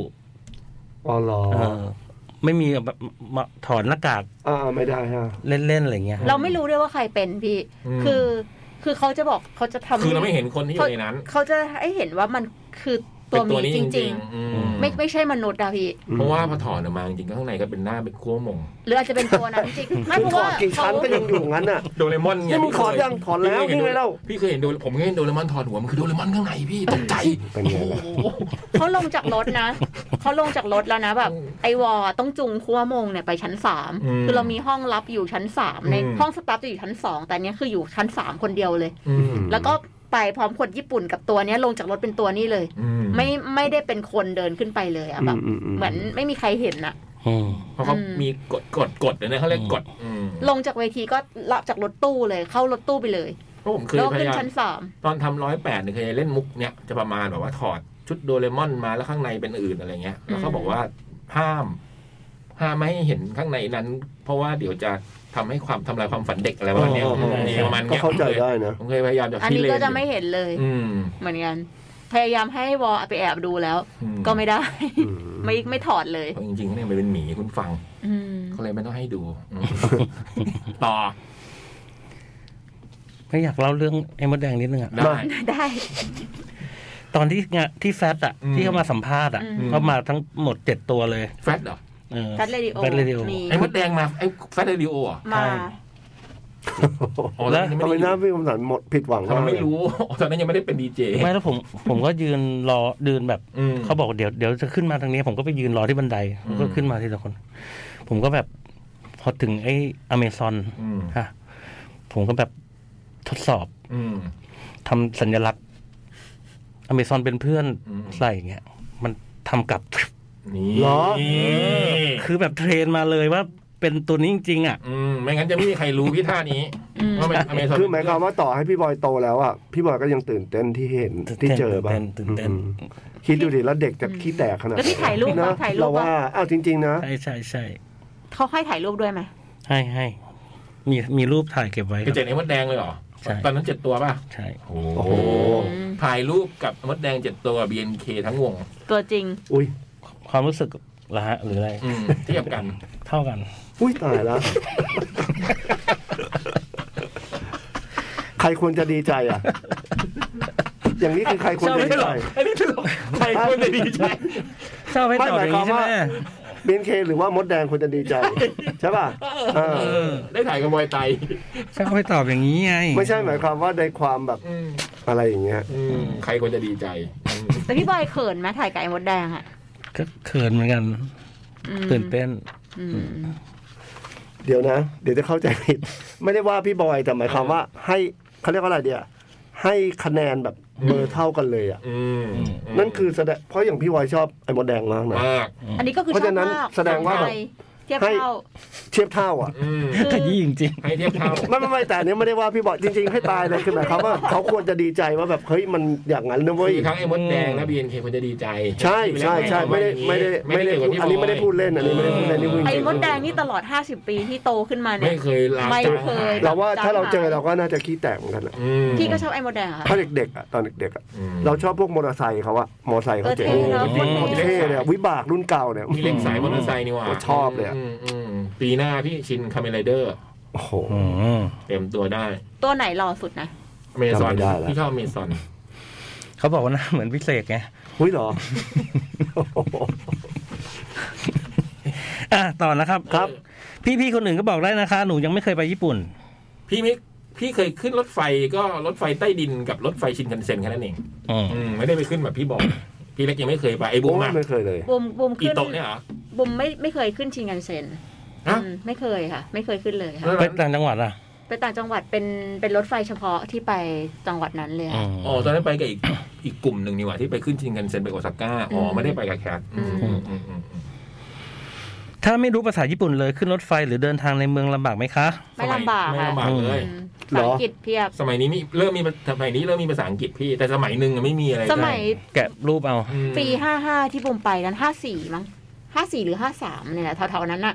S2: อ๋อเหรอ
S4: เออ ไม่มีแบบมาถอดหน้ากาก
S2: อ่าไม่ได้ฮะ
S4: เล่นๆอะไรเงี้ย
S3: เราไม่รู้ด้วยว่าใครเป็นพี่
S1: ม
S3: คือ คือเขาจะบอกเขาจะทำ
S1: คือเราไม่เห็นคนที่อยู่ในนั้น
S3: เขาจะให้เห็นว่ามันคือตัวหมีจริง
S1: ๆอืม
S3: ๆ ไม่ไม่ใช่มนุษย์อะพี่
S1: เพราะว่าพอถอนออกมาจริงๆข้างในก็เป็นหน้าเป็นขั้วหมง
S3: หรืออาจจะเป็นตัวนั้นจริงไม่เพ
S2: ถ
S3: ราะ
S2: อ
S3: ว่า
S2: ดกี่ชั้นก็ยังอยู่งั้นน่ะ
S1: โดเรมอนไง
S2: นี่มึงถอนยังถอนแล้วนี่ไงเล่า
S1: พี่เคยเห็นโดผมเคยเห็นโดเรมอนถอดหัวมันคือโดเรมอนข้างในพี่ตกใจ
S2: เป็นไงล่ะ
S1: โอ้โห
S3: เขาลงจากรถนะ เขาลงจากรถแล้วนะแบบไอวอต้องจุงครัวมงเนี่ยไปชั้นสามคือเรามีห้องลับอยู่ชั้นสามในห้องสตาฟจะอยู่ชั้นสองแต่อันเนี้ยคืออยู่ชั้นสามคนเดียวเลย
S1: อืม
S3: แล้วก็ไปพร้อมคนญี่ปุ่นกับตัวเนี้ยลงจากรถเป็นตัวนี้เลย
S1: อื
S3: ไม่ไม่ได้เป็นคนเดินขึ้นไปเลยอะแบบ
S2: อืมอืมอืม
S3: เหมือนไม่มีใครเห็นอะ
S4: อืม
S1: เพราะเขามีกฎกฎกฎเลยนะเขาเรียกกฎอืม
S3: ลงจากเวทีก็ลับจากรถตู้เลย เข้ารถตู้ไปเลย
S1: เพราะผมเคย
S3: แล้ว
S1: พ
S3: ก็ขึ้
S1: ยาน ยาม
S3: ชั้นสาม
S1: ตอนทำร้อยแปดเนี่ยเคยเล่นมุกเนี่ยจะประมาณแบบว่าถอดชุดโดเรมอนมาแล้วข้างในเป็นอื่นอะไรเงี้ยแล้วเขาบอกว่าห้าม ห้ามไม่ให้เห็นข้างในนั้น เพราะว่าเดี๋ยวจะทำให้ความทำลายความฝันเด็กอะไรประมาณเนี้ย
S2: อ๋ออ๋ออ๋อ
S1: นี่ประมาณ
S2: ก็
S1: เนี้ย
S2: เข้าใจได้นะ
S1: ผมเคยพยายามจะ
S3: อัน
S1: ขี้
S3: นี้
S1: เลน
S3: ก็
S1: อ
S3: จะ
S1: ยู่
S3: ไม่เห็นเลย
S1: อืม
S3: เหมือนกันพยายามให้วอไปแอบดูแล้ว
S1: อื
S3: ก็ไม่ได้
S2: อืม
S3: ไม่ไม่ถอดเลย
S1: เพราะจริงๆเนี่ยมันเป็นหมีคุณฟังเขาเลยไม่ต้องให้ดูอืมต่อ
S4: ไม่อยากเล่าเรื่องไอ้มดแดงนิดนึงอะ
S1: ได้
S3: ได้
S4: ตอนที่งานที่แฟตอะ
S1: อืม
S4: ที่เขามาสัมภาษณ์อะ
S3: อืม
S4: เขามาทั้งหมดเจ็ดตัวเลย
S1: แฟตเหรอ
S4: เออ
S3: กัดเรดิโอ
S4: Bad Radio
S3: มี
S1: ไอ้มดแดงมาไอ้แฟตเรดิโอเหรอ่ะ
S3: มา
S1: อ๋อตอนนั้นยัง
S2: ทำไม
S1: ไม่
S2: หน้า
S1: ได้
S2: พี่คมสันหมดผิดหวัง
S1: ทำไม
S2: มากเล
S1: ไม่
S2: ย
S1: รู้อ๋อตอนนั้นยังไม่ได้เป็นดีเจ
S4: ไม่แล้วผมผมก็ยืนรอยืนแบบ
S1: อืม
S4: เขาบอกเดี๋ยวเดี๋ยวจะขึ้นมาทางนี้ ผมก็ไปยืนรอที่บันได
S1: อืม
S4: ก็ขึ้นมาทีละคน ผมก็แบบพอถึงไอ้อเมซอน
S1: อืม
S4: ฮะผมก็แบบทดสอบ
S1: อืม
S4: ทำสัญลักษณ์อเมซอนเป็นเพื่อน
S1: อืม
S4: ใส่อย่างเงี้ยมันทำก ลับ
S1: นี่
S2: เหรอ
S4: คือแบบเทรนมาเลยว่าเป็นตัวนี้จริงๆอ่ะ
S1: อืมไม่งั้นจะไม่มีใครรู้พี่ท่านี้
S3: อืม
S1: ว่าเป็นอเมซอน
S2: คือหมายความว่าต่อให้พี่บอยโตแล้วอ่ะพี่บอยก็ยังตื่นเต้นที่เห็นที่เจอบ้าง
S4: ตื่นเต้นตื่นเต้น
S2: อืมคิดดูดิแล้วเด็กจะขี้แตกขนาด
S3: แล้วพี่ถ่ายรูป
S2: นะ
S3: ป่ะถ่ายรูปป่ะ
S2: เราว่าอ้าวจริง ๆ นะ
S4: ใช่ใช่ใช่
S3: เขาให้ถ่ายรูปด้วยไหม
S4: ให้ให้มีมีรูปถ่ายเก็บไว้ค
S1: คื
S4: รั
S1: อ
S4: บ
S1: เจ็ดไอ้มดแดงเลยเหรอ
S4: ใช่
S1: ตอนนั้นเจ็ดตัวป่ะ
S4: ใช่
S1: โอ้
S2: โอ้
S1: โห
S2: โห
S1: ถ่ายรูปกับมดแดงเจ็ดตัว BNK ทั้งวง
S3: ตัวจริง
S2: อุ้ย
S4: ความรู้สึกละฮะหรืออะไร
S1: อืมเทียบกัน
S4: เท่ากัน
S2: อุ้ยตายแล้ว ใครควรจะดีใจอ่ะ อย่างนี้คือใครควร
S1: ชอบ
S2: จะ
S1: ไม่
S2: ดี
S1: ใช่หร
S2: ใจ
S1: ออันนี้คือใครควรจะดีใจ
S4: เศร้าให้ตอบอย่างนี้ใช่ไหม
S2: ไม่หมายความว่า เบนเคหรือว่ามดแดงควรจะดีใจ ใช่ป่ะเออ
S1: เออ ได้ถ่ายกับมวยไต
S4: เศร้าให้ตอบอย่างนี้ไง
S2: ไม่ใช่หมายความว่าในความแบบ
S1: อืม
S2: อะไรอย่างเงี้ย
S1: อืมใครควรจะดีใจอืม
S3: แต่พี่บอยเขินไหมถ่ายไก่มดแดงอ่ะ
S4: ก็เขินเหมือนกัน
S3: อืม
S4: ตื่นเต้น
S3: อืม
S2: เดี๋ยวนะ เดี๋ยวจะเข้าใจผิด ไม่ได้ว่าพี่บอยแต่หมายความว่า ให้เขาเรียกว่าอะไรเดียให้คะแนนแบบเบอร์เท่ากันเลยอ่ะ
S1: อืม
S2: นั่นคือแสดงเพราะอย่างพี่บอยชอบไอ้มดแดงมากนะ
S1: มาก
S3: อันนี้ก็คือ
S2: เพราะ
S3: ชอ
S2: ฉะ
S3: บ
S2: นั้น
S3: มาก
S2: แสดงว่า
S3: คนไทยเทียบ
S2: ให้
S3: เท่า
S2: เทียบเท่าอ่ะ
S1: อืม
S3: คือ
S4: ขยี้จริง
S1: ให้เทียบเท่า
S2: ไม่ไม่ไม่แต่อันนี้ไม่ได้ว่าพี่บอยจริง ๆ ให้ตายเลยคือหมายความว่าเขาควรจะดีใจว่าแบบเฮ้ยมันอย่างนั้นนะเว้ย
S1: คือทั้งไอ้มดแดงและบีเอ็นเคควรจะดีใจ
S2: ใช่ใช่ใช่ไม่ได้ไม่ได้ไม่ได้
S1: เกี่ยวกับพี่
S2: อันนี้ไม่ได้พูดเล่นอันนี้ไม่ได้พูดเล่นนี่พูดจ
S3: ไอ้
S2: ริง
S3: มดแดงนี่ตลอด 50 ปีที่โตขึ้นมาเนี่
S1: ไม่
S3: ย
S1: เคยลา
S3: ไม่
S1: ใจ
S3: เคย
S2: ๆเราว่าถ้าเราเจอเราก็น่าจะขี้แตกเหมือนกันอะ
S1: อืม
S3: พี่ก็ชอบไอ้มดแดงเหรอะ
S2: เพราะเด็กๆอะตอนเด็กๆอะ
S1: อืม
S2: เราชอบพวกมอเตอร์ไซค์เขาอะมอเตอร์ไซค์
S3: เอ
S2: เขา
S3: อ
S2: เจ๋ง
S3: เท่เนอะ
S1: โอ้โห
S3: คน
S2: เท่
S3: เท่
S2: เลยอะวิบากรุ่นเก่าเนี่ย
S1: มีเล็กสายมอเตอร์ไซค์นี่หว่า
S2: โอ้ชอบเลยอะ
S1: มอืมปีหน้าพี่ชินคาเมไรเดอร์
S2: โอ้โห
S4: ๆอืม
S1: เตรียมตัวได้
S3: ตัวไหนหล่อสุดนะ
S1: เมซอน
S2: จำไม่ได้แล้ว
S1: พี่ชอบเมซอน
S4: เขาบอกว่าหน้าเหมือนพิเศษไง
S2: หุ้ยเหรอ
S4: อ่ะต่อนะครับ
S2: ครับ
S4: พี่ๆคนอื่นก็บอกได้นะคะ หนูยังไม่เคยไปญี่ปุ่น
S1: พี่มิกพี่เคยขึ้นรถไฟก็รถไฟใต้ดินกับรถไฟชินคันเซ็นแค่นั้นเอง
S4: อืม
S1: อืมไม่ได้ไปขึ้นแบบพี่บอกพี่เล็กยังไม่เคยไปไอ้บู
S2: โอ้
S1: ม
S2: ย
S1: อะ
S2: ไม่เคยเลย
S3: บุมบุม
S1: อี
S3: ขึ้น
S1: โตะเนี่ยเหรอ
S3: บุมไม่ไม่เคยขึ้นชิงกันเซน
S1: ฮะ
S3: อืมไม่เคยค่ะ ไม่เคยขึ้นเลยค่ะ
S1: แล้ว
S4: ไปต่างจังหวัดอ่ะ
S3: ไปต่างจังหวัดเป็นเป็นรถไฟเฉพาะที่ไปจังหวัดนั้นเลย
S4: อื
S3: อะ
S4: ม
S1: อ๋อตอนนั้นไปกับอีกอีกกลุ่มหนึ่งนี่หว่าที่ไปขึ้นชินคันเซ็นไปโอซาก้าอ๋ออ
S3: ม
S1: ไม่ได้ไปกับแคทอืมอืมอืมอืมอืม
S4: ถ้าไม่รู้ภาษาญี่ปุ่นเลยขึ้นรถไฟหรือเดินทางในเมืองลำบากไหมคะ
S3: ไม่ลำบาก
S1: ไม่
S3: ค่ะ
S1: ลำบากเลย
S3: อืมภาษาอังกฤษเพียบ
S1: สมัยนี้มีเริ่มมีสมัยนี้เริ่มมีภาษาอังกฤษพี่ แต่สมัยหนึ่งอะไม่มีอะไร
S3: สมัย
S4: แกะรูปเอา
S1: อืม
S3: ปีห้าห้าที่บุมไปนั้นห้าสี่มั้งห้าสี่หรือห้าสามเนี่ยแหละแถวๆนั้นอะ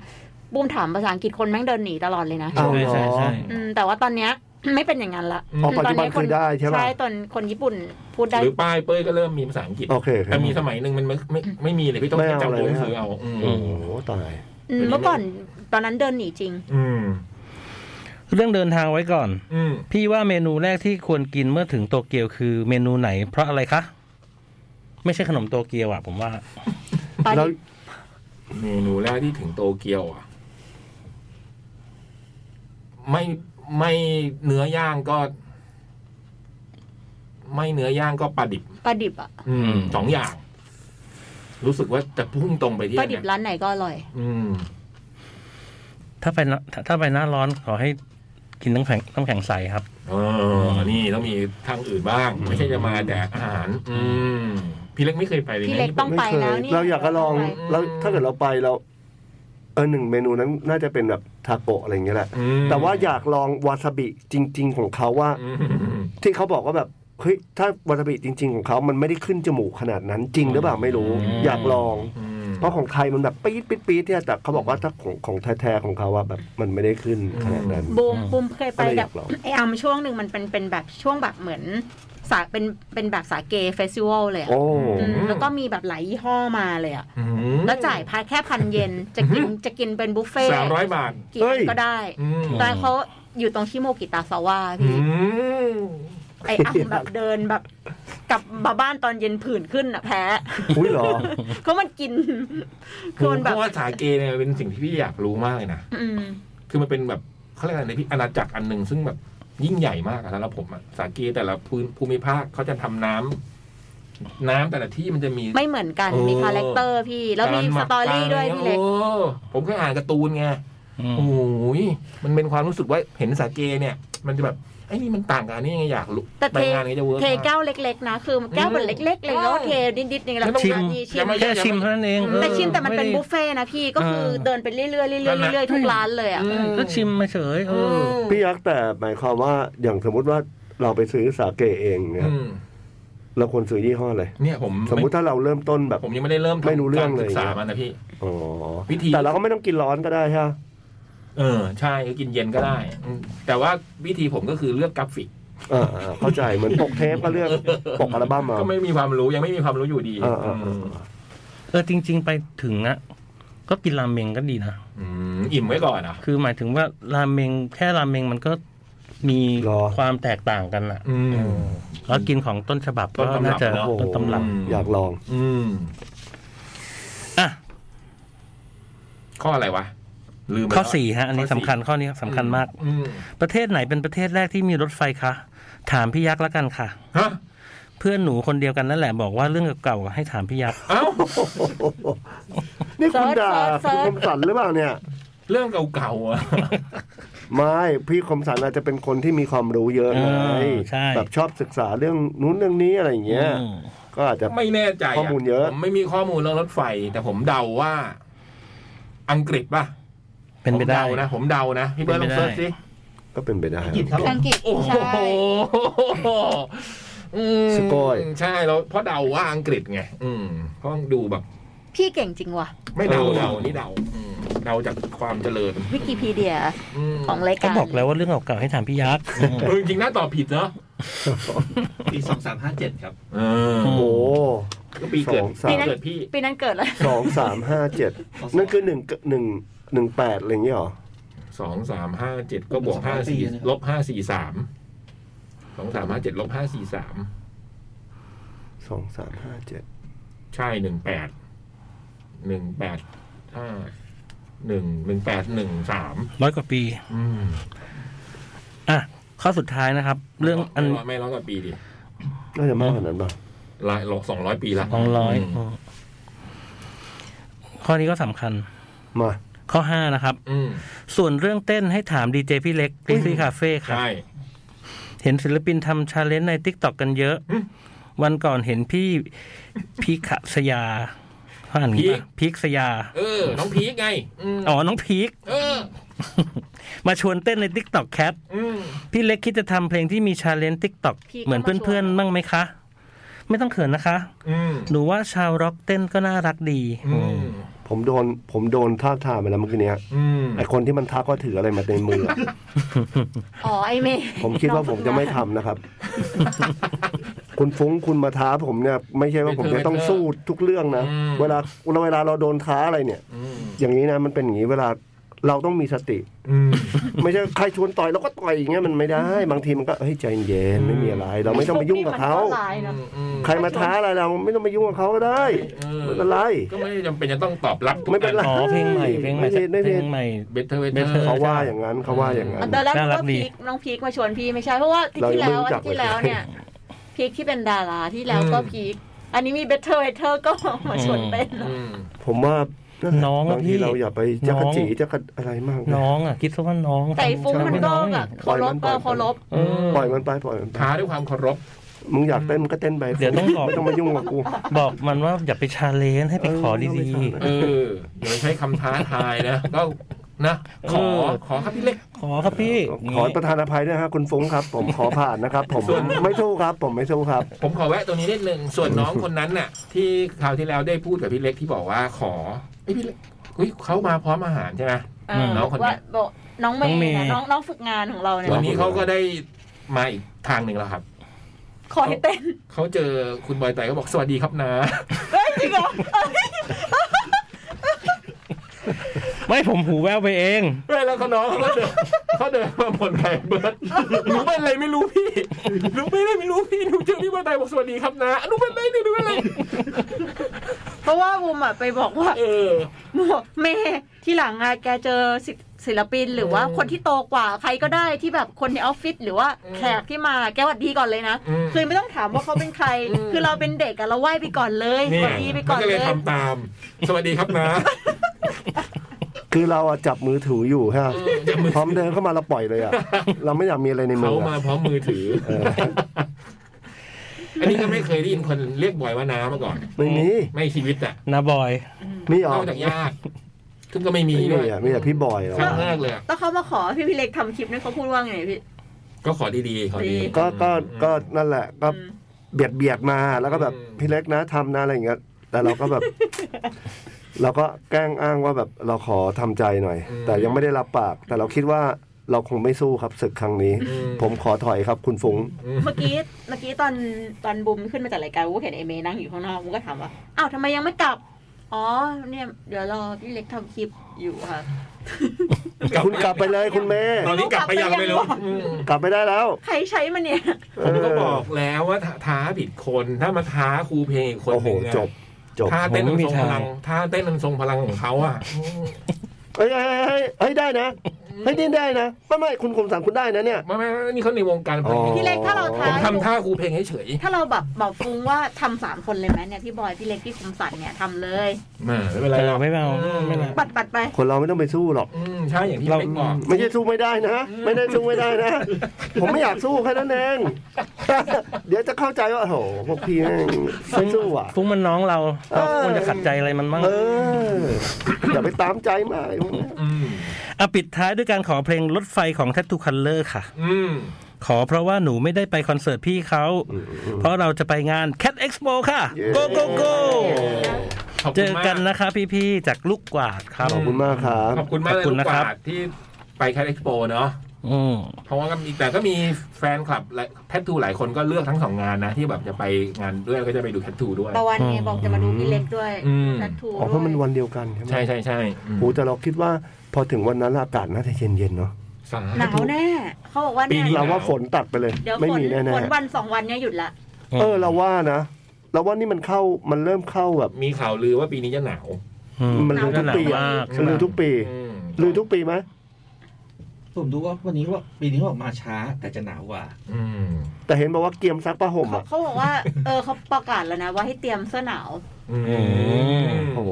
S3: บุมถามภาษาอังกฤษคนแม่งเดินหนีตลอดเลยนะ
S2: เอาเหรอ
S4: ใช่ใช่
S3: อืมแต่ว่าตอนเนี้ย ไม่เป็นอย่างนั้นละ
S1: อืม
S2: อ๋อปัจจุบัน
S3: ค
S2: คือได้ใช่ปะ
S3: ใช่ตอนคนญี่ปุ่นพูดได้
S1: หรือป้ายเป้ยก็เริ่มมีภาษาอังกฤษ
S2: โอเคโอเค
S1: แต่มีสมัยหนึ่งมันไม่ไม่ไม่มีเลยพี่ต้อง
S2: ไม่เอา
S1: จำตัวหนังสือ
S2: เลยนะ
S1: เอาอืม
S2: โอ้โหตาย
S3: อืมเมื่อก่อนตอนนั้นเดินหนีจริง
S1: อืม
S4: เรื่องเดินทางไว้ก่อน
S1: อืม
S4: พี่ว่าเมนูแรกที่ควรกินเมื่อถึงโตเกียวคือเมนูไหน เพราะอะไรคะ ไม่ใช่ขนมโตเกียวอ่ะผมว่า
S3: ตอน
S2: แล้ว
S3: นี้
S1: เมนูแรกที่ถึงโตเกียวอ่ะ ไม่ไม่เนื้อย่างก็ ไม่เนื้อย่างก็ปลาดิบ
S3: ปลาดิบอะ
S1: อืมสองอย่าง รู้สึกว่าจะพุ่งตรงไปที่
S3: ป
S1: อั
S3: ลาน ดิบ
S1: นั้น
S3: ร้านไหนก็อร่อย
S1: อืม
S4: ถ้าไปหน้าถ้าไปหน้าร้อนขอให้กินน้ำแข็งน้ำแข็งใสครับ
S1: เออ นี่ต้องมีทางอื่นบ้าง ไม่ใช่จะมาแต่อาหาร อืม พี่เล็กไม่เคยไปเลยนะ
S3: พี่เล็กต้อง
S2: ไม่
S3: ไป
S2: เคย
S3: แล้วนี่
S2: เราอยากจะลอง
S3: ไป
S2: เราถ้าเกิดเราไปเราเออหนึ่งเมนูนั้นน่าจะเป็นแบบทาโกะอะไรอย่างเงี้ยแหละ
S1: อืม
S2: แต่ว่าอยากลองวาซาบิจริง ๆ ของเขาว่า
S1: อืม
S2: ที่เขาบอกว่าแบบเฮ้ยถ้าวาซาบิจริง ๆ ของเขามันไม่ได้ขึ้นจมูกขนาดนั้นจริงหรือเปล่าไม่รู้
S4: อืม
S2: อยากลอง
S1: อืม
S2: เพราะของไทยมันแบบปี๊ดปี๊ดปี๊ดเนี่ยแต่เขาบอกว่าถ้าของของแท้ๆของเขาว่าแบบมันไม่ได้ขึ้นขนาดนั้น
S3: บูมบูมเคยไป
S2: อะไรอ
S3: กั
S2: ยา
S3: บ
S2: กลอง
S3: ไอ้อัมช่วงหนึ่งมันเป็นเป็นแบบช่วงแบบเหมือนสาเป็นเป็นแบบสาเกเฟสติวัลเลยอะ
S2: โอ้
S3: อืมแล้วก็มีแบบหลายยี่ห้อมาเลยอะ
S1: อืม
S3: แล้วจ่ายพาแค่พันเยนจะกินจะกินเป็นบุฟเฟ่
S1: สามร้อยบาท
S3: กินก็ได้
S1: อืม
S4: ได้
S3: ตอนเขาอยู่ตรงชิโมกิตาซาวะ
S1: อื
S3: พี่
S1: ม
S3: ไอ้อัมแบบเดินแบบกลับมาบ้านตอนเย็นผื่นขึ้นอะแพ้
S2: อุ้ยเหรอ
S3: ก็มันกิน
S1: เพ
S3: คือมันแบบ
S1: ราะว่าสาเกเนี่ยเป็นสิ่งที่พี่อยากรู้มากเลยนะ
S3: อืม
S1: คือมันเป็นแบบเขาเรียกอะไรในพี่อาณาจักรอันหนึ่งซึ่งแบบยิ่งใหญ่มากอะสำหรับผมอะสาเกแต่ละพื้นภูมิภาคเขาจะทำน้ำน้ำแต่ละที่มันจะมี
S3: ไม่เหมือนกัน
S1: เออ
S3: มีคาแรคเตอร์พี่ แล้ว
S1: กา
S3: มี
S1: รห
S3: ส
S1: มัก
S3: ตอรี่ด้วย
S1: การ
S3: พี่เล็ก
S1: โอ้ผมเคยอ่านการ์ตูนไง
S4: อืม
S1: โอ้ยมันเป็นความรู้สึกว่าเห็นสาเกเนี่ย มันจะแบบไอ้นี่มันต่างกันอันนี่ยังไงอยากรู้
S3: แต่
S1: ไป
S3: เท
S1: งานนี้จะเวิร์ก
S3: เท
S1: มาก
S3: แก้วเล็กๆนะ คือแก้วเหมือนเล็กๆเลยแล้วก็เทนิดๆนึงแล้ว
S1: แล้ว
S4: ชิม
S3: ทานนี่ชิม
S1: แล้วน
S4: แค่ชิมเท่านั้นเองเออ
S3: แต่ชิมแต่มันเป็น
S4: ไได้
S3: บุฟเฟ่ต์นะพี่ ก็คือ
S4: เออ
S3: เดินไปเรื่อยๆเรื่อยๆเรื่อยๆทุกร้านเลยอ่ะ
S1: อื
S4: เออก็ชิมมาเฉยเอออ
S2: พี่ยักษ์แต่หมายความว่าอย่างสมมุติว่าเราไปซื้อสาเกเองเนี่ย
S1: อืม
S2: เราควรซื้อยี่ห้ออะไร
S1: เนี่ยผม
S2: สมมุติถ้าเราเริ่มต้นแบบ
S1: ผมยังไม่ได้เริ่มทำ
S2: ไม่รู้เรื่องเลย
S1: กาศึกษามันนะพี่
S2: อ๋อ
S1: วิธี
S2: แต่เราก็ไม่ต้องกินร้อนก็ได้ใช่ปะ
S1: เออใช่ก็กินเย็นก็ได้อืมแต่ว่าวิธีผมก็คือเลือกกราฟิก
S2: อ่าๆเข้าใจเหมือนปกเทปก็เลือกปกอัลบั้มมา
S1: ก็ไม่มีความรู้ยังไม่มีความรู้อยู่ดี
S2: เออเออเออ
S4: เออจริง ๆ ไปถึงอะก็กินราเมงก็ดีนะ
S1: อืมอิ่มไว้ก่อนอ่ะ
S4: คือหมายถึงว่าราเมงแค่ราเมงมันก็ มี
S2: หรอ
S4: ความแตกต่างกันอะ
S1: อืม
S4: แล้วกินของต้นฉบับ
S1: ต้น
S4: ก็
S1: ตำรับ
S4: น่าจะ
S1: เนอะ
S4: ต้นตำรับ
S1: อืม
S2: อยากลอง
S1: อืม
S4: อ่ะ
S1: ข้ออะไรวะ ลืมไป
S4: ข้อ
S1: แล้ว
S4: สี่ฮะ อันนี้สำคัญข้อนี้สำคัญมาก
S1: อืม
S4: ประเทศไหนเป็นประเทศแรกที่มีรถไฟคะ ถามพี่ยักษ์แล้วกันค่ะ
S1: ฮะ
S4: เพื่อนหนูคนเดียวกันนั่นแหละบอกว่าเรื่องเก่าๆให้ถามพี่ยักษ์
S1: เอ้า
S2: นี่คุณด่า
S3: เซิ
S2: คุ
S3: ร์ช
S2: ณคมสันหรือเปล่าเนี่ย
S1: เรื่องเก่าๆอ่ะ
S2: ไม่พี่คมสันอาจจะเป็นคนที่มีความรู้เยอะไง
S4: เออใช่
S2: แบบชอบศึกษาเรื่องนู้นเรื่องนี้อะไรอย่างเงี้ย
S4: อืม
S2: ก็อาจจะ
S1: ไม่แน่ใจ
S2: ข้อมูลเยอะ
S1: ผมไม่มีข้อมูลเรื่องรถไฟ แต่ผมเดาว่า อังกฤษป่ะ
S4: เป็นไปได้
S1: ผมเดานะ ผมเดานะ พี่เบิร์ดลองเซิร์ชสิ
S2: ก็เป็นไปได้
S5: กิจครับผม
S3: อังกฤษ
S1: โอ้โห
S3: ใช่
S1: อืม
S2: สกอย
S1: ใช่แล้วเพราะเดาว่าอังกฤษไง อืมเพราะดูแบบ
S3: พี่เก่งจริงว่ะ
S1: ไม่เดาเดานี่เดาอืมเดาจากความเจริญ
S3: วิกิพีเดีย
S1: อืม
S3: ของราย
S4: ก็
S3: การ
S4: บอกแล้วว่าเรื่องเก่าๆให้ถามพี่ยักษ์อืม
S1: เออจริงๆน่าตอบผิดเนาะ
S5: ปีสองสามห้าเจ็ดครับ
S1: เออ
S2: โอ้
S1: ก็ปีเกิด
S2: สองสาม
S1: ปีเกิดพี่
S3: ปีนั้นเกิดอะไร
S2: สองสามห้าเจ็ดนั่นคือหนึ่งหนึ่งหนึ่งแปดอะไรอย่างเงี้ยหรอ
S1: สองสามห้าเจ็ดก็บวก
S5: สอ
S1: ห้าง
S5: ปี
S1: สี่
S5: นะครับ
S1: ลบห้าสี่สามสองสามห้าเจ็ดลบห้าสี่สาม
S2: สองสามห้าเจ็ด
S1: ใช่หนึ่งแปดหนึ่งแปดห้าหนึ่งหนึ่งแปดหนึ่งสาม
S4: ร้อยกว่าปี อ่ะ ข้อสุดท้ายนะครับ เรื่องอัน
S1: ไม่ร้ยไม่ร้อยกว่าปีดิ
S2: น่าจะมากกว่านั้นป่ะ
S1: หลายสองร้อยปีละ
S4: สองร้อยข้อนี้ก็สำคัญ
S2: มา
S4: ข้อห้านะครับ
S1: อืม
S4: ส่วนเรื่องเต้นให้ถามดีเจพี่เล็กดิซี่คาเฟ่ครับ
S1: ใช่
S4: เห็นศิลปินทำชาเลนจ์ในทิกตอกกันเยอะ
S1: อืม
S4: วันก่อนเห็นพี่พีขสยาเขาอ่าน
S1: พีค
S4: ปะพีคสยา
S1: เออ น้องพีกไง อืม
S4: อ๋อ น้องพีค
S1: เออ
S4: มาชวนเต้นในทิกตอกแคท
S1: อืม
S4: พี่เล็กคิดจะทำเพลงที่มีชาเลนจ์ทิกตอก
S3: พี่ก็
S4: เหมือน
S3: มาชวน
S4: เพื่อนๆบ้างไหมคะ ไม่ต้องเขินนะคะ
S1: อืม
S4: หนูว่าชาวร็อกเต้นก็น่ารักดี
S1: อืม
S2: ผมโดนผมโดนท่าบทางไปแล้วเมื่อกี้เนี้ย
S1: อืม
S2: ไอคนที่มันทักว่าถืออะไรมาในมืออะ
S3: อ๋อไอเมย์
S2: ผมคิดว่าผมจะไม่ทำนะครับ คุณฟุ้งคุณมาท้าผมเนี่ย ไม่ใช่ว่าผมจะต้องสู้ทุกเรื่องนะเวลาเวลาเราโดนท้าอะไรเนี่ย
S1: อืม
S2: อย่างนี้นะมันเป็นอย่างนี้เวลาเราต้องมีสติ
S1: อืม
S2: ไม่ใช่ใครชวนต่อยเราก็ต่อยอย่างเงี้ยมันไม่ได้ บางทีมันก็เฮ้ยใจเย็นไม่มีอะไร เราไม่ต้องไปยุ่งกับเขา
S3: มันก็ร้ยนะ
S1: อืม
S2: ใครมาท้าอะไรเราไม่ต้องไปยุ่งกับเขาก็ได้
S1: เออ
S2: ไม่เป็นไร
S1: ก็ไม่จำเป็นจะต้องตอบรับทุก
S2: ไม่เป็นไร
S1: อั
S4: อ๋อเพลงใหม่เพลงใหม่
S2: ไม่ผิดไม่ผิด
S4: เพลงใหม่
S1: เบเตอร์เวเตอ
S4: Better
S1: ร์
S2: เขาว่าอย่างนั้นเขาว่าอย่างนั้น
S3: ตอนแรกนึ
S4: น่าก รัก
S3: ว่า
S4: ดี
S3: พีคน้องพีคมาชวนพี่ไม่ใช่เพราะว่าที่
S2: เรา
S3: ที่แล้ว
S2: ยังไม่รู้จัก
S3: ที่แล้ว
S2: เลย
S3: เนี่ยพีคที่เป็นดาราที่แล้วก็
S1: อืม
S3: พีคอันนี้มีเบเทอร์เวเทอร์ก็มาชวนเต้น
S2: ผมว่า
S4: น้องอะ
S2: บางที
S4: พี่
S2: เราอย่าไปจักรจีจักรอะไรมากนะ
S4: น้องอ่ะ คิดซะว่าน้อง
S3: แต่ไอ้ฟุ้งมันก็แบบเคารพ
S2: ปล่
S3: เออ
S2: อยมัน
S3: เคารพ
S4: เออ
S2: ปล่อยมันไปปล่อยมันไป
S1: ท้าด้วยความเคารพ
S2: มึงอยากเต้นมึงก็เต้นไป
S4: เดี๋ยวต้องบอก
S2: ไม่ต้องมายุ่งกับกู
S4: บอกมันว่าอย่าไปชาเลนจ์ให้ไปขอดี
S2: เออ
S1: เอออ
S2: ไม่ต้อง
S1: ย่าไปใช้คำท้าทายนะ ก็นะ ขอ ขอครับพี่เล็ก
S4: ๆ ขอครับพี่
S2: ขอประธานอภัยด้วยนะครับคุณฟุ้งครับ ผมขอผ่านนะครับ ผม
S1: ส่วน
S2: ไม่สู้ครับ ผมไม่สู้ครับ
S1: ผมขอแวะตรงนี้นิดนึง ส่วนน้องคนนั้นน่ะ ที่คราวที่แล้วได้พูดกับพี่เล็กที่บอกว่าขอไอยพี่เล็กอุ๊ยเขามาพร้อมอาหารใช่ไหม
S3: อ่า
S1: น้องคนเนี้
S3: ว่าย บอกน้องเมย์เนี่ยน้องน้องฝึกงานของเราเนี่ย
S1: วันนี้เขาก็ได้มาอีกทางหนึ่งแล้วครับ
S3: ขอให้เต้น
S1: เขาเจอคุณบอยไตก็บอกสวัสดีครับนะ
S3: เฮ้ยจริงเหรอ
S4: ไม่ผมหูแววไปเอง
S1: เฮ้ยแล้วเขาน้องเขาก็เดินเขาเดินมาบนแผงเบิร์ดหนูเป็นอะไรไม่รู้พี่หนูไม่ได้ไม่รู้พี่หนูเจอพี่บันไดบอกสวัสดีครับนะหนูเป็นอะไรเนี่ยหนูเป็นอะไร
S3: เพราะว่าบูมอะไปบอกว่า
S1: เออ
S3: บอกเมย์ที่หลังอะแกเจอศิศิลปินหรือว่า
S1: อืม
S3: คนที่โตกว่าใครก็ได้ที่แบบคนในออฟฟิศหรือว่า
S1: อืม
S3: แขกที่มาแกหวัดดีก่อนเลยนะ
S1: อืม
S3: คือไม่ต้องถามว่าเขาเป็นใคร คือเราเป็นเด็กอะเราไหว้ไปก่อนเลย
S1: เนี่
S3: ก
S1: ย
S3: ดดีไป
S1: มั
S3: ก่
S1: น
S3: อน
S1: ก็
S3: เล
S1: เลย
S3: ย
S1: ทำตาม สวัสดีครับนะ
S2: คือเราอะจับมือถืออยู่ฮะ
S1: เออจะมือ
S2: พร้อมเดินเข้ามาเราปล่อยเลยอะเราไม่อยากมีอะไรในมื
S1: เขา
S2: อ
S1: มา
S2: อะ
S1: พร้อมมือถือ
S2: เออ
S1: อันนี้ก็ไม่เคยได้ยินคนเรียกบ่อยว่าน้ามาก่อน
S2: ไม่มี
S1: ไม่ชีวิตอ่ะ
S4: นะบอย
S2: มีหร
S1: น
S2: อ
S1: อกจากญาติซึ่งก็ไม่มี
S2: ไม่
S1: ด้
S2: มี
S1: วย
S2: อะมีแต่พี่บอยหรอ
S1: ครั้งแรกเลยอะ
S3: ต้องเขามาขอพี่พี่เล็กทำคลิปนั้นเขาพูดว่าไงพี่
S1: ก็ขอดีๆขอดี
S3: ดี
S2: ก็ก็ก็
S1: อืม
S2: นั่นแหละก็
S3: อืม
S2: เบียดเบียดมาแล้วก็แบบ
S1: อืม
S2: พี่เล็กนะทำนะอะไรอย่างเงี้ยแต่เราก็แบบ เราก็แกล้งอ้างว่าแบบเราขอทำใจหน่อย แต่ยังไม่ได้รับปาก แต่เราคิดว่าเราคงไม่สู้ครับศึกครั้งนี้ ผมขอถอยครับคุณฟุ้ง
S3: เมื่อกี้เมื่อกี้ตอนตอนบุมขึ้นมาจากรายการกูก็เห็นไอเมย์นั่งอยู่ข้างนอกกูก็ถามว่าอ้าวทำไมยังไม่กลับ อ๋อ เนี่ย เดี๋ยวรอพี่เล็กทำคลิปอยู่ค่ะ
S2: คุณกลับไปเลยคุณแม่
S1: ตอนนี้กลับไปยังไม่รู้อืม
S2: กลับไม่ได้แล้ว
S3: ใครใช้มันเนี่ย
S1: ผมก็บอกแล้วว่าท้าผิดคนถ้ามาท้าครูเพลงอีกคน
S2: โอ้โห
S1: นึ่งอะ
S2: จบจบ
S1: ท่าเต้นอั
S4: ผ
S1: น
S4: มไม่มี
S1: ทรงพลัง
S4: ทาง
S1: ท่าเต้นอันทรงพลังของเขาอ่ะ
S2: เฮ้ยเฮ้ยเฮ้ยเฮ้ยได้นะเฮ้ยได้นะไม่ไม่คุณคมสันคุณได้นะเนี่ย
S1: ไม่ไม่ไม่นี่เขาในวงการเพลง
S2: อ๋อ
S3: พี่เล็กถ้าเรา
S1: ผม
S3: ท้าย
S1: ทำท่าครูเพลงเฉย
S3: ถ้าเราแบบบอกฟุ้งว่าทำสามคนเลยไหมเนี่ยพี่บอยพี่เล็กพี่คมสันเนี่ยทำเลย
S1: ๆไม่เป็นไร
S4: แต่
S1: หร
S4: เรา
S1: อก
S4: ไม่เอา
S1: อืม
S4: ไม่เอา
S3: ปัดปัดไป
S2: คนเราไม่ต้องไปสู้หรอก
S1: อืมใช่อย่างที่
S4: เรา
S1: เล็กบอก
S2: ไม่ใช่สู้ไม่ได้นะ ไม่ได้สู้ไม่ได้นะ ผมไม่อยากสู้แค่นั้นเอง เดี๋ยวจะเข้าใจว่าโอ้โหพวกพี่แม่งไม่สู้อ่ะ
S4: ฟุ้งมันน้องเราเรา
S2: เออ
S4: ควรจะขัดใจอะไรมันมั่ง
S2: เอออย่าไปตามใจมากไอ้พวกเนี้ย
S1: อืม
S4: อ่ะปิดท้ายด้วยการขอเพลงรถไฟของ Tattoo Color ค่ะ
S1: อืม
S4: ขอเพราะว่าหนูไม่ได้ไปคอนเสิร์ตพี่เขา เพราะเราจะไปงาน Cat Expo ค่ะ go go go
S1: ขอบ
S4: เจ
S1: คุณ
S4: อ
S1: มา
S4: กันนะคะพี่ๆจากลูกกวาดครับ
S2: ขอบคุณมากครับ
S1: ขอบคุณมากเลย
S4: ขอบคุ
S1: ลู
S4: ณ
S1: ก
S4: นะ
S1: ก
S4: ครับ
S1: วาดที่ไปแคดเอ็กซ์โปเนาะ
S4: อืม
S1: เพราะว่าก็มีแต่ก็มีแฟนคลับและแพททูหลายคนก็เลือกทั้งสองงานนะ ที่แบบจะไปงานด้วยแล้วก็จะไปดูแพททูด้วย
S3: ตะวันไงบอกจะมาดูพี่เล็กด้วย
S1: อืม
S3: นัดทู
S2: อ๋อเพราะมัน
S3: ด้วย
S2: วันเดียวกันใช่ไหม
S1: ใช่ใช่ใช่อืม
S2: โหแต่เราคิดว่าพอถึงวันนั้นอากาศน่าจะเย็นๆเนาะ
S1: สา
S3: หนาว
S1: ธุ
S3: แน่เขาบอกว่า
S1: ปี
S3: เนี่ย
S1: นี้
S2: เราว่าฝนตัดไปเลย
S3: เดี๋ยว
S2: ไม่
S3: ฝน
S2: มีแน่
S3: ฝนวันสองวันเนี่ยหยุดละ
S2: ๆเออเราว่านะ เราว่านี่มันเข้ามันเริ่มเข้าแบบ
S1: มีข่าวลือว่าปีนี้จะหนาว
S4: อื
S2: มันรู้ทุกปี
S4: หนาวมา
S2: อะ
S4: ก
S2: มันรู้ทุกปี
S1: อืม
S2: รู้ทุกปีไหม
S5: ผมดูว่าวันนี้ว่าปีนี้เขาบอกมาช้าแต่จะหนาวกว่า
S1: อืม
S2: แต่เห็นบอกว่าเกียมซักผ้าห่มอ่ะ
S3: เขาบอกว่า เออเขาประกาศแล้วนะ ว่าให้เตรียมเสื้อหนาว
S1: อืม
S2: โอ้โห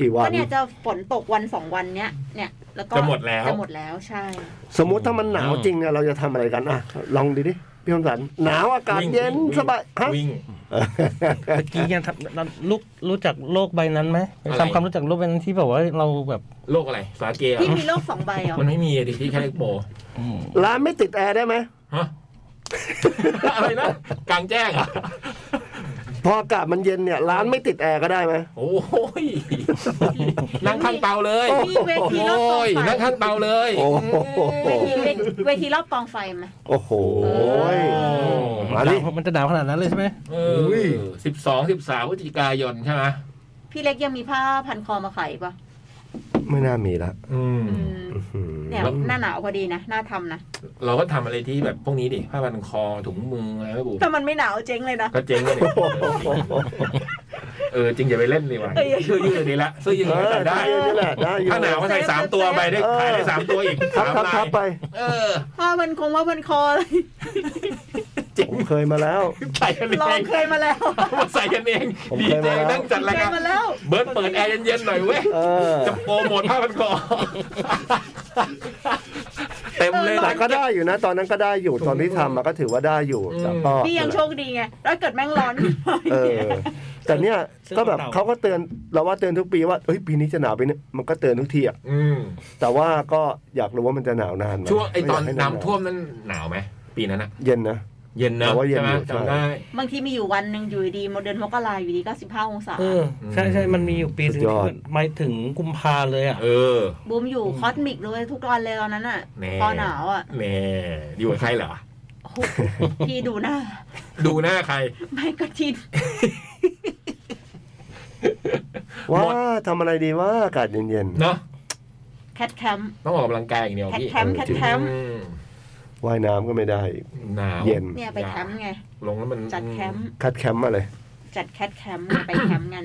S2: กี่วั
S3: ก็
S2: น
S3: เนี่ยจะฝนตกวันสองวันเนี้ยเนี่ยแล้วก็
S1: จะหมดแล้ว
S3: จะหมดแล้วใช่
S2: สมมุติถ้ามันหนาวจริงเนี่ยเราจะทำอะไรกันอ่ะ ลองดูดิพี่คมสันหนาวอากาศ
S1: วิ่ง
S2: เย็น
S1: วิ่ง
S2: สบายฮะ
S1: วิ่ง
S4: ตะกี้ยังทำเราลูกรู้จักโลกใบนั้นไหม
S1: อะไร
S4: ทำความรู้จักโลกใบนั้นที่แบบว่าเราแบบ
S1: โลกอะไรสาเกอะ
S3: พี่มีโลกสองใบเหรอ
S1: มันไม่มีอะดิที่แคดเอ็กซ์โป
S4: อืม
S2: ร้านไม่ติดแอร์ ได้ไหม
S1: ฮะ อะไรนะกลางแจ้งอ่ะ
S2: พออากาศมันเย็นเนี่ยร้านไม่ติดแอร์ก็ได้ไหม
S1: โอ้ย นั่งข้างเตาเลย
S3: มีเว
S1: โอ
S3: ทีรอบกอ้ ง
S1: ย
S3: ไฟ
S1: นั่งข้างเตาเลย
S2: โอ้โห
S3: เวทีเวทีเวทีรอบกองไฟไหม
S2: โอ้โหย
S3: โอ้
S2: มาดิ
S4: มันจะหนาวขนาดนั้นเลยใช่ไหม
S1: เอ
S2: อุ้ย
S1: อสิบสองสิบสามพฤศจิกายนใช่ไหม
S3: พี่เล็กยังมีผ้าพันคอมาขายอีกปะ
S2: ไม่น่ามีละ
S1: อืม
S3: อืม
S2: อื้อหือ
S3: เนี่ยหน้าหนาวพอดีนะหน้าทำนะ
S1: เราก็ทำอะไรที่แบบพวกนี้ดิผ้าพันคอถุงมืออะไรไม่บู
S3: แต่มันไม่หนาวเจ๊งเลยนะ
S1: ก็เจ๊งเลย เนี่ยเออจริงอย่าไปเล่นดีกว่า
S3: เออ
S1: เสื้อยืดดีละเสื้อยืด
S2: เออ
S1: ใส่
S2: ได้
S1: ได้
S2: อยู่นี่แหละได้อยู่
S1: ถ้าหนาวก็ใส่สามตัวไปได้ขายได้สามตัวอีก
S2: ครับ
S1: สาม
S2: ครับ
S1: ลา
S2: ครับ
S1: ย
S2: ไป
S1: เออ
S3: ผ้ามันคงว่าพันคออะไร
S1: จริง
S2: ผมเคยมาแล้ว
S1: ใส่กันเอ
S3: ลอง
S1: ง
S3: เคยมาแล้ว
S1: เอามาใส่กันเอง
S2: ผม
S1: ดี
S2: เคย
S1: เจ
S2: มาแล้ว
S1: นั่งจัดราย
S3: เค
S1: กาย ร
S3: มาแล้ว
S1: เบิร์ดเปิดแอร์เย็นๆหน่อยเว้ย
S2: เออ
S1: จะโปรโมทผ้าพันคอเต็มเลย
S2: แต่
S1: นะ
S2: ก็ได้อยู่นะ ตอนนั้นก็ได้อยู่ตอนที่ทำมาก็ถือว่าได้อยู่
S1: อืม
S2: แต่ก็
S3: พี่ยังโชคดีไงแล้วเกิดแม่งร้อน
S2: เออ แต่เนี่ยก็แบบเขาก็เตือนเราว่าเตือนทุกปีว่าเอ้ยปีนี้จะหนาวปีนี้มันก็เตือนทุกทีอะ
S1: อืม
S2: แต่ว่าก็อยากรู้ว่ามันจะหนาวนานไหม
S1: ช่วงไอตอน
S2: ม่ยากให้
S1: น้ำท่วมนั้นหนาวไหมปีนั้นอะ
S2: เย็นนะ
S1: เย็นเนอะ
S2: แต่ว่าเย็น
S1: ใช่ไหม
S2: อยู่
S1: จำได้
S3: บางทีมีอยู่วันหนึ่งอยู่ดีๆมาเดือนมกราอยู่ดีก็สิบห้าองศา
S4: เออใช่ใช่มันมีอยู่ปีหนึง
S2: สุดยอด
S4: ที่ไม่ถึงกุมภาเลยอ่ะ
S1: เออ
S3: บูมอยู่คอสมิกเลยทุกวันเลยตอนนั้นอ่ะ
S1: แน่
S3: พอหนาวอ่ะ
S1: แหม่ดีกว่าใครเหรอ
S3: โอ้โหพี่ดูหน้า
S1: ดูหน้าใคร
S3: ไม่กระทิน
S2: ว่า
S1: หมด
S2: ทำอะไรดีว่าอากาศเย็น
S1: เนาะ
S3: แคทแคม
S1: ต้องออกกำลังกายอย่างเดียวพี่
S3: แคทแคมป์แคทแคมป์
S1: อื
S2: ๆว่ายน้ำก็ไม่ได้อีก
S1: หนาว
S2: เย็น
S3: เนี่ยไปแคมป์ไง
S1: ลงแล้วมัน
S3: จัดแคมป์
S2: คัดแคมป์มาเลย
S3: จัดแคทแคมป์ไงไปแคมป์กัน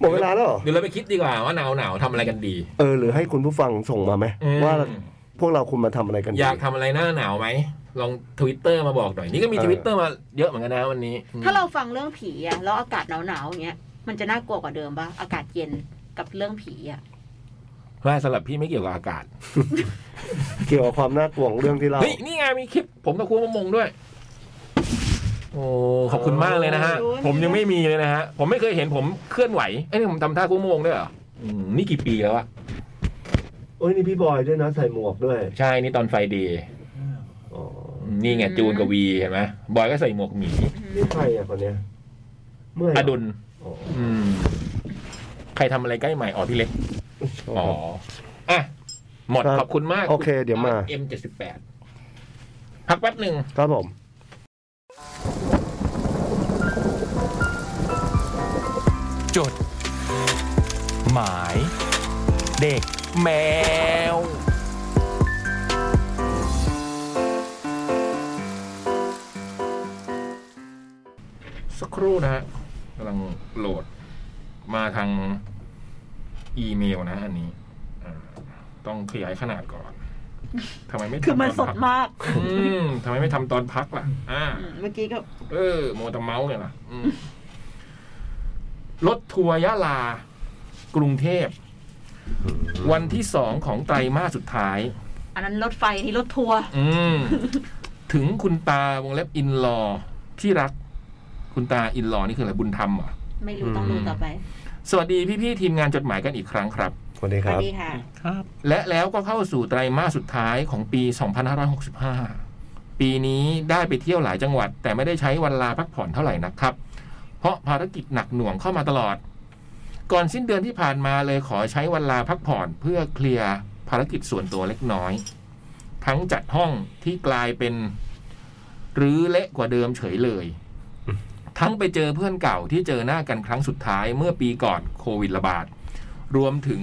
S2: หมดเวลาแล้วเหรอ
S1: เดี๋ยวเราไปคิดดีกว่าว่าหนาวหนาวๆทำอะไรกันดี
S2: เออหรือให้คุณผู้ฟังส่งมาไหม
S1: อืม
S2: ว่าพวกเราคุณมาทำอะไรกันดี
S1: อยากทำอะไรหน้าหนาวไหมลองทวิตเตอร์มาบอกหน่อยนี่ก็มี
S2: เออ
S1: ทวิตเตอร์มาเยอะเหมือนกันนะวันนี้
S3: ถ้าเราฟังเรื่องผีอะแล้วอากาศหนาวๆอย่างเงี้ยมันจะน่ากลัวกว่าเดิมปะอากาศเย็นกับเรื่องผีอะ
S1: ว่าสำหรับพี่ไม่เกี่ยวกับอากาศ
S2: เกี่ยวกับความน่ากลัวของเรื่องที่เรา
S1: เฮ้ยนี่ไงมีคลิปผมกับครูมะมงด้วย โอ้ขอบคุณมากเลยนะฮะ ผมยังไม่มีเลยนะฮะ ผมไม่เคยเห็นผมเคลื่อนไหวเอ้ยนี่ผมทำท่าครูมะมงด้วยเหรออืมนี่กี่ปีแล้วอะ
S2: โอ้ยนี่พี่บอยด้วยนะใส่หมวกด้วย
S1: ใช่นี่ตอนไฟเดย์
S2: อ๋อ
S1: นี่ไงจูนกับวีเห็นไหมบอยก็ใส่หมวกหมี
S2: นี่ใครอ่ะคนเนี้ยเมื่อย
S1: อดุล
S2: อ๋อ
S1: อืม ใครทำอะไรใกล้ใหม่อ๋อพี่เล็ก
S2: อ๋อ
S1: อ๋ออ่ะหมดขอบคุณมาก
S2: โอเค เดี๋ยวมา
S1: เอ็มเจ็ดสิบแปดพักแป๊บหนึ่ง
S2: ครับผม
S6: จด หมาย เด็กแมว
S1: สักครู่นะฮะกำลังโหลดมาทางอีเมลนะ อันนี้อ่าต้องขยายขนาดก่อนทำไมไม่
S3: คือ
S1: ทำ
S3: มัน
S1: ต
S3: ส
S1: พั
S3: ดมาก
S1: อืมทำไมไม่ทำตอนพักล่ะ อ่า
S3: อืมเมื่อกี้ก็
S1: เออโมวแตเมาส์เนี่ยนะอืมรถทัวร์ยะลา กรุงเทพ วันที่สองของไตรมาสสุดท้าย
S3: อันนั้นรถไฟนี่รถทัวร์
S1: อืม ถึงคุณตาวงเล็บอินลอที่รัก คุณตาอินลอนี่คืออะไรบุญธรรมเหรอ
S3: ไม่รู้ต้องรู้ต่อไป
S1: สวัสดีพี่ๆทีมงานจดหมายกันอีกครั้งครับ
S2: สวัสดี
S3: ส
S2: ค
S3: วั
S2: รับ
S3: สดีค่ะ
S4: ครับ
S1: และแล้วก็เข้าสู่ไตรมาสสุดท้ายของปี 2565 ปีนี้ได้ไปเที่ยวหลายจังหวัด แต่ไม่ได้ใช้วันลาพักผ่อนเท่าไหร่นะครับ เพราะภารกิจหนักหน่วงเข้ามาตลอด ก่อนสิ้นเดือนที่ผ่านมาเลยขอใช้วันลาพักผ่อนเพื่อเคลียร์ภารกิจส่วนตัวเล็กน้อย ทั้งจัดห้องที่กลายเป็นรื้อเละกว่าเดิมเฉยเลย ทั้งไปเจอเพื่อนเก่าที่เจอหน้ากันครั้งสุดท้ายเมื่อปีก่อนโควิดระบาด รวมถึง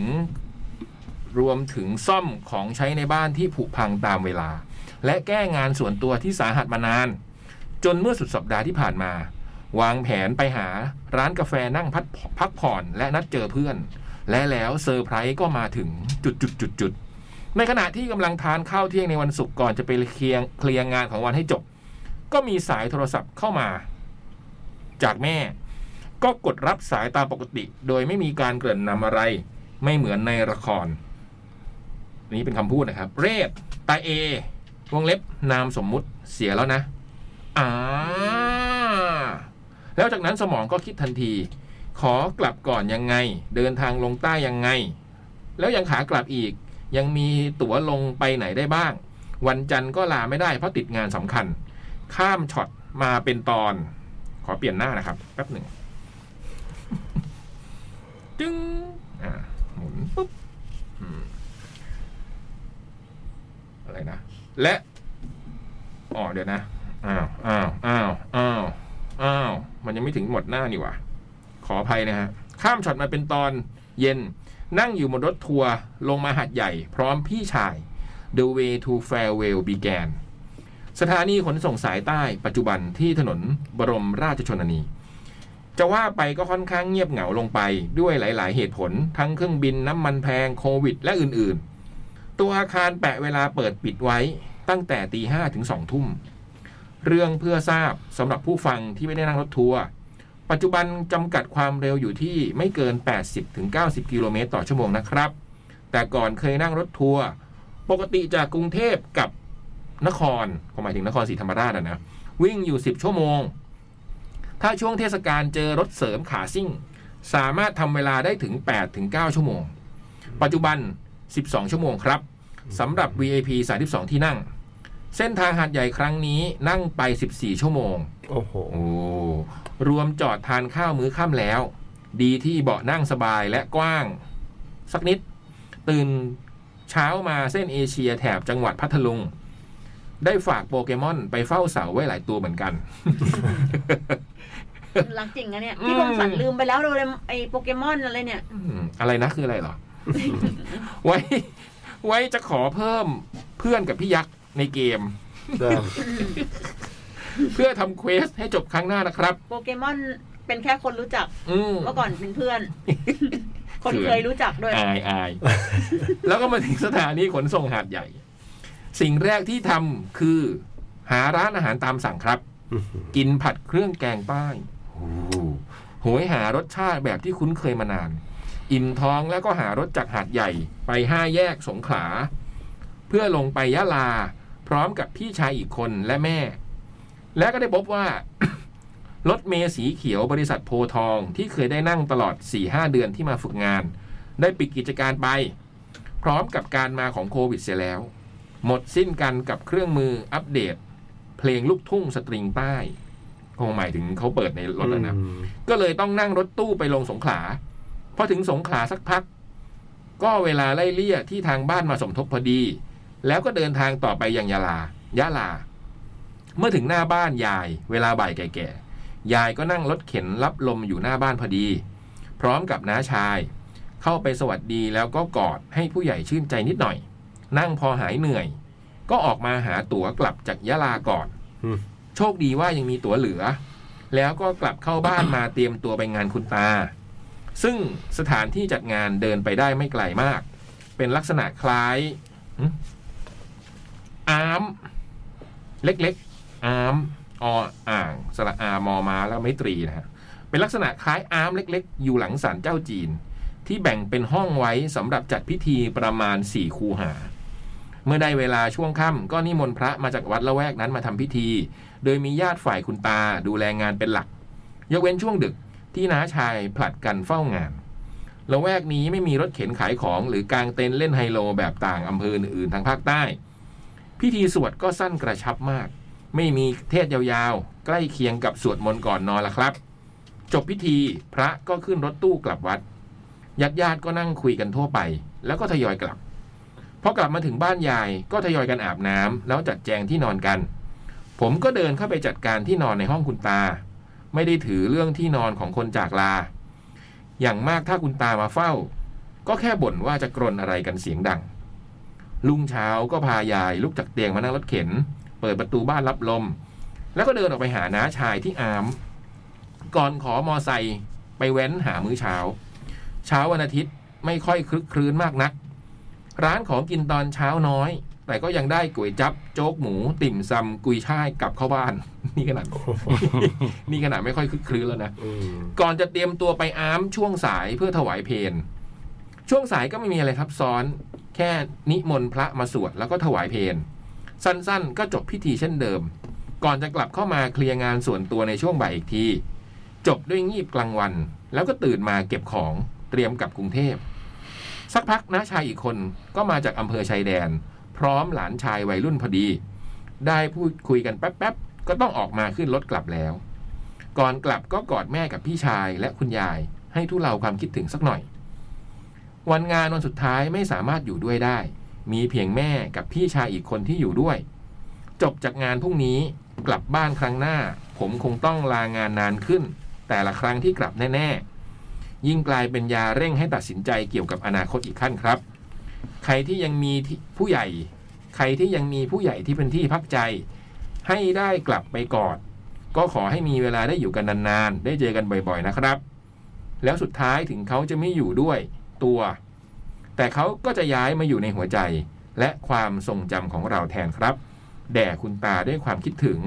S1: รวมถึงซ่อมของใช้ในบ้านที่ผุพังตามเวลา และแก้งานส่วนตัวที่สาหัสมานาน จนเมื่อสุดสัปดาห์ที่ผ่านมา วางแผนไปหาร้านกาแฟนั่งพักพักผ่อนและนัดเจอเพื่อน และแล้วเซอร์ไพรส์ก็มาถึงจุดจุดจุดจุดๆๆๆ ในขณะที่กำลังทานข้าวเที่ยงในวันศุกร์ก่อนจะไปเคลียร์เคลียร์งานของวันให้จบ ก็มีสายโทรศัพท์เข้ามา จากแม่ ก็กดรับสายตามปกติ โดยไม่มีการเกริ่นนำอะไร ไม่เหมือนในละคร นี่เป็นคำพูดนะครับ เรศตาเอ วงเล็บนามสมมุติเสียแล้วนะ อ่า แล้วจากนั้นสมองก็คิดทันที ขอกลับก่อนยังไง เดินทางลงใต้ยังไง แล้วยังขากลับอีก ยังมีตั๋วลงไปไหนได้บ้าง วันจันทร์ก็ลาไม่ได้เพราะติดงานสำคัญ ข้ามช็อตมาเป็นตอน ขอเปลี่ยนหน้านะครับ แป๊บหนึ่ง จึงอ่าหมุนปุ๊บ อะไรนะ และอ๋อเดี๋ยวนะ อ้าวอ้าวอ้าวอ้าวอ้าวมันยังไม่ถึงหมดหน้านี่หว่า ขออภัยนะฮะ ข้ามช็อตมาเป็นตอนเย็น นั่งอยู่บนรถทัวร์ลงมาหัดใหญ่ พร้อมพี่ชาย The way to farewell began สถานีขนส่งสายใต้ปัจจุบันที่ถนนบรมราชชนนี จะว่าไปก็ค่อนข้างเงียบเหงาลงไปด้วยหลาย ๆ เหตุผล ทั้งเครื่องบินน้ำมันแพงโควิด และอื่น ๆ ตัวอาคารแปะเวลาเปิดปิดไว้ตั้งแต่ตีห้าถึงสองทุ่ม เรื่องเพื่อทราบสำหรับผู้ฟังที่ไม่ได้นั่งรถทัวร์ปัจจุบันจำกัดความเร็วอยู่ที่ไม่เกิน 80-90ถึง90 กิโลเมตรต่อชั่วโมงนะครับ แต่ก่อนเคยนั่งรถทัวร์ปกติจากกรุงเทพกับนครผมหมายถึงนครศรีธรรมราชอะนะ วิ่งอยู่ 10 ชั่วโมง ถ้าช่วงเทศกาลเจอรถเสริมขาซิ่ง สามารถทำเวลาได้ถึง8-9ถึง9ชั่วโมง ปัจจุบัน 12 ชั่วโมงครับสำหรับ VAP 32 ที่นั่ง เส้นทางหาดใหญ่ครั้งนี้นั่งไป 14 ชั่วโมง
S2: โอ้โห
S1: โอ้รวมจอดทานข้าวมื้อค่ำแล้ว ดีที่เบาะนั่งสบายและกว้าง สักนิด ตื่นเช้ามาเส้นเอเชียแถบจังหวัดพัทลุง ได้ฝากโปเกมอนไปเฝ้าเสาไว้หลายตัวเหมือนกัน
S3: รักจริงนะเนี่ยพี่พงศักดิ์ลืมไปแล้วโดเรมไอโปเกมอนอะไรเนี่ย
S1: อืมอะไรนะคืออะไรเหรอ ไว้ ไว้จะขอเพิ่มเพื่อนกับพี่ยักษ์ในเกม เพื่อทำเควสให้จบครั้งหน้านะครับ
S3: โปเกมอนเป็นแค่คนรู้จัก
S1: อืม
S3: เมื่อก่อนเป็นเพื่อน คน
S1: เพื่อน
S3: เคยรู้จักด้วย
S1: อายอาย แล้วก็มาถึงสถานีขนส่งหาดใหญ่ สิ่งแรกที่ทำคือ หาร้านอาหารตามสั่งครับ กินผัดเครื่องแกงใต้โอ้โหโหยหารสชาติแบบที่คุ้นเคยมานาน อิ่มท้องแล้วก็หารถจากหาดใหญ่ไปห้าแยกสงขลา เพื่อลงไปยะลา พร้อมกับพี่ชายอีกคนและแม่ และก็ได้พบว่า รถเมล์สีเขียวบริษัทโพทองที่เคยได้นั่งตลอด 4-5 เดือนที่มาฝึกงาน ได้ปิดกิจการไป พร้อมกับการมาของโควิดเสียแล้ว หมดสิ้นกันกับเครื่องมืออัปเดต เพลงลูกทุ่งสตริงใต้คงหมายถึงเขาเปิดในรถแล้วนะ ก็เลยต้องนั่งรถตู้ไปลงสงขลาพอถึงสงขลาสักพัก ก็เวลาไล่เลี่ยที่ทางบ้านมาสมทบพอดี แล้วก็เดินทางต่อไปยังยะลายะลา เมื่อถึงหน้าบ้านยาย เวลาบ่ายแก่ๆยายก็นั่งรถเข็นรับลมอยู่หน้าบ้านพอดี พร้อมกับน้าชาย เข้าไปสวัสดีแล้วก็กอดให้ผู้ใหญ่ชื่นใจนิดหน่อย นั่งพอหายเหนื่อย ก็ออกมาหาตั๋วกลับจากยะลาก่อน
S2: อืม
S1: โชคดีว่ายังมีตั๋วเหลือ แล้วก็กลับเข้าบ้านมาเตรียมตัวไปงานคุณตา ซึ่งสถานที่จัดงานเดินไปได้ไม่ไกลมาก เป็นลักษณะคล้ายหึอาร์มเล็กๆ อาร์มออ่างสระอามอมาแล้วไม่ตรีนะฮะ เป็นลักษณะคล้ายอาร์มเล็กๆ อยู่หลังศาลเจ้าจีน ที่แบ่งเป็นห้องไว้สำหรับจัดพิธีประมาณสี่คูหา เมื่อได้เวลาช่วงค่ำก็นิมนต์พระมาจากวัดละแวกนั้นมาทำพิธี โดยมีญาติฝ่ายคุณตาดูแลงานเป็นหลัก ยกเว้นช่วงดึกที่น้าชายผลัดกันเฝ้างาน ละแวกนี้ไม่มีรถเข็นขายของหรือกางเต็นท์เล่นไฮโลแบบต่างอำเภออื่นๆทางภาคใต้ พิธีสวดก็สั้นกระชับมาก ไม่มีเทศยาวๆ ใกล้เคียงกับสวดมนต์ก่อนนอนละครับ จบพิธีพระก็ขึ้นรถตู้กลับวัดญาติญาติๆก็นั่งคุยกันทั่วไป แล้วก็ทยอยกลับพอกลับมาถึงบ้านยายก็ทยอยกันอาบน้ำแล้วจัดแจงที่นอนกัน ผมก็เดินเข้าไปจัดการที่นอนในห้องคุณตา ไม่ได้ถือเรื่องที่นอนของคนจากลา อย่างมากถ้าคุณตามาเฝ้า ก็แค่บ่นว่าจะกรนอะไรกันเสียงดัง ลุงเช้าก็พายายลุกจากเตียงมานั่งรถเข็น เปิดประตูบ้านรับลม แล้วก็เดินออกไปหาน้าชายที่อาม ก่อนขอมอไซค์ไปแว้นหามื้อเช้า เช้าวันอาทิตย์ไม่ค่อยคลึกครื้นมากนัก ร้านของกินตอนเช้าน้อย แต่ก็ยังได้ก๋วยจับโจ๊กหมู ติ่มซำกุยช่ายกลับเข้าบ้าน นี่ขนาด นี่ขนาดไม่ค่อยคลึกครื้นแล้วนะ
S2: อืม
S1: ก่อนจะเตรียมตัวไปอาร์มช่วงสายเพื่อถวายเพลช่วงสายก็ไม่มีอะไรซับซ้อน แค่นิมนต์พระมาสวดแล้วก็ถวายเพลสั้นๆ ก็จบพิธีเช่นเดิม ก่อนจะกลับเข้ามาเคลียร์งานส่วนตัวในช่วงบ่ายอีกที จบด้วยงีบกลางวัน แล้วก็ตื่นมาเก็บของเตรียมกลับกรุงเทพ สักพักน้าชายอีกคนก็มาจากอำเภอชายแดน พร้อมหลานชายวัยรุ่นพอดี ได้พูดคุยกันแป๊บๆก็ต้องออกมาขึ้นรถกลับแล้ว ก่อนกลับก็กอดแม่กับพี่ชายและคุณยาย ให้ทุเลาความคิดถึงสักหน่อย วันงานวันสุดท้ายไม่สามารถอยู่ด้วยได้ มีเพียงแม่กับพี่ชายอีกคนที่อยู่ด้วย จบจากงานพรุ่งนี้กลับบ้านครั้งหน้า ผมคงต้องลางานนานขึ้น แต่ละครั้งที่กลับแน่ ๆ ยิ่งกลายเป็นยาเร่งให้ตัดสินใจเกี่ยวกับอนาคตอีกขั้นครับ ใครที่ยังมีที่ผู้ใหญ่ ใครที่ยังมีผู้ใหญ่ที่เป็นที่พักใจ ให้ได้กลับไปกอด ก็ขอให้มีเวลาได้อยู่กันนานๆ ได้เจอกันบ่อยๆนะครับ แล้วสุดท้ายถึงเขาจะไม่อยู่ด้วยตัว แต่เขาก็จะย้ายมาอยู่ในหัวใจ และความทรงจำของเราแทนครับ แด่คุณตาด้วยความคิดถึง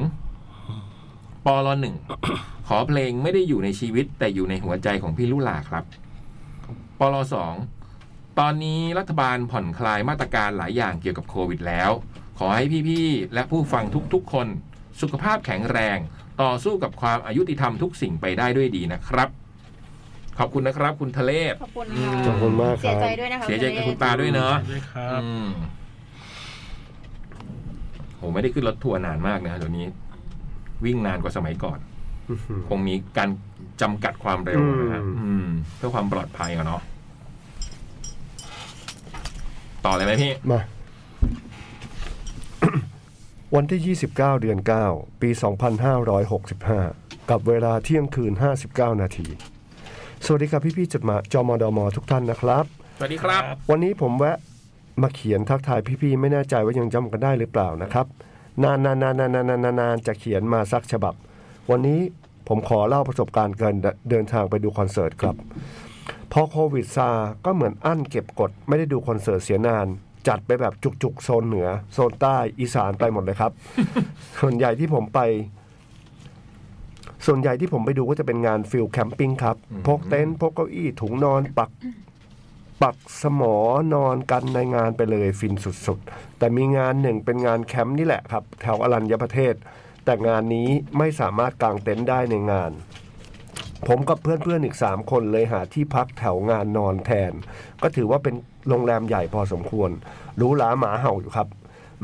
S1: ปอลหนึ่ง ขอเพลงไม่ได้อยู่ในชีวิต แต่อยู่ในหัวใจของพี่ลุลาครับ ปลสอง ตอนนี้รัฐบาลผ่อนคลายมาตรการหลายอย่างเกี่ยวกับโควิดแล้ว ขอให้พี่ๆ และผู้ฟังทุกๆ คน สุขภาพแข็งแรง ต่อสู้กับความอายุติธรรมทุกสิ่งไปได้ด้วยดีนะครับ ขอบคุณนะครับ คุณทะเลศ
S3: ขอบคุณค่ะ
S2: ขอบคุณมากครับ
S3: เสียใจด้วยนะคะ
S1: เสียใจกับ
S3: ณ
S1: คุณ
S3: ตา
S1: ตาด้วยเนาะ
S4: ด้วยครับ
S1: อืมโหไม่ได้ขึ้นรถทัวร์นานมากนะเดี๋ยวนี้ วิ่งนานกว่าสมัยก่อน คงมีการจำกัดความเร็วนะฮะ
S2: อืม
S1: อืม เพื่อความปลอดภัยอะเนาะต่อเลยไหมพี่
S2: มา วันที่ 29 เดือน 9 ปี 2565 กับเวลาเที่ยงคืน 59 นาที สวัสดีครับพี่ ๆจดหมายจมดม ทุกท่านนะครับ
S1: สวัสดีครับ
S2: วันนี้ผมแวะมาเขียนทักทายพี่ ๆ ไม่แน่ใจว่ายังจำกันได้หรือเปล่านะครับ นานๆๆๆๆๆๆจะเขียนมาสักฉบับ วันนี้ผมขอเล่าประสบการณ์การเดินทางไปดูคอนเสิร์ตครับ พอโควิดซาก็เหมือนอั้นเก็บกด ไม่ได้ดูคอนเสิร์ตเสียนาน จัดไปแบบจุกๆ โซนเหนือ โซนใต้อีสานไปหมดเลยครับ ส่วนใหญ่ที่ผมไป ส่วนใหญ่ที่ผมไปดูก็จะเป็นงานฟิลแคมปิ้งครับ
S1: อืม
S2: พกเต็นท์พกเก้าอี้ถุงนอนปัก ปักสมอนอนกันในงานไปเลยฟินสุดๆ แต่มีงานหนึ่งเป็นงานแคมป์นี่แหละครับ แถวอรัญญประเทศ แต่งานนี้ไม่สามารถกางเต็นท์ได้ในงาน ผมกับเพื่อนๆอีก 3 คนเลยหาที่พักแถวงานนอนแทน ก็ถือว่าเป็นโรงแรมใหญ่พอสมควรหรูหราหมาเห่าอยู่ครับ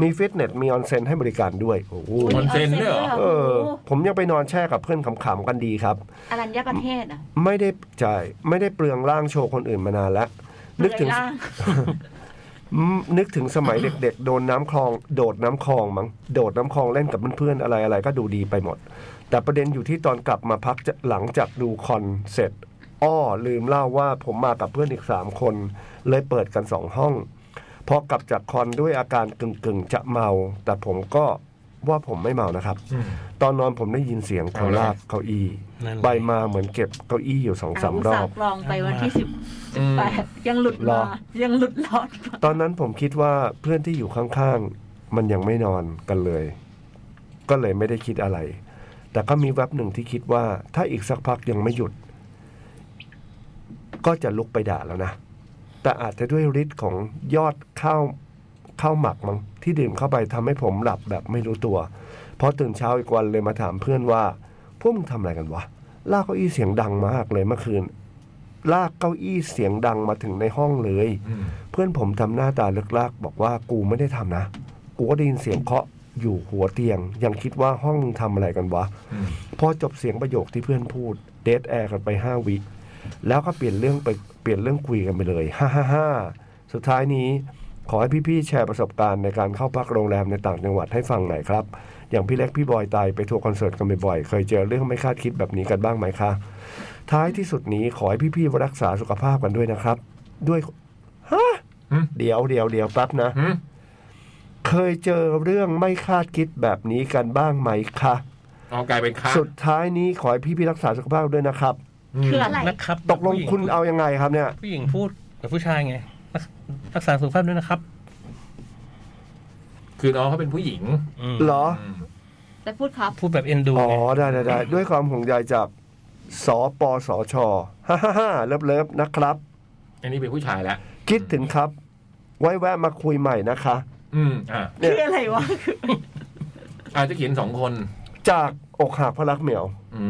S2: มีฟิตเนสมีออนเซ็นให้บริการด้วยโอ้โห
S1: ออนเซ็นด้วยเหรอ
S2: เออ ผมยังไปนอนแช่กับเพื่อนขำๆกันดีครับ
S3: อรัญญประเทศอ่ะ
S2: ไม่ได้จ่ายไม่ได้เปลืองร่างโชว์คนอื่นมานานแล้วนึกถึง
S3: เปลือยร่า
S2: อืมนึกถึงสมัยเด็ก ๆ โดนน้ำคลองโดดน้ำคลองมั้งโดดน้ำคลองเล่นกับเพื่อนๆอะไรอะไรๆก็ดูดีไปหมด แต่ประเด็นอยู่ที่ตอนกลับมาพักจะหลังจากดูคอนเสร็จ อ้อลืมเล่าว่าผมมากับเพื่อนอีกสามคน เลยเปิดกันสองห้อง พอกลับจากคอนด้วยอาการกึ่งๆ จะเมา แต่ผมก็ว่าผมไม่เมานะครับ
S1: อืม
S2: ตอนนอนผมได้ยินเสียงเขา
S1: เอาละ
S2: ลากเก้าอี้
S4: นั่นแหละ
S2: ใบมาเหมือนเก็บเก้าอี้อยู่สองสาม
S3: อุต
S2: รอ
S3: ส่า
S2: บ
S3: ห์กรองไปวันที่สิบ
S1: อืม
S3: แปดยังหลุด
S2: รอ
S3: มา ยังหลุดรอดมา
S2: ตอนนั้นผมคิดว่าเพื่อนที่อยู่ข้างๆ มันยังไม่นอนกันเลย ก็เลยไม่ได้คิดอะไร แต่ก็มีแวบหนึ่งที่คิดว่า ถ้าอีกสักพักยังไม่หยุด ก็จะลุกไปด่าแล้วนะ แต่อาจจะด้วยฤทธิ์ของยอดข้าวข้าวหมักมั้งที่ดื่มเข้าไปทำให้ผมหลับแบบไม่รู้ตัวพอตื่นเช้าอีกวันเลยมาถามเพื่อนว่า พวกมึงทำอะไรกันวะ ลากเก้าอี้เสียงดังมากเลยเมื่อคืน ลากเก้าอี้เสียงดังมาถึงในห้องเลย
S1: อืม
S2: เพื่อนผมทำหน้าตาเลิกลากบอกว่ากูไม่ได้ทำนะ กูก็ได้ยินเสียงเคาะอยู่หัวเตียง ยังคิดว่าห้องมึงทำอะไรกันวะ
S1: อืม
S2: พอจบเสียงประโยคที่เพื่อนพูดเดทแอร์กันไปห้าวิ แล้วก็เปลี่ยนเรื่องไปเปลี่ยนเรื่องคุยกันไปเลยฮ่าฮ่าฮ่าสุดท้ายนี้ขอให้พี่ๆแชร์ประสบการณ์ในการเข้าพักโรงแรมในต่างจังหวัดให้ฟังหน่อยครับ อย่างพี่เล็กพี่บอยตายไปทัวร์คอนเสิร์ตกันบ่อยๆเคยเจอเรื่องไม่คาดคิดแบบนี้กันบ้างไหมคะ ท้ายที่สุดนี้ขอให้พี่ๆรักษาสุขภาพกันด้วยนะครับ ด้วยฮะเดี๋ยวเดี๋ยวเดี๋ยวแป๊บนะ
S1: อืม
S2: เคยเจอเรื่องไม่คาดคิดแบบนี้กันบ้างไหมคะ
S1: เอากลายเป็นค้า
S2: สุดท้ายนี้ขอให้พี่พี่ๆรักษาสุขภาพด้วยนะครับ
S3: คืออะไร
S4: นะครับ
S2: ตกลงคุณเอายังไงครับเนี่ย
S4: ผู้หญิงพูดกับผู้ชายไงรักรักษาสุขภาพด้วยนะครับ
S1: คือน้องเขาเป็นผู้หญิง
S4: อืม
S2: เหรอ
S1: ม
S3: แต่พูดครับ
S4: พูดแบบเอ็นดู
S2: อ๋อ
S4: ไง
S2: ได้ได้ได้ด้วยความห่วงใยจากสปสชฮ่าฮ่าฮ่าเลิฟเลิฟนะครับ
S1: อันนี้เป็นผู้ชายแล้ว
S2: คิดถึงครับ ไว้แวะมาคุยใหม่นะคะ
S1: อืมอ่า
S2: เนี่ย
S3: คืออะไรวะคือ
S1: อาจจะเขียนสองคน
S2: จากอกหักพระรักเหมียว
S1: อื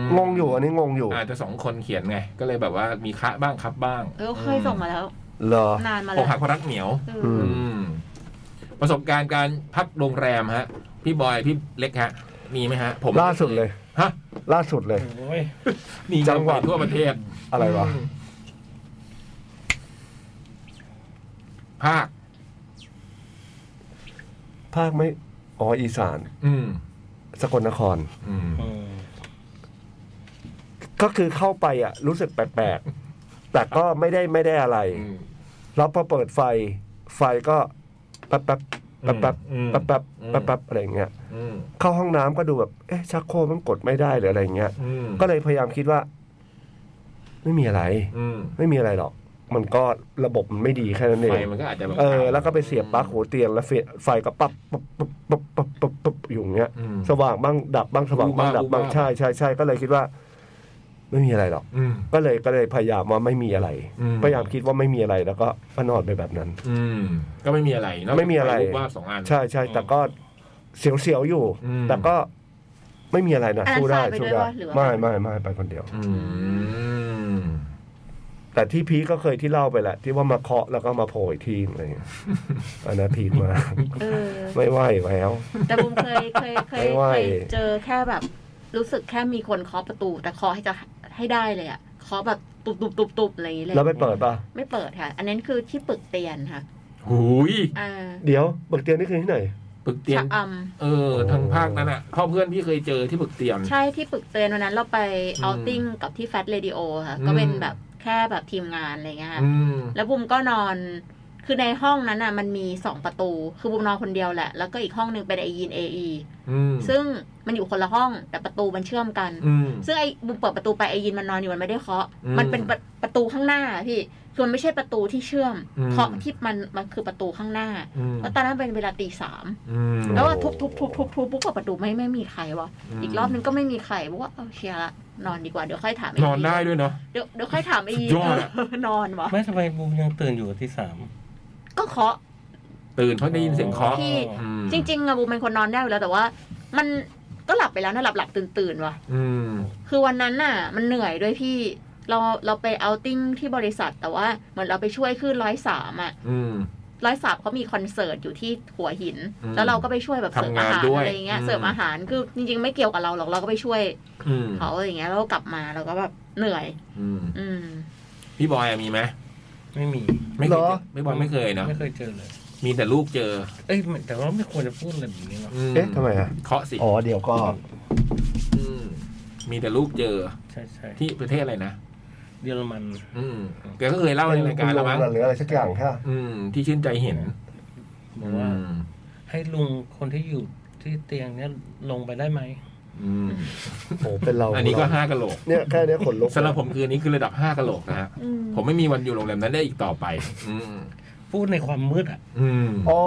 S1: ม
S2: งงอยู่อันนี้งงอยู่
S1: อาจจะสองคนเขียนไง ก็เลยแบบว่ามีคะบ้างครับบ้าง
S3: เออเคยส่งมาแล้ว
S2: เหรอ
S3: นานมา
S1: อ
S3: แล้
S1: ก
S3: ว
S1: หักเพราะรักเหนียว
S3: เอ
S2: อื
S3: อ
S2: ม
S1: อืมประสบการณ์การพักโรงแรมฮะ พี่บอยพี่เล็กฮะ มีไหมฮะ ผม
S2: ล่าสุดเลย
S1: ฮะ
S2: ล่าสุดเลย
S4: โอ้ย
S1: มี
S2: จั
S1: จั
S2: ง
S1: ง
S2: ห
S1: ห
S2: วั
S1: วั
S2: ด
S1: ดทั่วประเทศ
S2: อะไรวะ
S1: มภาค
S2: ภาคไม่อ๋ออีสาน
S1: อืม
S2: สกลนคร
S1: อืม
S4: อืม
S2: ก็คือเข้าไปอ่ะ รู้สึกแปลกๆ แต่ก็ไม่ได้ไม่ได้อะไร
S1: อืม
S2: แล้วพอเปิดไฟไฟก็แป๊บแป๊บแป๊บแป๊บ
S1: อืม
S2: แป๊บแป๊บ
S1: อืม
S2: แป๊บแป๊บอะไรอย่างเงี้ย
S1: อืม
S2: เข้าห้องน้ำก็ดูแบบเอ๊ะชักโครกมันกดไม่ได้หรืออะไรอย่างเงี้ย
S1: อืม
S2: ก็เลยพยายามคิดว่า ไม่มีอะไร
S1: อืม
S2: ไม่มีอะไรหรอก มันก็ระบบมันไม่ดีแค่นั้นเอ
S1: ไฟ
S2: ง
S1: มันก็อาจจะแบบ
S2: เออ แล้วก็ไปเสียบปลั๊กหัวเตียงแล้วไฟไฟก็ปั๊บปั๊บปั๊บปั๊บปั๊บปั๊บปั๊บอยู่อย่างเงี้ย
S1: อืม
S2: สว่างบ้างดับบ้างสว่างบ้างดับบ้าง
S1: วูบวาบ
S2: ใช่ใช่ใช่ก็เลยคิดว่า ไม่มีอะไรหรอก
S1: อืม
S2: ก็เลยก็เลยพยายามว่าไม่มีอะไร
S1: อืม
S2: พยายามคิดว่าไม่มีอะไรแล้วก็ก็นอนไปแบบนั้น
S1: อืม ก็ไม่มีอะไรนกจาก
S2: ไม่มีอะไร
S1: ฟวูบว่าบสองอัน
S2: ใช่ใช่แต่ก็เสียวๆอยู่
S1: อืม
S2: แต่ก็ไม่มีอะไรนะ
S3: อันนั้น
S2: สู้ได้
S3: ไปด้
S2: สู้
S3: วย
S2: ได้
S3: วะหรือว่า
S2: ไม่ไม่ไม่ไปคนเดียว
S1: อืม
S2: แต่ที่พีคก็เคยที่เล่าไปแหละที่ว่ามาเคาะแล้วก็มาโผล่อีกทีอะ ไรอย่างเงี้ยอันนั้นพีคมาก
S3: เออ
S2: ไม่ไหวแล้ว
S3: แต่บุมเคยเคยเคย
S2: ไม่ไหว
S3: เคยเจอแค่แบบ รู้สึกแค่มีคนเคาะประตู แต่เคาะให้จะให้ได้เลยอะเคาะแบบตุบตุบตุบตุบอะไรอย่างเงี้ยเลย
S2: แล้วไปเปิดปะ
S3: ไม่เปิดค่ะ อันนั้นคือที่ปึกเตียนค่ะ
S1: หูย
S3: อ่า
S2: เดี๋ยวเบิกเตียงนี่คือที่ไหน
S1: ปึกเตีย
S3: ชะ
S1: ง
S3: อำ
S1: เออ ทางภาคนั้นอ่ะเพ่อเพื่อนพี่เคยเจอที่ปึกเตียง
S3: ใช่ที่ปึกเตียนวันนั้นเราไป
S1: อืม
S3: เอาติ้งกับที่แฟตเรดิโอค่ะ
S1: อืม
S3: ก็เป็นแบบแค่แบบทีมงานอะไรเงี้ยค่ะ
S1: อืม
S3: แล้วบุมก็นอน คือในห้องนั้นน่ะ มันมีสองประตู คือบุมนอนคนเดียวแหละ แล้วก็อีกห้องหนึ่งเป็นไอยีนเออี
S1: อืม
S3: ซึ่งมันอยู่คนละห้อง แต่ประตูมันเชื่อมกัน
S1: อืม
S3: ซึ่งไอ้บุมเปิดประตูไปไอยินมันนอนอยู่มันไม่ได้เคาะ
S1: อืม
S3: มันเป็นประประตูข้างหน้าอะพี่ คือมันไม่ใช่ประตูที่เชื่อม
S1: อืม
S3: เคาะที่มันมันคือประตูข้างหน้า
S1: อืม
S3: แล้วตอนนั้นเป็นเวลาตีสาม
S1: อืม
S3: แล้วก็ทุบทุบทุบทุบทุบปุ๊บเปิดประตูไม่ไม่มีใครวะ
S1: อืม
S3: อีกรอบนึงก็ไม่มีใครบอกว่าเอาเชียร์ละนอนดีกว่าเดี๋ยวค่อยถามไ
S1: นอนได้ด้วยเนาะ
S3: เดี๋ยวเดี๋ยวค่อยถามไอยิน
S1: สุดยอดอะ
S3: เออนอนวะ
S4: ไม่ทำไมบูมยังตื่นอยู่ที่สาม
S3: ก็เคาะ
S1: ตื่นเพราะได้ยินเสียงเคาะ
S3: พี่
S1: อืม
S3: จริงๆอะบูมเป็นคนนอนได้อยู่แล้วแต่ว่า มันก็หลับไปแล้วนะหลับหลับตื่นตื่นๆวะ
S1: อืม
S3: คือวันนั้นน่ะ มันเหนื่อยด้วยพี่ เราเราไปเอาติ้งที่บริษัทแต่ว่าเหมือนเราไปช่วยขึ้นร้อยสามอ่ะ
S1: อืม
S3: ร้อยสามเขามีคอนเสิร์ตอยู่ที่หัวหิน
S1: อืม
S3: แล้วเราก็ไปช่วยแบบเสิร์
S1: ทำ
S3: ฟ
S1: งา
S3: อาน หาร
S1: ด้วย
S3: อะไรอย่างเงี้ย
S1: อืม
S3: เสิร์ฟอาหารคือจริงๆ ไม่เกี่ยวกับเราหรอกเราก็ไปช่วย
S1: อืม
S3: เขาอะไรอย่างเงี้ยแล้วก็กลับมาเราก็แบบเหนื่อย
S1: อืม
S3: อืม
S1: พี่บอยอะมีไหม
S4: ไม่มี
S1: ไม่เคย
S2: เหรอ
S1: เจอไม่บอยไม่เคยเนาะ
S4: ไม่เคยเจอเลย
S1: มีแต่ลูกเจอ
S4: เอ้ยแต่ว่าไม่ควรจะพูดอะไรแบบนี้เนาะ
S1: ม
S2: เอ๊ะทำไมอ่ะ
S1: เคาะสิ
S2: อ๋อเดี๋ยวก็
S1: มมีแต่ลูกเจอ
S4: ใช่ใช่
S1: ที่ประเทศอะไรนะ
S4: เยอรมัน
S1: อืมแกก็เคยเล่าในรายการแล้วมั้ง
S2: หรืออะไรสักอย่างค่ะ
S1: อืม ที่ชื่นใจเห็น
S4: บอกว่า
S1: อืม
S4: ให้ลุงคนที่อยู่ที่เตียงเนี้ยลงไปได้ไหม
S1: อืม
S2: โอ้เป็นเรา
S1: อันนี้ก็ห้ากะโหลก
S2: เนี่ยแค่เนี้ยขนลุก
S1: สำหรับผมคืนนี้คือระดับห้ากะโหลกนะฮะผมไม่มีวันอยู่โรงแรมนั้นได้อีกต่อไป อืม
S4: พูดในความมืดอ่ะ
S1: อืม
S2: อ๋อ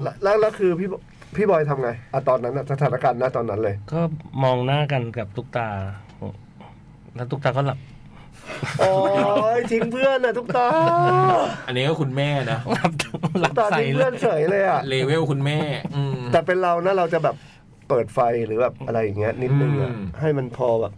S2: แล้วแล้วแล้วคือพี่บพี่บอยทำไงอะตอนนั้นอะสถานการณ์นะตอนนั้นเลย
S4: ก็มองหน้ากันกับตุ๊กตา แล้วตุ๊กตาก็หลับ
S2: โอ้ยทิ้งเพื่อนนะทุกตา
S1: อันนี้ก็คุณแม่นะ
S4: หลับห
S2: ทุ
S4: ลับ
S2: กตา
S4: ใส่
S2: ทิ้ง
S4: เล
S2: เพื่อน
S4: ย
S2: เฉยเลยอ่ะ
S1: เลเวลคุณแม่ อืม
S2: แต่เป็นเรานะเราจะแบบเปิดไฟหรือแบบอะไรอย่างเงี้ยนิดนึงอ่ะ
S1: อืม
S2: ให้มันพอแบบ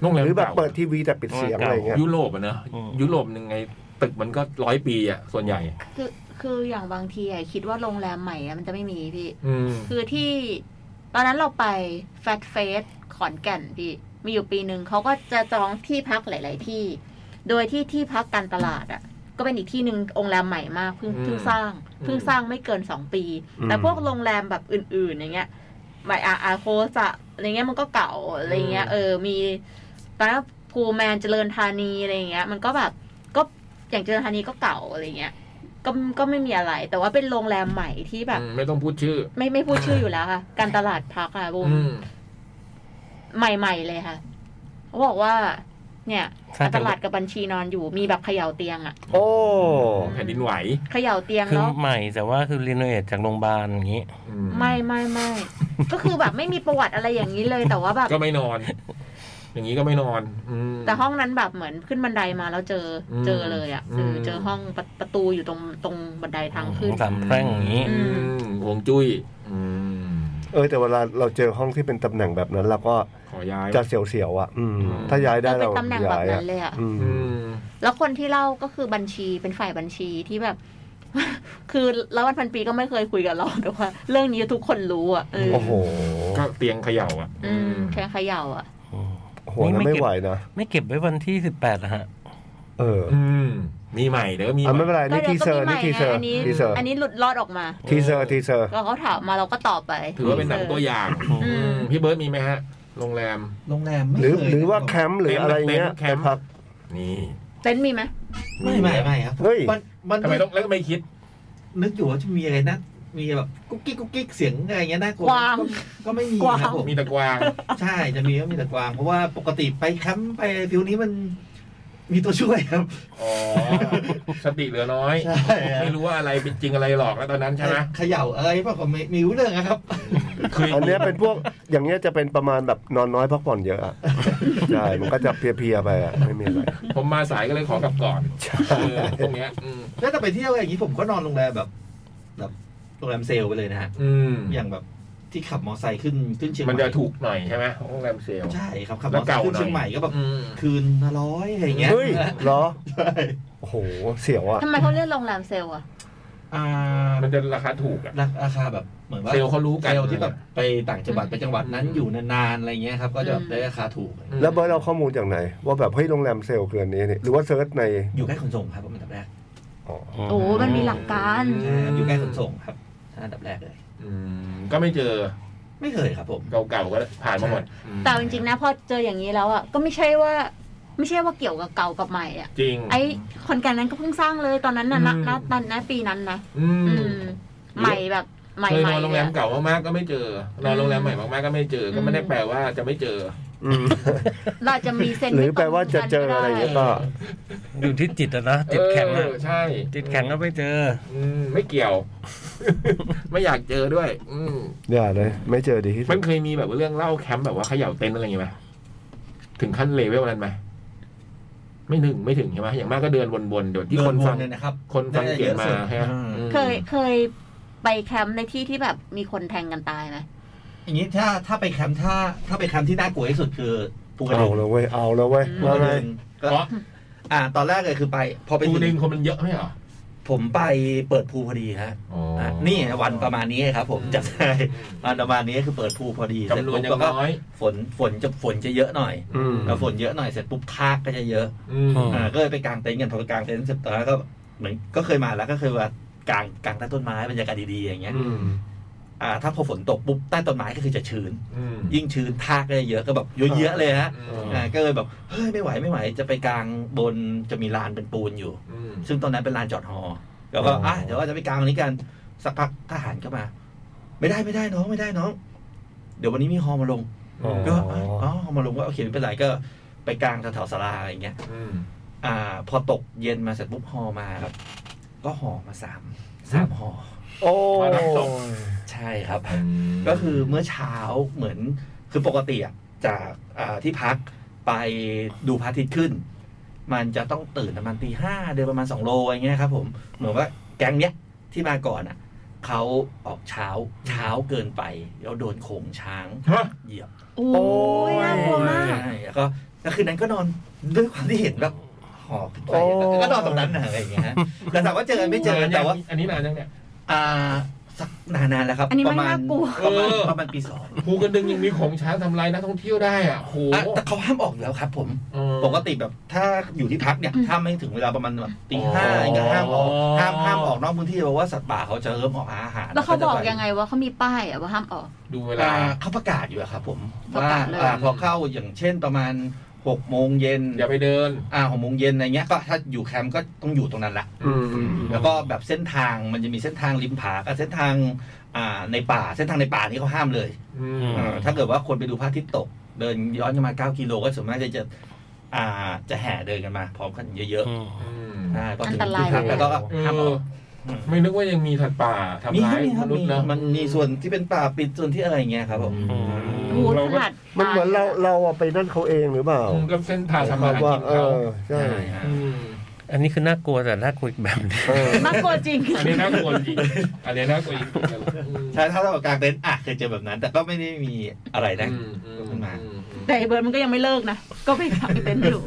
S1: โรงแรม
S2: หรือแบบ
S1: ก่า
S2: เปิดทีวีแต่ปิดเสียงอะไรอย่างเงี้ย
S1: ยุโรปอะเนอะยุโรปยังไง ตึกมันก็ร้อยปีอะส่วนใหญ่
S3: คือคืออย่างบางทีอะคิดว่าโรงแรมใหม่อะมันจะไม่มีพี่
S1: อืม
S3: คือที่ตอนนั้นเราไปแฟตเฟสขอนแก่นพี่มีอยู่ปีหนึ่งเขาก็จะจองที่พักหลาย ๆ ที่ โดยที่ที่พักการตลาดอะ่ะ ก็เป็นอีกที่หนึ่งโรงแรมใหม่มากเพิ่ง
S1: อืม
S3: เพิ่งสร้าง
S1: อืม
S3: เพิ่งสร้างไม่เกินสองปี แต่พวกโรงแรมแบบอื่น ๆ อย่างเงี้ยหมายอาอาโคสะอะไรเงี้ยมันก็เก่าอะไรเงี้ยเออมีตอนนั้นภูแมนเจริญธานีอะไรเงี้ย มันก็แบบก็อย่างเจริญธานีก็เก่าอะไรเงี้ย ก็ก็ไม่มีอะไร แต่ว่าเป็นโรงแรมใหม่ที่แบบ
S1: อืมไม่ต้องพูดชื่อ
S3: ไม่ไม่พูดชื่ออยู่แล้วค่ะ การตลาดพักค่ะบูม
S1: อืม
S3: ใหม่ ๆ เลยค่ะเขาบอกว่า เนี่ยการตลาดกับบัญชีนอนอยู่มีแบบเขย่าเตียงอะ
S2: โอ้
S1: แผ่นดินไหว
S3: เขย่าเตียง
S4: คือ
S3: แล้ว
S4: ใหม่แต่ว่าคือรีโนเวทจากโรงพยาบาลอย่างนี้
S1: อืม
S3: ไม่ไม่ไม่ ก็คือแบบไม่มีประวัติอะไรอย่างนี้เลยแต่ว่าแบบ
S1: ก็ไม่นอน อย่างนี้ก็ไม่นอน อืม
S3: แต่ห้องนั้นแบบเหมือนขึ้นบันไดมาแล้วเจออ
S1: ม
S3: เจอเลยอะ่ะ
S1: อืม
S3: คือเจอห้องประประตูอยู่ตรงตรงบันไดทางขึ้น
S4: สามแพร่งอย่างนี้
S1: อืมห่วงจุ้ย อืม
S2: เออแต่เวลาเราเจอห้องที่เป็นตำแหน่งแบบนั้นเราก็
S1: ขอย้าย
S2: จะเสียวๆอ่ะ อืม
S1: อืม
S2: ถ้าย้ายได้
S3: ก็เป็
S2: เรา
S3: นตำแหน่งแบ
S2: ย้า
S3: บ
S2: ย
S3: นั้
S2: อ่ะ
S3: นเลยอ่ะ
S2: อืม
S1: อืม
S3: แล้วคนที่เล่าก็คือบัญชีเป็นฝ่ายบัญชีที่แบบ คือแล้ววันพันปีก็ไม่เคยคุยกับเราแต่ว่า เรื่องนี้ทุกคนรู้อ่ะเออ
S2: โอ้โห
S1: ก็เตียงเขย่าอ่ะ
S3: อืมแค่เขย่าอ่ะ
S2: โหัวนั้น
S4: นี่ไม่
S2: ไม่
S4: เก็บ
S2: ไหวนะ
S4: ไม่เก็บไว้วันที่สิบแปดนะฮะ
S2: เออ
S1: อืม มีใหม่เดี๋ยวมีให
S2: อ่ะไม่เป็
S1: ม่
S2: นไร
S3: ก็
S2: นี่
S3: เดี๋
S2: ที
S3: ยวก็
S2: เซอ
S3: มี
S2: ร์
S3: ใหม่
S2: นี่ที
S3: ไง
S2: เซอร์
S3: อันนี้
S2: ทีเซอร์
S3: อันนี้หลุดรอดออกมา
S2: ทีเซอร์ทีเซอร์
S3: แล้วเขาถามมาเราก็ตอบไป
S1: ถือว่าเป็นหนังตัวอย่าง
S3: อืม
S1: อืม พี่เบิร์ดมีไหมฮะ โรงแรม
S5: โรงแรมไม่
S2: หรือ
S5: เคย
S2: หรือว่า
S5: นะ
S2: แคมป์หรืออะไรเงี้ย
S1: เต็นท์แคมป์
S2: ไปพัก
S1: นี่
S3: เต็นท์มีไหม
S5: ไม่ไม่ไม่ครับ
S2: เฮ้ย
S5: มันมัน
S1: ทำไมต้องแล้วก็ไม่คิด
S5: นึกอยู่ว่าจะมีอะไรนะ มีแบบกุ๊กกิ๊กกุ๊กกิ๊กเสียงอะไรอย่างเงี้ยน่ากลัว
S3: กวาง
S5: ก็ก็ไม่มี
S3: กวาง
S5: ครับผม
S1: มีแต่กวาง
S5: ใช่จะมีก็มีแต่กวางเพราะว่าปกติไปแคมป์ไปฟิวนี้มันมีตัวช่วยครับ
S1: อ๋อ สติเหลือน้อย
S5: ใช่ครับ
S1: ไม่รู้ว่าอะไรเป็นจริงอะไรหรอกแล้วตอนนั้นใช่ไหม
S5: เขย่าอะไรเปล่ะก็ไม่ไมีเรื่องนะครับ
S1: เคย
S2: อันเนี้ยเป็นพวกอย่างเงี้ยจะเป็นประมาณแบบนอนน้อยพักผ่อนเยอะ อะ ใช่ มันก็จะเพลียๆไปอะไม่มีอะไร
S1: ผมมาสายก็เลยขอกลับก่อนเออพวกเนี้ย อืม
S5: แล้วแต่ไปเที่ยวอะไรอย่างนี้ผมก็นอนโรงแรมแบบ แบบโรงแรมเซลล์ไปเลยนะฮะ
S1: อืม
S5: อย่างแบบที่ขับมอเตอร์ไซค์ขึ้นขึ้นเชียงให
S1: มัน
S5: ม่
S1: จะถูกหน่อยใช่ไหมโรงแรมเซลล์
S5: ใช่ครับขับมอเต
S1: แล้ว
S5: อร์ไซ
S1: เก่า
S5: ค์ขึ้น
S1: หน่
S5: เชี
S1: อย
S5: ยงใหม่ก็แบบ
S1: อืม
S5: คืนละร้อยอะไรอย่างเงี้ย
S2: เฮ้ย
S5: นะ
S2: เหรอ
S5: ใช่
S2: โอ้โห เสียวอะ
S3: ทำไมเขาเรียกโรงแรมเซลล์อ่ะ
S5: อ่า
S1: มันจะราคาถูกอะ
S5: ราคาแบบเหมือนว่า
S1: เซลล์เขารู้กัน
S5: เซลล์ที่แบบไปต่างจังหวัดไปจังหวัดนั้น
S1: อืม
S5: อยู่นานๆอะไรเงี้ยครับก็จะแบบได้ราคาถูกอะไรเงี้ย
S2: แล้วเบิร์ดเราข้อมูลจากไหน ว่าแบบเฮ้ยโรงแรมเซลล์คืออันนี้นี่หรือว่าเซิร์ชใน
S5: อยู่ใกล้ขนส่งครับผมอันดับแรก
S2: อ๋อ
S3: โอ้มันมีหลักการ
S5: ใช่ครับอยู่ใกล้ขนส่งครับอันดับแรกเลย
S1: อืมก็ไม่เจอ
S5: ไม่เคยครับผม
S1: เก่าๆก็ผ่านมาหมด
S3: แต่จริงๆนะพอเจออย่างนี้แล้วอ่ะก็ไม่ใช่ว่า ไม่ใช่ว่าเกี่ยวกับเก่ากับใหม่อ่ะ
S1: จริง
S3: ไอ้คนแก่นนั้นก็เพิ่งสร้างเลยตอนนั้นน่ะณ
S1: อืม
S3: ณณณปีนั้นนะ
S1: อืม
S3: อืม ใหม่แบบใหม่
S1: เคย
S3: ให
S1: น
S3: ม่
S1: อนโรงแรมเก่ามากๆก็ไม่เจอ นอนโรงแรมใหม่มากๆก็ไม่เจอ ก็ไม่ได้แปลว่าจะไม่เจอ
S2: อืม
S3: เราจะมีเซนส์
S2: ห
S3: ไม่
S2: รือแปล
S3: ตง
S2: ว่าจะเจอ
S3: กั
S2: อะ
S3: น
S2: ไร
S3: ก็ด้
S2: เงี้ยก็
S4: อยู่ที่จิตอะนะจิตแข็งอะ
S1: เออใช่
S4: จิตแข็งก็ไม่เจอ
S1: อืมไม่เกี่ยว ไม่อยากเจอด้วย อืม
S2: อย่าเลย ไม่เจอดีที่สุ
S1: มั
S2: ด
S1: นเคยมีแบบว่าเรื่องเล่าแคมป์แบบว่าเขย่าเต็นท์อะไรอย่างเงี้ยไหมถึงขั้นเลเวลนั้นไหมไม่ถึงไม่ถึงใช่ไหมอย่างมากก็เดินวนๆเดี๋ยวที่คนฟัง
S5: เดิวเลยนะครับ
S1: คนฟัง
S5: ได้
S1: เขียนมา
S5: เยอะสุด
S1: ฮะอืม
S3: เคยเคยไปแคมป์ในที่ที่แบบมีคนแทงกันตายไหม
S5: อย่างนี้ถ้าถ้าไปแคมป์ถ้าถ้าไปแคมป์ที่น่ากลัวที่สุดคือภูกระ
S2: เอา
S5: ดึง
S2: แล้วเว้ยเอาแล้วเว้ย
S5: ภู
S2: ว่าก
S5: ระ
S2: ไง
S5: ดึงก็
S1: เพราะ
S5: อ่า ตอนแรกเลยคือไป พอไป
S1: ปู
S5: ถึ
S1: ดึง
S5: ง
S1: คนมันเยอะไหมเหรอ
S5: ผมไปเปิดภูพอดีฮะ
S1: อ๋อ
S5: อ่ะนี่วันประมาณนี้ครับ ผมจำได้วันประมาณนี้คือเปิดภูพอดีเสร็จ
S1: จำนว
S5: ปุ๊
S1: น
S5: บ
S1: ยั
S5: แล้
S1: ง
S5: วก็
S1: น้อย
S5: ฝนฝนจะฝนจะเยอะหน่อย
S2: อืม
S5: แล้วฝนเยอะหน่อยเสร็จปุ๊บภาคก็จะเยอะ
S1: อืม
S5: อ่าก็เลยไปกางเต็นท์กันพอไปกางเต็นท์เสร็จตอนนั้นก็เหมือนก็เคยมาแล้วก็เคยว่ากางกางใต้ต้นไม้บรรยากาศดีๆอย่างเงี้ย
S2: อืม
S5: อ่าถ้าพอฝนตกปุ๊บใต้ต้นไม้ก็คือจะชื้น
S1: อืม
S5: ยิ่งชื้นทากก็จะเยอะก็แบบเยอะๆเลยฮะ
S1: อืม
S5: อ่าก็เลยแบบเฮ้ยไม่ไหวไม่ไหวจะไปกลางบนจะมีลานเป็นปูนอยู่
S1: อืม
S5: ซึ่งตอนนั้นเป็นลานจอดฮอแล้ว
S2: อ๋
S5: ก็
S2: ออ่
S5: อ่ะเดี๋ยวเราจะไปกลางอันนี้กัน สักพักทหารก็มา ไม่ได้ไม่ได้น้องไม่ได้น้อง เดี๋ยววันนี้มีฮอมาลง
S1: อืม
S5: ก็อ๋ออ๋อฮอมาลงก็โอเคไม่เป็นไรก็ไปกลางแถวๆสาราอะไรอย่างเงี้ย
S1: อืม
S5: อ่า พอตกเย็นมาเสร็จปุ๊บฮอมาครับ ก็ฮอมาสามสามฮอ
S2: โอ้
S5: ใช่ครับ ก็คือเมื่อเช้าเหมือนคือปกติอะจากอ่าที่พักไปดูพระอาทิตย์ขึ้น มันจะต้องตื่นประมาณตีห้าเดินประมาณสองโลอย่างเงี้ยครับผมเหมือนว่าแก๊งเนี้ยที่มาก่อนอ่ะเขาออกเช้าเช้าเกินไป แล้วโดนโขงช้าง
S1: ฮะ
S5: เหยียบ
S3: โอ้ยน่ากลัวมาก
S5: ใช่แล้วก็แล้วคืนนั้นก็นอนด้วยความที่เห็นแบบหอบขึ้นไปแล้วก็นอนตรงนั้นน่ะอะไรอย่างเงี้ยฮะแต่ถามว่าเจอกันไม่เจอกันแต่ว่า
S1: อันนี้นานยังเนี่ย
S5: อ่าสักนานๆแล้วครับ
S3: อันนี้
S5: ประ
S3: ไม่
S5: มาณ
S3: น่ากลัว
S5: ประมาณ
S1: เออ
S5: ประมาณปีสอง
S1: ภูกระดึงยังมีของช้างทำลายนักท่องเที่ยวได้อ่ะโห
S5: อ่ะแต่เขาห้ามออกอยู่แล้วครับผม
S1: เออ
S5: ปกติแบบถ้าอยู่ที่พักเนี่ยถ้าไม่ถึงเวลาประมาณแบบตี
S1: อ๋อ
S5: ห้าอย่างเงี้ยห้ามออกห้ามห้ามออกนอกพื้นที่เพราะว่าสัตว์ป่าเขาจะเริ่มออกหาอาหาร
S3: แล้วเขาบอก
S5: จะป
S3: ยังไงว่าเขามีป้ายอะว่าห้ามออก
S1: ดูเวลา
S5: อ่าเขาประกาศอยู่อะครับผม
S3: ป
S5: ว่าก
S3: ระาศเลย
S5: อ่าพอเข้าอย่างเช่นประมาณหกโมงเย็น
S1: อย่าไปเดิน
S5: อ่าหกโมงเย็นอะไรเงี้ยก็ถ้าอยู่แคมป์ก็ต้องอยู่ตรงนั้นละ
S2: อืมอืม
S5: แล้วก็แบบเส้นทางมันจะมีเส้นทางริมผากับเส้นทางอ่าในป่าเส้นทางในป่านี่เขาห้ามเลย
S1: อืม
S5: เอ่อถ้าเกิดว่าคนไปดูพระอาทิตย์ตก เดินย้อนกันมา 9 กิโลก็ส่วนมากจะจะอ่าจะแห่เดินกันมา พร้อมกันเยอะ
S4: อืม
S5: ๆใช่พอถึง
S3: อันตราย
S5: ที่พักแล้วก็
S1: เอ
S5: ห้ามอ
S1: อ
S5: อก
S1: ไม่นึกว่ายังมีสัตว์ป่าทำ
S5: มี
S1: ร้า
S5: ครั
S1: ย
S5: บมี
S1: ม
S5: ครับ
S1: นุษ
S5: มี
S1: ย์เนอะ
S5: มันมีส่วนที่เป็นป่าปิดส่วนที่อะไรอย่างเงี้ยครับผม
S4: อืม
S3: โอ้
S1: เรา
S3: ข
S1: ก็
S3: นาด
S2: มันเหมือนเราเราอะไปนั่นเขาเองหรือเปล่า
S1: อืมก็เส้นทางทำมาหา
S2: ว่า
S1: กิน
S2: เอ
S1: เขา
S2: อใช่
S5: ใช่ฮะ
S1: อืม
S4: อันนี้คือน่ากลัวแต่น่ากลัวอีกแบบหนึง
S2: เออ
S3: มากกลัวจริง
S1: อันนี้น่ากลัวจริงอันนี้น่ากลัวจริงอืม
S5: ใช่ถ้าเรากลางเต็นท์อ่ะเคยเจอแบบนั้น แต่ก็ไม่ได้มีอะไรนะ
S1: อืมอืมอืม
S3: แต่ไอ้เบิร์ดมันก็ยังไม่เลิกนะ ก็ไปขังเต็นท์อยู่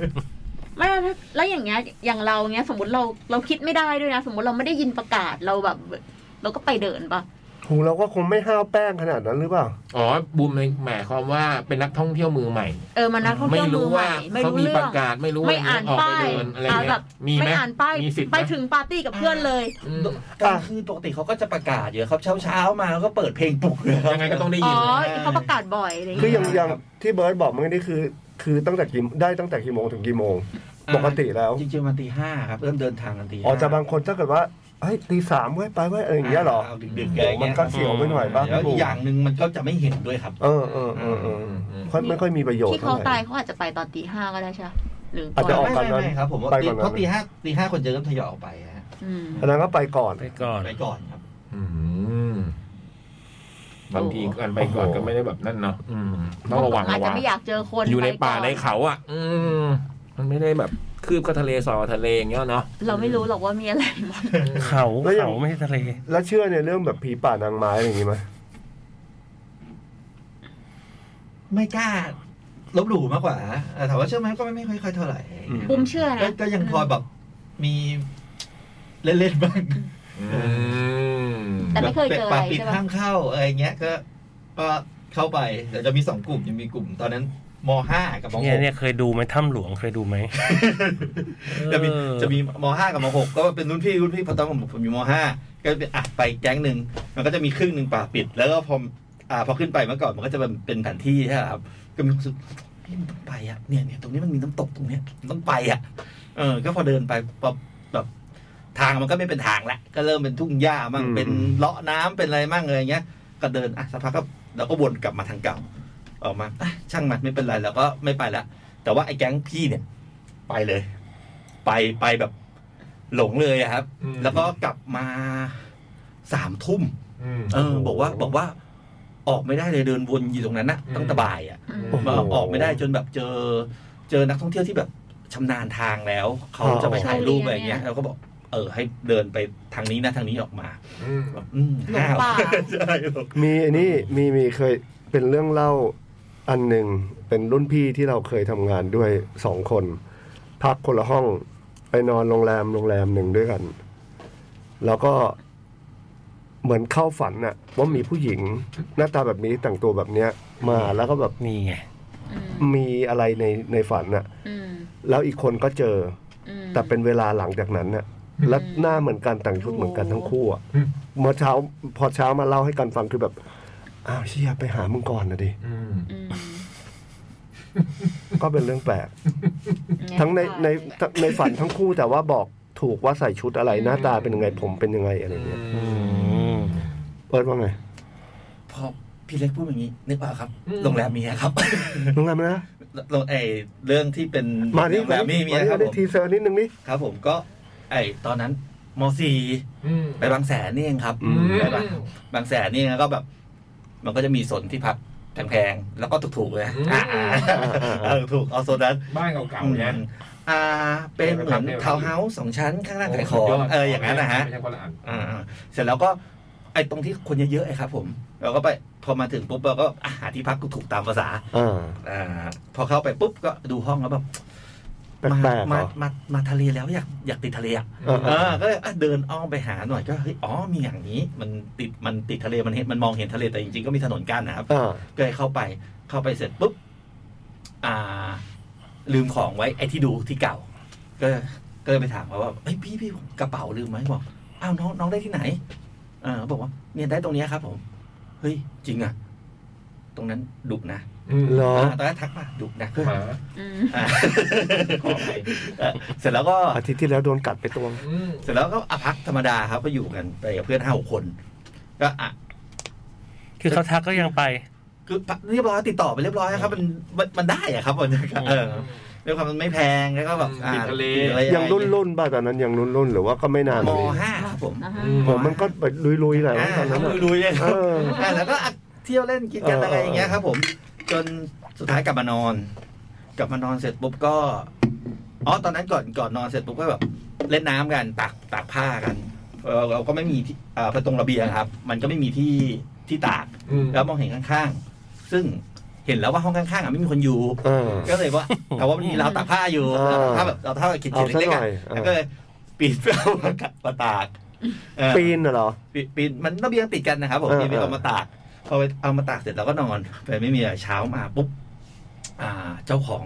S3: ไม่แล้วแล้วอย่างเงี้ย อย่างเราเงี้ย สมมติเราเราคิดไม่ได้ด้วยนะ สมมติเราไม่ได้ยินประกาศเราแบบ เราก็ไปเดินปะ
S2: ของเราก็คงไม่ห้าวแป้งขนาดนั้นหรือเปล่า
S1: อ๋อบูมเลยหมายความว่าเป็นนักท่องเที่ยวมือใหม่
S3: เออมันนักท่อง
S1: ไม่
S3: เที่ยวมื
S1: รู้
S3: อให
S1: ว่า
S3: ม่ไม่
S1: เขา
S3: รู้
S1: มี
S3: เรื่
S1: ป
S3: อ
S1: ระ
S3: ง
S1: กาศไม่รู้
S3: ไม่
S1: ว่
S3: อ่าน
S1: ออก
S3: ป้า
S1: ไป
S3: ย
S1: เดินอะไร
S3: อ่า
S1: เงี้
S3: แบ
S1: ย
S3: บ
S1: มีไหม
S3: ไม่อ่านป้าย
S1: มีสิทธิ์หม
S3: ไปถึงปาร์ตี้กับเพื่อนเลย
S1: อืม
S5: กลางคืนปกติเขาก็จะประกาศเยอะครับเช้าๆมาแล้วก็เปิดเพลงปลุกเลยครับ
S1: ยังไงก็ต้องได้
S3: อ๋
S1: ยิ
S3: อน เขาประกาศบ่อยอะไรอย่าง
S2: คือ
S3: เงี้ย
S2: อย่างอย่าง
S5: ครับ
S2: ที่เบิร์ดบอกเมื่อกี้นี่คือ คือตั้งแต่กี่ได้ตั้งแต่กี่โมงถึงกี่โมง ปกติแล้ว
S5: จริงๆมันตีห้าครับเริ่มเดินทางกันตีห้
S2: อ๋อจะบางคนถ้าเกิดว่าเฮ้ยตีสามเว้ยไปเว้ยอะไรอย่างเงี้ยเหรอ
S5: าดึกๆอะไรอย่าง
S2: มั
S5: เงี้
S2: น
S5: ย
S2: ก็เสียวไปหน่อยป่ะ
S5: แล้วอีกอย่างหนึ่งมันก็จะไม่เห็นด้วยครับ
S2: เออเออเออเออ
S1: อืม
S2: ค่อยไม่ค่อยมีประโยชน์
S3: ที่เขา
S2: ท่
S3: ตาย
S2: ไหร่
S3: เขาอาจจะไปตอนตีห้าก็ได้ใช่ปะหรือ
S2: อาจจะออก
S5: ไม่
S2: ก่น
S5: ไม่
S2: นั้น
S5: ไม่ครับผมว่า
S2: ไป
S5: ตี
S2: ก่อนนั้น
S5: เพราะตีห้าตีห้าคนจะเริ่มทยอยออกไปฮะ
S3: อืม
S2: อันนั้นก็ไปก่อน
S4: ไปก่อน
S5: ไปก่อนครับ
S1: อืมบางทีการไปก่อนก็ไม่ได้แบบนั่นเนาะอืมต้องระวัง
S3: อา
S1: ระ
S3: จจะ
S1: วัง
S3: ไม่อยากเจอคน
S1: อยู่ใน
S3: ก่
S1: ป่าในเขาอ่ะ อืมมันไม่ได้แบบคืบกับทะเลสอทะเลอย่างเงี้ยเนาะ
S3: เราไม่รู้หรอกว่ามี อะไรบ้าง
S4: เขา
S2: แล้วอย่าง
S4: เขาไม่ใช่ทะเล
S2: แล้วเชื่อในเรื่องแบบผีป่านางไม้อะไรอย่างงี้ไหม
S5: ไม่กล้า ลบหลู่มากกว่าแต่ถามว่าเชื่อไหมก็ไม่ไม่ค่อยค่อยเท่าไหร่
S3: ปุ้มเชื่อ
S5: ก็
S3: นะ
S5: ก็ยังพอแบบมีเล่นๆบ้าง
S1: อืม
S3: แต่ไม่เคยเจอ
S5: ป
S3: อะ
S5: ก
S3: ไร
S5: ปิด
S3: ใช่ปะ
S5: ห้ามเข้าอะไรอย่างเงี้ย ก็ ก็เข้าไปเดี๋ยวจะมีสองกลุ่มจะมีกลุ่มตอนนั้นมห้ากับมห
S4: เนี่ย
S5: ก
S4: เนี่ยเคยดูไหมถ้ำหลวงเคย ดูไหม
S5: จะมี
S4: เออ
S5: จะมีมห้ากับมหกก็เป็นรุ่นพี่รุ่นพี่พอตอนผมผมอยู่มห้าก็เป็นอ่ะไปแก๊งหนึ่งมันก็จะมีครึ่งหนึ่งป่าปิด แล้วก็พออ่าพอขึ้นไปเมื่อก่อนมันก็จะเป็นเป็นแผนที่ใช่ไหมครับ ก็มีความรู้สึกเฮ้ยมันต้องไปอ่ะเนี่ยเนี่ยตรงนี้มันมีน้ำตกตรงเนี้ยมันต้องไปอ่ะ เออ ก็พอเดินไปพอแบบทางมันก็ไม่เป็นทางละก็เริ่มเป็นทุ่งหญ้ามั่งเป็นเลาะน้ำเป็นอะไรมั่งเลยอย่างเงี้ย ก็เดินอ่ะสักพักก็เราก็วนกลับมาทางเก่า ออกมาอ่ะช่างมันไม่เป็นไรเราก็ไม่ไปละแต่ว่าไอ้แก๊งพี่เนี่ย ไปเลย ไปไปแบบ หลงเลยอะครับ แล้วก็กลับมาสามทุ่ม
S1: ม
S5: เออ บอกว่าบอกว่า ออกไม่ได้เลยเดินวนอยู่ตรงนั้นนะตั้งแต่บ่ายอ่ะ
S3: อืม
S2: โโห
S5: มาออกไม่ได้จนแบบเจอ เจอนักท่องเที่ยวที่แบบชำนาญทางแล้ว เขาจะไปถ่ายรูปอะไรอย่างเงี้ยเราก็บอก เออ ให้เดินไปทางนี้นะทางนี้ออกมาแบบอืม
S3: หลง
S5: ห้าว
S3: ป่า
S5: ใช่ครับ
S2: มีไอ้นี่มีมีเคยเป็นเรื่องเล่าอันหนึ่งเป็นรุ่นพี่ที่เราเคยทำงานด้วยสองคน พักคนละห้องไปนอนโรงแรมโรงแรมหนึ่งด้วยกัน แล้วก็เหมือนเข้าฝันน่ะว่ามีผู้หญิงหน้าตาแบบนี้แต่งตัวแบบเนี้ย มาแล้วก็แบบ
S4: นี่ไง
S3: อืม
S2: มีอะไรในในฝันน่ะ
S3: อืม
S2: แล้วอีกคนก็เจอ
S3: อืม
S2: แต่เป็นเวลาหลังจากนั้นน่ะ และหน้าเหมือนกันแต่งชุดเหมือนกันทั้งคู่อ่ะ
S1: อืม
S2: เมื่อเช้าพอเช้ามาเล่าให้กันฟังคือแบบ อ้าวเชียไปหามึงก่อนนะดิ
S1: อืม
S3: อืม
S2: ก็เป็นเรื่องแปลก ทั้งในในในฝันทั้งคู่แต่ว่าบอกถูกว่าใส่ชุดอะไรหน้าตาเป็นยังไงผมเป็นยังไงอะไรเงี้ยเอิร์ดว่าไง
S5: พอพี่เล็กพูดอย่างนี้ นึกว่าครับโรงแรมมีครับ
S2: โรงแรมนะ
S5: โรงไอเรื่องที่เป็น
S2: มาที่
S5: โรงแรมมีมี
S2: มา
S5: ค
S2: ที่
S5: รับ
S2: ได้
S5: ผม
S2: ทีเซอร์นิดนึงนี่
S5: ครับ ผมก็ ไอตอนนั้นมสี่
S1: อืม
S5: ไปบางแสนนี่เองครับ
S2: อืม
S5: ไปบางบางแสนนี่นะก็แบบ มันก็จะมีโซนที่พักแพงๆแล้วก็ถูกๆเลย
S1: อืม
S5: อ่าอ่าเออถูกเอาโซนนั้น
S1: บ้านเก่าๆนะ
S5: อ่า เป็นเหมือน
S1: ไปทำได้ไหม
S5: ทาวน์เฮาส์สองชั้นข้างล่างขายของเอออย่างนั้นนะฮะ
S1: ไม่ใช่คนละอัน
S5: อ่าๆเสร็จแล้วก็ไอ้ตรงที่คนเยอะๆไอ้ครับ ผม เราก็ไปพอมาถึงปุ๊บเราก็อาหาที่พักถูกๆตามภาษา
S2: อ่า
S5: อ่าพอเข้าไปปุ๊บก็ดูห้องแล้วแบบ
S2: แปลกๆ
S5: มา
S2: เหร
S5: มา
S2: อ
S5: มามาทะเลแล้วอยากอยากติดทะเลอ่ะ
S2: อ่า
S5: เออก็เลยอ่ะเดินอ้อมไปหาหน่อยก็เฮ้ยอ๋อมีอย่างนี้มันติดมันติดทะเลมันเห็นมันมองเห็นทะเลแต่จริงๆก็มีถนนกั้นนะครับ
S2: อ่า
S5: ก็เลยเข้าไปเข้าไปเสร็จปุ๊บ อ่า ลืมของไว้ไอ้ที่ดูที่เก่า ก็ก็เลยไปถามเขาว่าเฮ้ยพี่พี่ผมกระเป๋าลืมไหมบอกอ้าวน้องน้องได้ที่ไหนเออเขาบอกว่าเนี่ยได้ตรงเนี้ยครับ ผม เฮ้ยจริงอ่ะ ตรงนั้นดุนะ
S1: อืม
S2: เหรอ
S5: อ่าตอนแรกทักมาดุนะ
S1: หมา
S3: อืม
S5: อ่า
S1: ขอไป
S5: เออเสร็จแล้วก็
S2: อาทิตย์ที่แล้วโดนกัดไปตัวง
S1: อืม
S5: เสร็จแล้วก็อะพักธรรมดาครับ ก็อยู่กันไปกับเพื่อนห้าหกคน ก็อ่ะ
S4: คือเขาทักก็ยังไป
S5: คือเรียบร้อยติดต่อไปเรียบร้อยครับ มันมันมันได้อะครับมันเออด้วยความมันไม่แพงแล้วก็แบบอ่าอะไอะไ
S2: ยังรุ่นรุ่นๆป่ะตอนนั้นยังรุ่นรุ่นๆหรือว่าก็ไม่นาน
S5: ม
S2: เลย
S5: ห้าครับผม
S3: อ่าฮะ
S2: ผมมันก็ไปลุยๆแหละ
S5: อ่า
S2: ตอนนั้น
S5: ทำ
S2: อะ
S5: ลุยๆเลยค
S2: เออ
S5: รับอ่าแล้วก็อ่ะเที่ยวเล่นกินกัน
S2: เอออ
S5: อะไรอย่างเงี้ยครับ ผม จนสุดท้ายกลับมานอน กลับมานอนเสร็จปุ๊บก็อ๋อตอนนั้นก่อนก่อนนอนเสร็จปุ๊บก็แบบเล่นน้ำกันตากตากผ้ากันเราเราก็ไม่มีที่อ่าประตรงระเบียงครับ มันก็ไม่มีที่ที่ตาก
S1: อืม
S5: แล้วมองเห็นข้างๆ ซึ่งเห็นแล้วว่าห้องข้างๆอ่ะไม่มีคนอยู่
S2: เออ
S5: ก็เลยว่า แต่ว่ามันมีราวตากผ้าอยู่
S2: อ่าร
S5: าวตากผ้าแบบราวตากผ้าแบบเขียน
S2: เอา
S5: ๆเล็กๆ
S2: ซะหน่
S5: อ่ะ
S2: อยเออ
S5: แล้วก็เลยปีนเพื่อเอามากับมาตากเออ
S2: ปีนน่ะเหรอ
S5: ปีนปีนมันระเบียงติดกันนะครับผม
S2: เออ
S5: ปีนไป
S2: เออ
S5: เอามาตากพอไปเอามาตากเสร็จเราก็นอนไปไม่มีอะไรเช้ามาปุ๊บอ่า เจ้าของ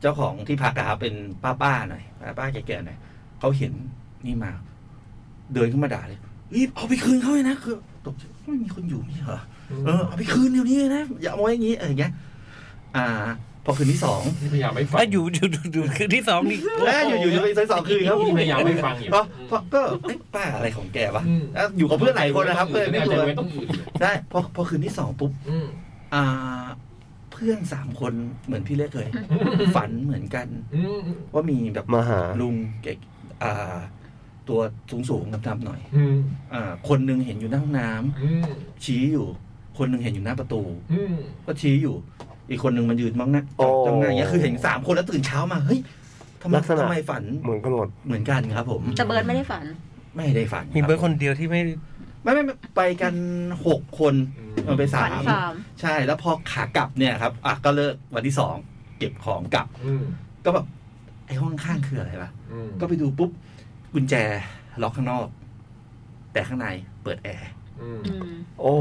S5: เจ้าของที่พักอะครับเป็นป้าป้าๆหน่อยป้าป้าๆแก่ๆหน่อยเขาเห็นนี่มา เดินขึ้นมาด่าเลยรีบเอาไปคืนเขาเลยนะคือตกใจไม่มีคนอยู่ไมีเหรอ เออเอาไปคืนเดี๋ยวนี้เลยนะ อย่าเอาไว้อย่างนี้เอออย่างเงี้ยอ่า พอคืนที่สอง
S1: นี่พยายามไม่ฟัง
S4: อ่ะอยู่อยู่อยู่อยู่คือที่สองนี่
S5: แล้วอยู่อยู่อยู่ไปสองคืนครับ
S1: นี่พยายามไม่ฟังอยู่
S5: เพราะเพราะก็เอ้ยป้าอะไรของแกวะ
S1: อืม
S5: แล้วอยู่กับเพื่อนหลายคนนะครับเพื่อน
S1: เนี่
S5: ไม่
S1: ย
S5: ตั
S1: เจ
S5: ว
S1: อไว้ต้องอื่นอยู่
S5: ได้พอพอคืนที่สองปุ๊บ
S1: อืม
S5: อ่า เพื่อนสามคนเหมือนพี่เล็กเลย ฝันเหมือนกัน
S1: อืม
S5: ว่ามีแบบ
S2: มาหา
S5: ลุงเก๋อ่า ตัวสูงสูงๆดำๆหน่อย
S1: อืม
S5: อ่า คนหนึ่งเห็นอยู่หน้าห้องน้ำ
S1: อืม
S5: ชี้อยู่ คนหนึ่งเห็นอยู่หน้าประตู
S1: อืม
S5: ก็ชี้อยู่ อีกคนหนึ่งมันยืนมองหน้า
S2: โอ้
S5: จ้องหน้าอย่างเงี้ยคือเห็นสามคนแล้วตื่นเช้ามาเฮ้ยทำไม
S2: ลักษณะ
S5: ทำไมฝัน
S2: เหมือนกันหมด
S5: เหมือนกันครับ ผม
S3: แต่เบิร์ดไม่ได้ฝัน
S5: ไม่ได้ฝัน
S4: มีเบิร์ดคนเดียวที่ไม่
S5: ไม่ไม่ไม่ไปกันหกคนมันไปสา
S3: ฝัน
S5: ม
S3: สาม
S5: ใช่แล้วพอขากลับเนี่ยครับอ่ะก็เลิกวันที่สองเก็บของกลับ
S1: อืม
S5: ก็แบบไอ้ห้องข้างคืออะไรวะ
S1: อืม
S5: ก็ไปดูปุ๊บกุญแจล็อกข้างนอก แต่ข้างในเปิดแอร์
S1: อืม
S3: อืม
S2: โอ้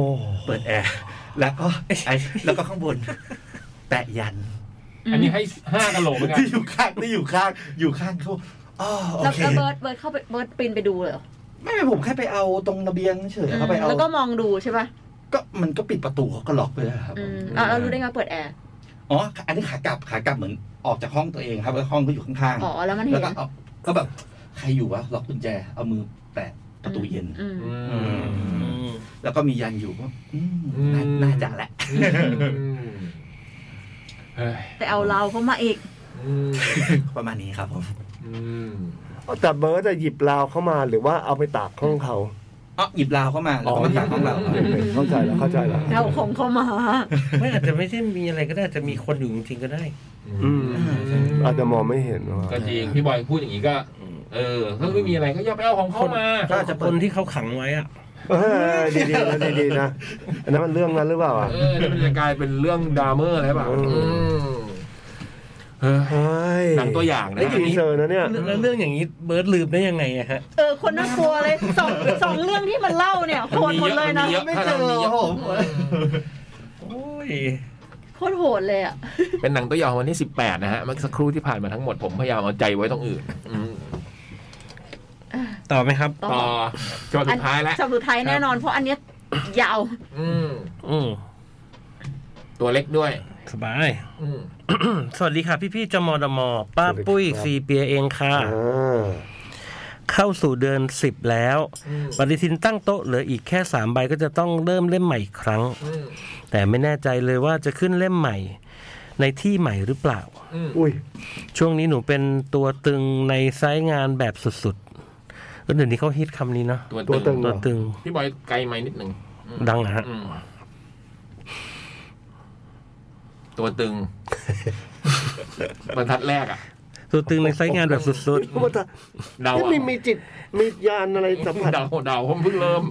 S5: เปิดแอร์แล้วก็ไอ้แล้วก็ข้างบน แปะยัน
S1: อันนี้ให้ห้ากะโหลกเหมือนกัน
S5: ที่อยู่ข้างที่อยู่ข้างอยู่ข้างเขาอ๋อโอ
S3: แล้ว
S5: เค
S3: แล้วเบิร์ดเบิร์ดเข้าไปเบิร์ดปีนไปดูเลยเหรอ
S5: ไม่ไม่ผมแค่ไปเอาตรงระเบียงเฉยๆเขาไปเอา
S3: แล้วก็มองดูใช่ป่ะ
S5: ก็มันก็ปิดประตูเขาก็ล็อกไปแล้วครับ
S3: อืมอ่ะแล้วรู้ได้ไงว่าเปิดแอร์
S5: อ๋ออันนี้ขากลับขากลับเหมือนออกจากห้องตัวเองครับแล้วห้องก็อยู่ข้าง
S3: อ๋อแล้วมัน
S5: ๆ
S3: เห็
S5: แล้
S3: น
S5: วก็เอาก็แบบใครอยู่วะล็อกกุญแจเอามือแตะประตูเย็น
S3: อืม
S1: อืม
S5: แล้วก็มียันอยู่ก็อืม
S1: อืม
S5: น่าน่าจะแหละ
S1: อืมเฮ้ย
S3: ไปเอาเราเข้ามาอีก
S1: อืม
S5: ประมาณนี้ครับผม
S1: อืม
S2: แต่เบิร์ดจะหยิบราวเข้ามาหรือว่าเอาไปตากห้องเขา
S5: อ๋อหยิบราวเข้ามาแล้วก็มาตักของเรา
S2: โอเคเข้าใจแล้วเข้าใจแล้ว
S3: เอาของเข้ามา
S4: ไม่อาจจะไม่ใช่มีอะไรก็ได้อาจจะมีคนอยู่จริงๆก็ได้
S2: อืม อาจจะมองไม่เห็นว่า
S1: ก็จริงพี่บอยพูดอย่างนี้ก็ เออถ้าไม่มีอะไรก็อย่าไปเอาของเข้ามา
S5: ก็อาจจะ
S4: ค
S5: เปิด
S4: นที่เขาขังไว้อะ
S2: เออดีๆนะดีๆนะอันนั้นมันเรื่องนั้นหรือเปล่าอ่ะ
S1: เออนี่มันจะกลายเป็นเรื่องดราม่าอะไรเปล่า
S2: อืม
S1: อืมเฮ้ย
S2: เฮ้ย
S1: หนังตัวอย่างนะ
S2: ได้ทีเซอร์นะเนี่ย
S4: แล้วเรื่องอย่างนี้เบิร์ดลืมได้ยังไงอะฮะ
S3: เออ คนน่ากลัวเลยสองสองเรื่องที่มันเล่าเนี่ยโคตรหมดเลยนะ
S1: เยอะ
S5: ไม่
S1: ถ้า
S5: เจ
S1: เรา
S5: อ
S1: มีเยอะ
S5: ครับผม
S4: โอ้ย
S3: โคตรโหดเลยอ่ะ
S1: เป็นหนังตัวอย่างวันที่สิบแปดนะฮะเมื่อสักครู่ที่ผ่านมาทั้งหมดผมพยายามเอาใจไว้ตรงอื่นอืม
S4: ต่อไหมครับ
S1: ต่อจนสุดท้ายแล้ว
S3: ฉบับสุดท้ายแน่นอน เพราะอันเนี้ยยาว
S1: อืม
S4: อืม
S1: ตัวเล็กด้วย
S4: สบาย
S1: อืม
S4: สวัสดีค่ะ พี่พี่ๆจมอดมอป้า
S2: สวัสดีครับ
S4: ปุ้ยซีเปียเองค่ะ
S2: อ่า
S4: เข้าสู่เดือนสิบแล้ว
S1: อืม
S4: ปฏิทินตั้งโต๊ะเหลืออีกแค่สามใบก็จะต้องเริ่มเล่มใหม่อีกครั้ง
S1: อืม
S4: แต่ไม่แน่ใจเลยว่าจะขึ้นเล่มใหม่ ในที่ใหม่หรือเปล่า
S1: อืม
S2: อุ้ย
S4: ช่วงนี้หนูเป็นตัวตึงในไซต์งานแบบสุดๆแล้วเดี๋ยวนี้เขาฮิตคำนี้เนาะ
S1: ตัว
S2: ตัวตึ
S1: ตึ
S2: ง
S1: ง
S2: เหร
S4: ตัว
S2: อ
S4: ตึง
S1: พี่บอยไกลไหมค์นิดหนึ่งอืม
S4: ดังนะฮะ
S1: อืมตัวตึง บรรทัดแรกอ่ะ
S4: ตัวตึงในไซต์งานแบบสุด
S2: เพราะว่าถ้า
S1: เดาอะ
S2: ไม่มีจิตมีญาณอะไรสัมผัส
S1: เดาเดาผมเพิ่งเริ่ม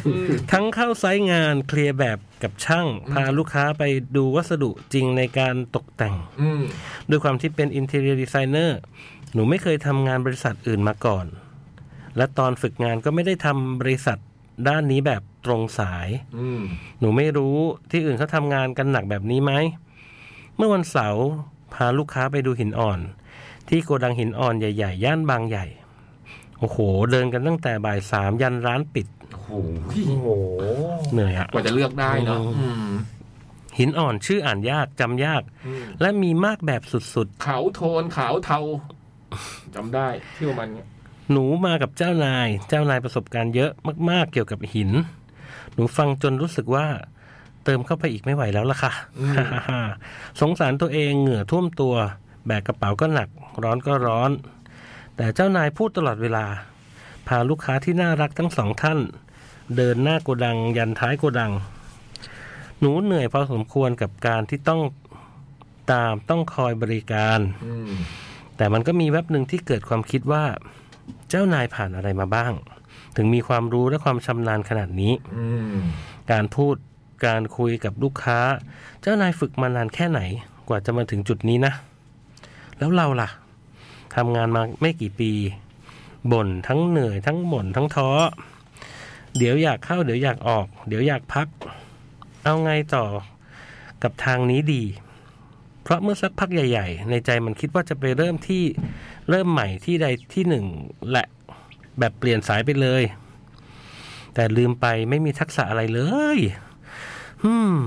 S4: ๆ ทั้งเข้าไซต์งานเคลียร์แบบกับช่าง พาลูกค้าไปดูวัสดุจริงในการตกแต่ง
S1: อืม
S4: ด้วยความที่เป็น interior designer หนูไม่เคยทำงานบริษัทอื่นมาก่อน และตอนฝึกงานก็ไม่ได้ทำบริษัทด้านนี้แบบตรงสาย
S1: อืม
S4: หนูไม่รู้ที่อื่นเขาทำงานกันหนักแบบนี้ไหม เมื่อวันเสาร์พาลูกค้าไปดูหินอ่อน ที่โกดังหินอ่อนใหญ่ ๆ ย่านบางใหญ่ โอ้โห เดินกันตั้งแต่บ่ายสามยันร้านปิด
S1: โอ้โห
S2: โอ้โห
S4: เหนื่อยอะ
S1: กว่าจะเลือกได้เนาะอืม
S4: หินอ่อนชื่ออ่านยากจำยาก
S1: อืม
S4: และมีมากแบบสุด
S1: ขาวโทนขาวเทาจำได้ที่ประมันเนี่ย
S4: ๆ หนูมากับเจ้านาย เจ้านายประสบการณ์เยอะมากๆ เกี่ยวกับหิน หนูฟังจนรู้สึกว่า เติมเข้าไปอีกไม่ไหวแล้วล่ะค่ะ สงสารตัวเองเหงื่อท่วมตัว แบกกระเป๋าก็หนัก ร้อนก็ร้อน แต่เจ้านายพูดตลอดเวลา พาลูกค้าที่น่ารักทั้งสองท่าน เดินหน้าโกดังยันท้ายโกดัง หนูเหนื่อยพอสมควรกับการที่ต้องตามต้องคอยบริการ
S1: อืม
S4: แต่มันก็มีแวบหนึ่งที่เกิดความคิดว่า เจ้านายผ่านอะไรมาบ้าง ถึงมีความรู้และความชำนาญขนาดนี้
S1: อืม
S4: การพูดการคุยกับลูกค้า เจ้านายฝึกมานานแค่ไหนกว่าจะมาถึงจุดนี้นะ แล้วเราล่ะทำงานมาไม่กี่ปีบ่นทั้งเหนื่อยทั้งบ่นทั้งท้อ เดี๋ยวอยากเข้าเดี๋ยวอยากออก เดี๋ยวอยากพัก เอาไงต่อกับทางนี้ดี เพราะเมื่อสักพักใหญ่ ๆ ในใจมันคิดว่าจะไปเริ่มที่เริ่มใหม่ที่ใดที่หนึ่งแหละแบบเปลี่ยนสายไปเลย แต่ลืมไปไม่มีทักษะอะไรเลยฮึม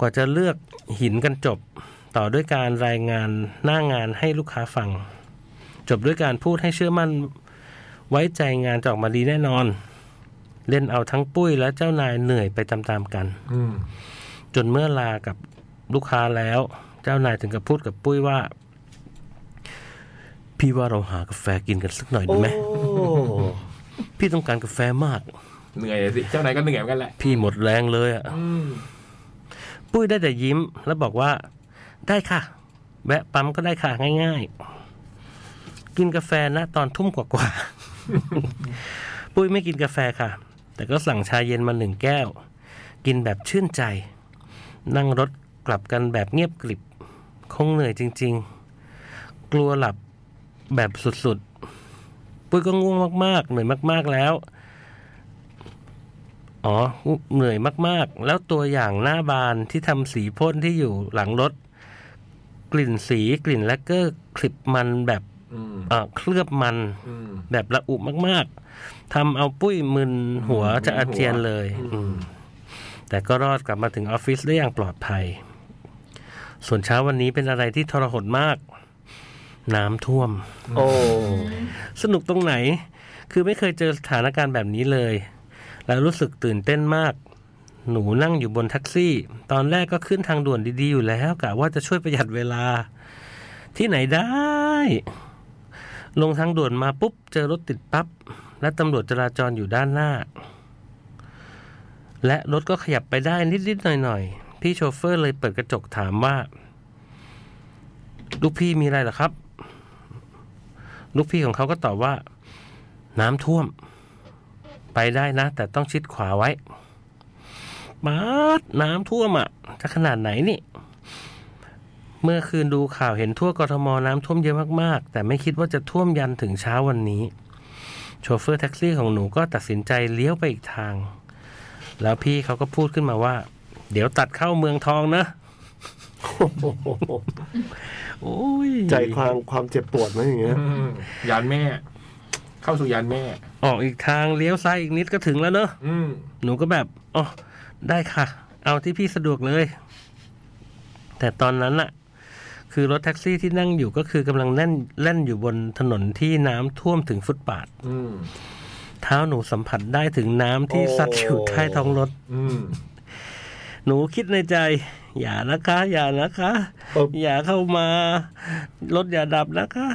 S4: กว่าจะเลือกหินกันจบ ต่อด้วยการรายงานหน้างานให้ลูกค้าฟัง จบด้วยการพูดให้เชื่อมั่น ไว้ใจงานจะออกมาดีแน่นอน เล่นเอาทั้งปุ้ยและเจ้านายเหนื่อยไปตามๆกัน
S1: อืม
S4: จนเมื่อลากับลูกค้าแล้ว เจ้านายถึงกับพูดกับปุ้ยว่า พี่ว่าเราหากาแฟกินกันสักหน่อย
S2: โอ้
S4: ดีไหมพี่ต้องการกาแฟมาก
S1: เหนื่อยสิ เจ้านายก็เหนื่อยเหมือนกันแหละ
S4: พี่หมดแรงเลยอะ
S1: อืม
S4: ปุ้ยได้แต่ยิ้มแล้วบอกว่า ได้ค่ะ แวะปั๊มก็ได้ค่ะง่ายๆ กินกาแฟนะตอนทุ่มกว่าๆ ปุ้ยไม่กินกาแฟค่ะ แต่ก็สั่งชาเย็นมาหนึ่งแก้ว กินแบบชื่นใจ นั่งรถกลับกันแบบเงียบกริบ คงเหนื่อยจริงๆ กลัวหลับแบบสุดๆ ปุ้ยก็ง่วงมากๆ เหนื่อยมากๆแล้ว อ๋อเหนื่อยมากๆ แล้วตัวอย่างหน้าบานที่ทำสีพ่นที่อยู่หลังรถ กลิ่นสีกลิ่นแลกเกอร์คลิปมันแบบ
S1: อืม
S4: เอ่อเคลือบมัน
S1: อืม
S4: แบบละอุมากๆทำเอาปุ้ยมึนหัว
S1: อืม
S4: จะอา
S1: มึนหัว
S4: เจียนเลย อืม แต่ก็รอดกลับมาถึงออฟฟิศได้อย่างปลอดภัย ส่วนเช้าวันนี้เป็นอะไรที่ทรหดมาก น้ำท่วม
S2: โอ้
S4: สนุกตรงไหน คือไม่เคยเจอสถานการณ์แบบนี้เลย แล้วรู้สึกตื่นเต้นมาก หนูนั่งอยู่บนแท็กซี่ ตอนแรกก็ขึ้นทางด่วนดีๆอยู่แล้วกะว่าจะช่วยประหยัดเวลา ที่ไหนได้ ลงทางด่วนมาปุ๊บ เจอรถติดปั๊บ และตำรวจจราจรอยู่ด้านหน้า และรถก็ขยับไปได้นิดๆหน่อยๆ พี่โชเฟอร์เลยเปิดกระจกถามว่า ลูกพี่มีอะไรเหรอครับ ลูกพี่ของเขาก็ตอบว่า น้ำท่วม ไปได้นะ แต่ต้องชิดขวาไว้มาดน้ำท่วมอ่ะ จะขนาดไหนนี่ เมื่อคืนดูข่าวเห็นทั่วกทมน้ำท่วมเยอะมากๆ แต่ไม่คิดว่าจะท่วมยันถึงเช้าวันนี้ โชเฟอร์แท็กซี่ของหนูก็ตัดสินใจเลี้ยวไปอีกทาง แล้วพี่เขาก็พูดขึ้นมาว่า เดี๋ยวตัดเข้าเมืองทองนะโอ้ย
S2: ใจความความเจ็บปวดนะอย่างเงี้ย
S1: อืมยานแม่ เข้าสู่ยานแม่
S4: ออกอีกทางเลี้ยวซ้ายอีกนิดก็ถึงแล้วเนอะ
S1: อืม
S4: หนูก็แบบอ๋อได้ค่ะ เอาที่พี่สะดวกเลย แต่ตอนนั้นอะคือรถแท็กซี่ที่นั่งอยู่ก็คือกำลังแล่นแล่นอยู่บนถนนที่น้ำท่วมถึงฟุตบาท
S1: อืม
S4: เท้าหนูสัมผัสได้ถึงน้ำที่ซัดอยู่ใต้ท้องรถ
S1: อืม
S4: หนูคิดในใจ อย่านะคะ อย่านะคะ
S2: ปึ๊บ
S4: อย่าเข้ามา รถอย่าดับนะคะ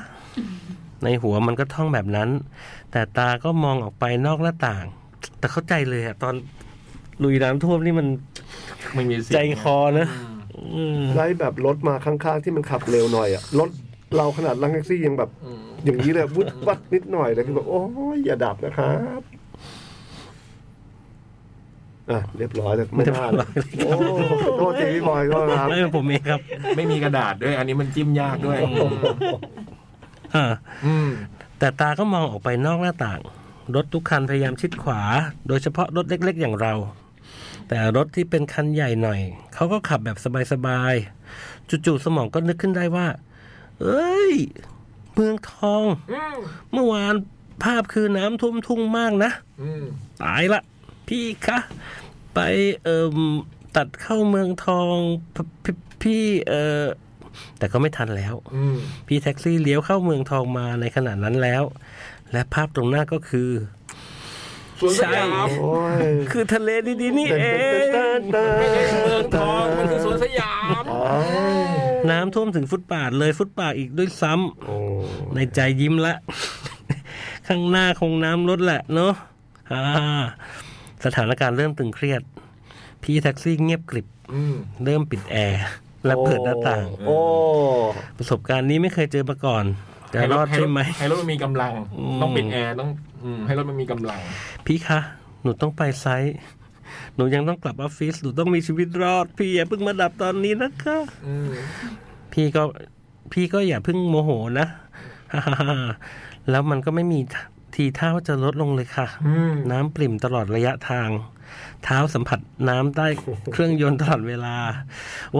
S4: ในหัวมันก็ท่องแบบนั้น แต่ตาก็มองออกไปนอกหน้าต่าง แต่เข้าใจเลยอะตอนลุยน้ำท่วมนี่มัน
S1: ไม่มีเสียง
S4: ใจคอนะ
S1: อืม
S4: อืม
S2: ไล่แบบรถมาข้างๆที่มันขับเร็วหน่อยอะรถเราขนาดลังแท็กซี่ยังแบบ
S1: อืม
S2: อย่างนี้เลยวุดวัดนิดหน่อยเลยคือแบบโอ้ยอย่าดับนะครับอ่ะเรียบร้อยแล้วไม่น่าเลยโอ้ขอโทษทีพี่บอยก็ครับ
S4: ไม่เป็นผมเองครับ
S1: ไม่มีกระดาษด้วย อันนี้มันจิ้มยากด้วย
S4: เออ
S1: อืม
S4: แต่ตาก็มองออกไปนอกหน้าต่าง รถทุกคันพยายามชิดขวา โดยเฉพาะรถเล็ก ๆ อย่างเรา แต่รถที่เป็นคันใหญ่หน่อย เขาก็ขับแบบสบายๆจู่ๆสมองก็นึกขึ้นได้ว่า เอ้ย เมืองทอง
S1: อืม
S4: เมื่อวานภาพคือน้ำท่วมทุ่งมากนะ
S1: อืม
S4: ตายละ พี่คะไปเอ่มตัดเข้าเมืองทองพพพี่เออแต่ก็ไม่ทันแล้ว
S1: อืม
S4: พี่แท็กซี่เลี้ยวเข้าเมืองทองมาในขณะนั้นแล้ว และภาพตรงหน้าก็คือ
S1: สวนสยาม
S2: โอ้ย
S4: คือทะเลดีๆนี่เอ
S2: เต้นเต้
S4: ง
S2: นเต้น
S1: ไม่ใช่
S2: เต้น
S1: เมืองทองมันคือสวนสยาม
S2: อ๋อ
S4: น้ำท่วมถึงฟุตปาดเลยฟุตปาดอีกด้วยซ้
S2: โอ้
S4: ำในใจยิ้มละ ข้างหน้าคงน้ำลดแหละเนาะอ่าสถานการณ์เริ่มตึงเครียด พี่แท็กซี่เงียบกริบ
S1: อืม
S4: เริ่มปิดแอร์ และเปิดหน้าต่าง
S2: โอ้
S4: ประสบการณ์นี้ไม่เคยเจอมาก่อน จะรอดใช่ไหม
S1: ให้รถมันมีกำลัง
S4: อืม
S1: ต้องปิดแอร์ต้องอืมให้รถมันมีกำลัง
S4: พี่คะ หนูต้องไปไซต์หนูยังต้องกลับออฟฟิศหนูต้องมีชีวิตรอด พี่อย่าเพิ่งมาดับตอนนี้นะคะ
S1: อืม
S4: พี่ก็พี่ก็อย่าเพิ่งโมโหนะ แล้วมันก็ไม่มีทีท่าว่าจะลดลงเลยค่ะ
S1: อืม
S4: น้ำปริ่มตลอดระยะทาง เท้าสัมผัสน้ำใต้ เครื่องยนต์ตลอดเวลา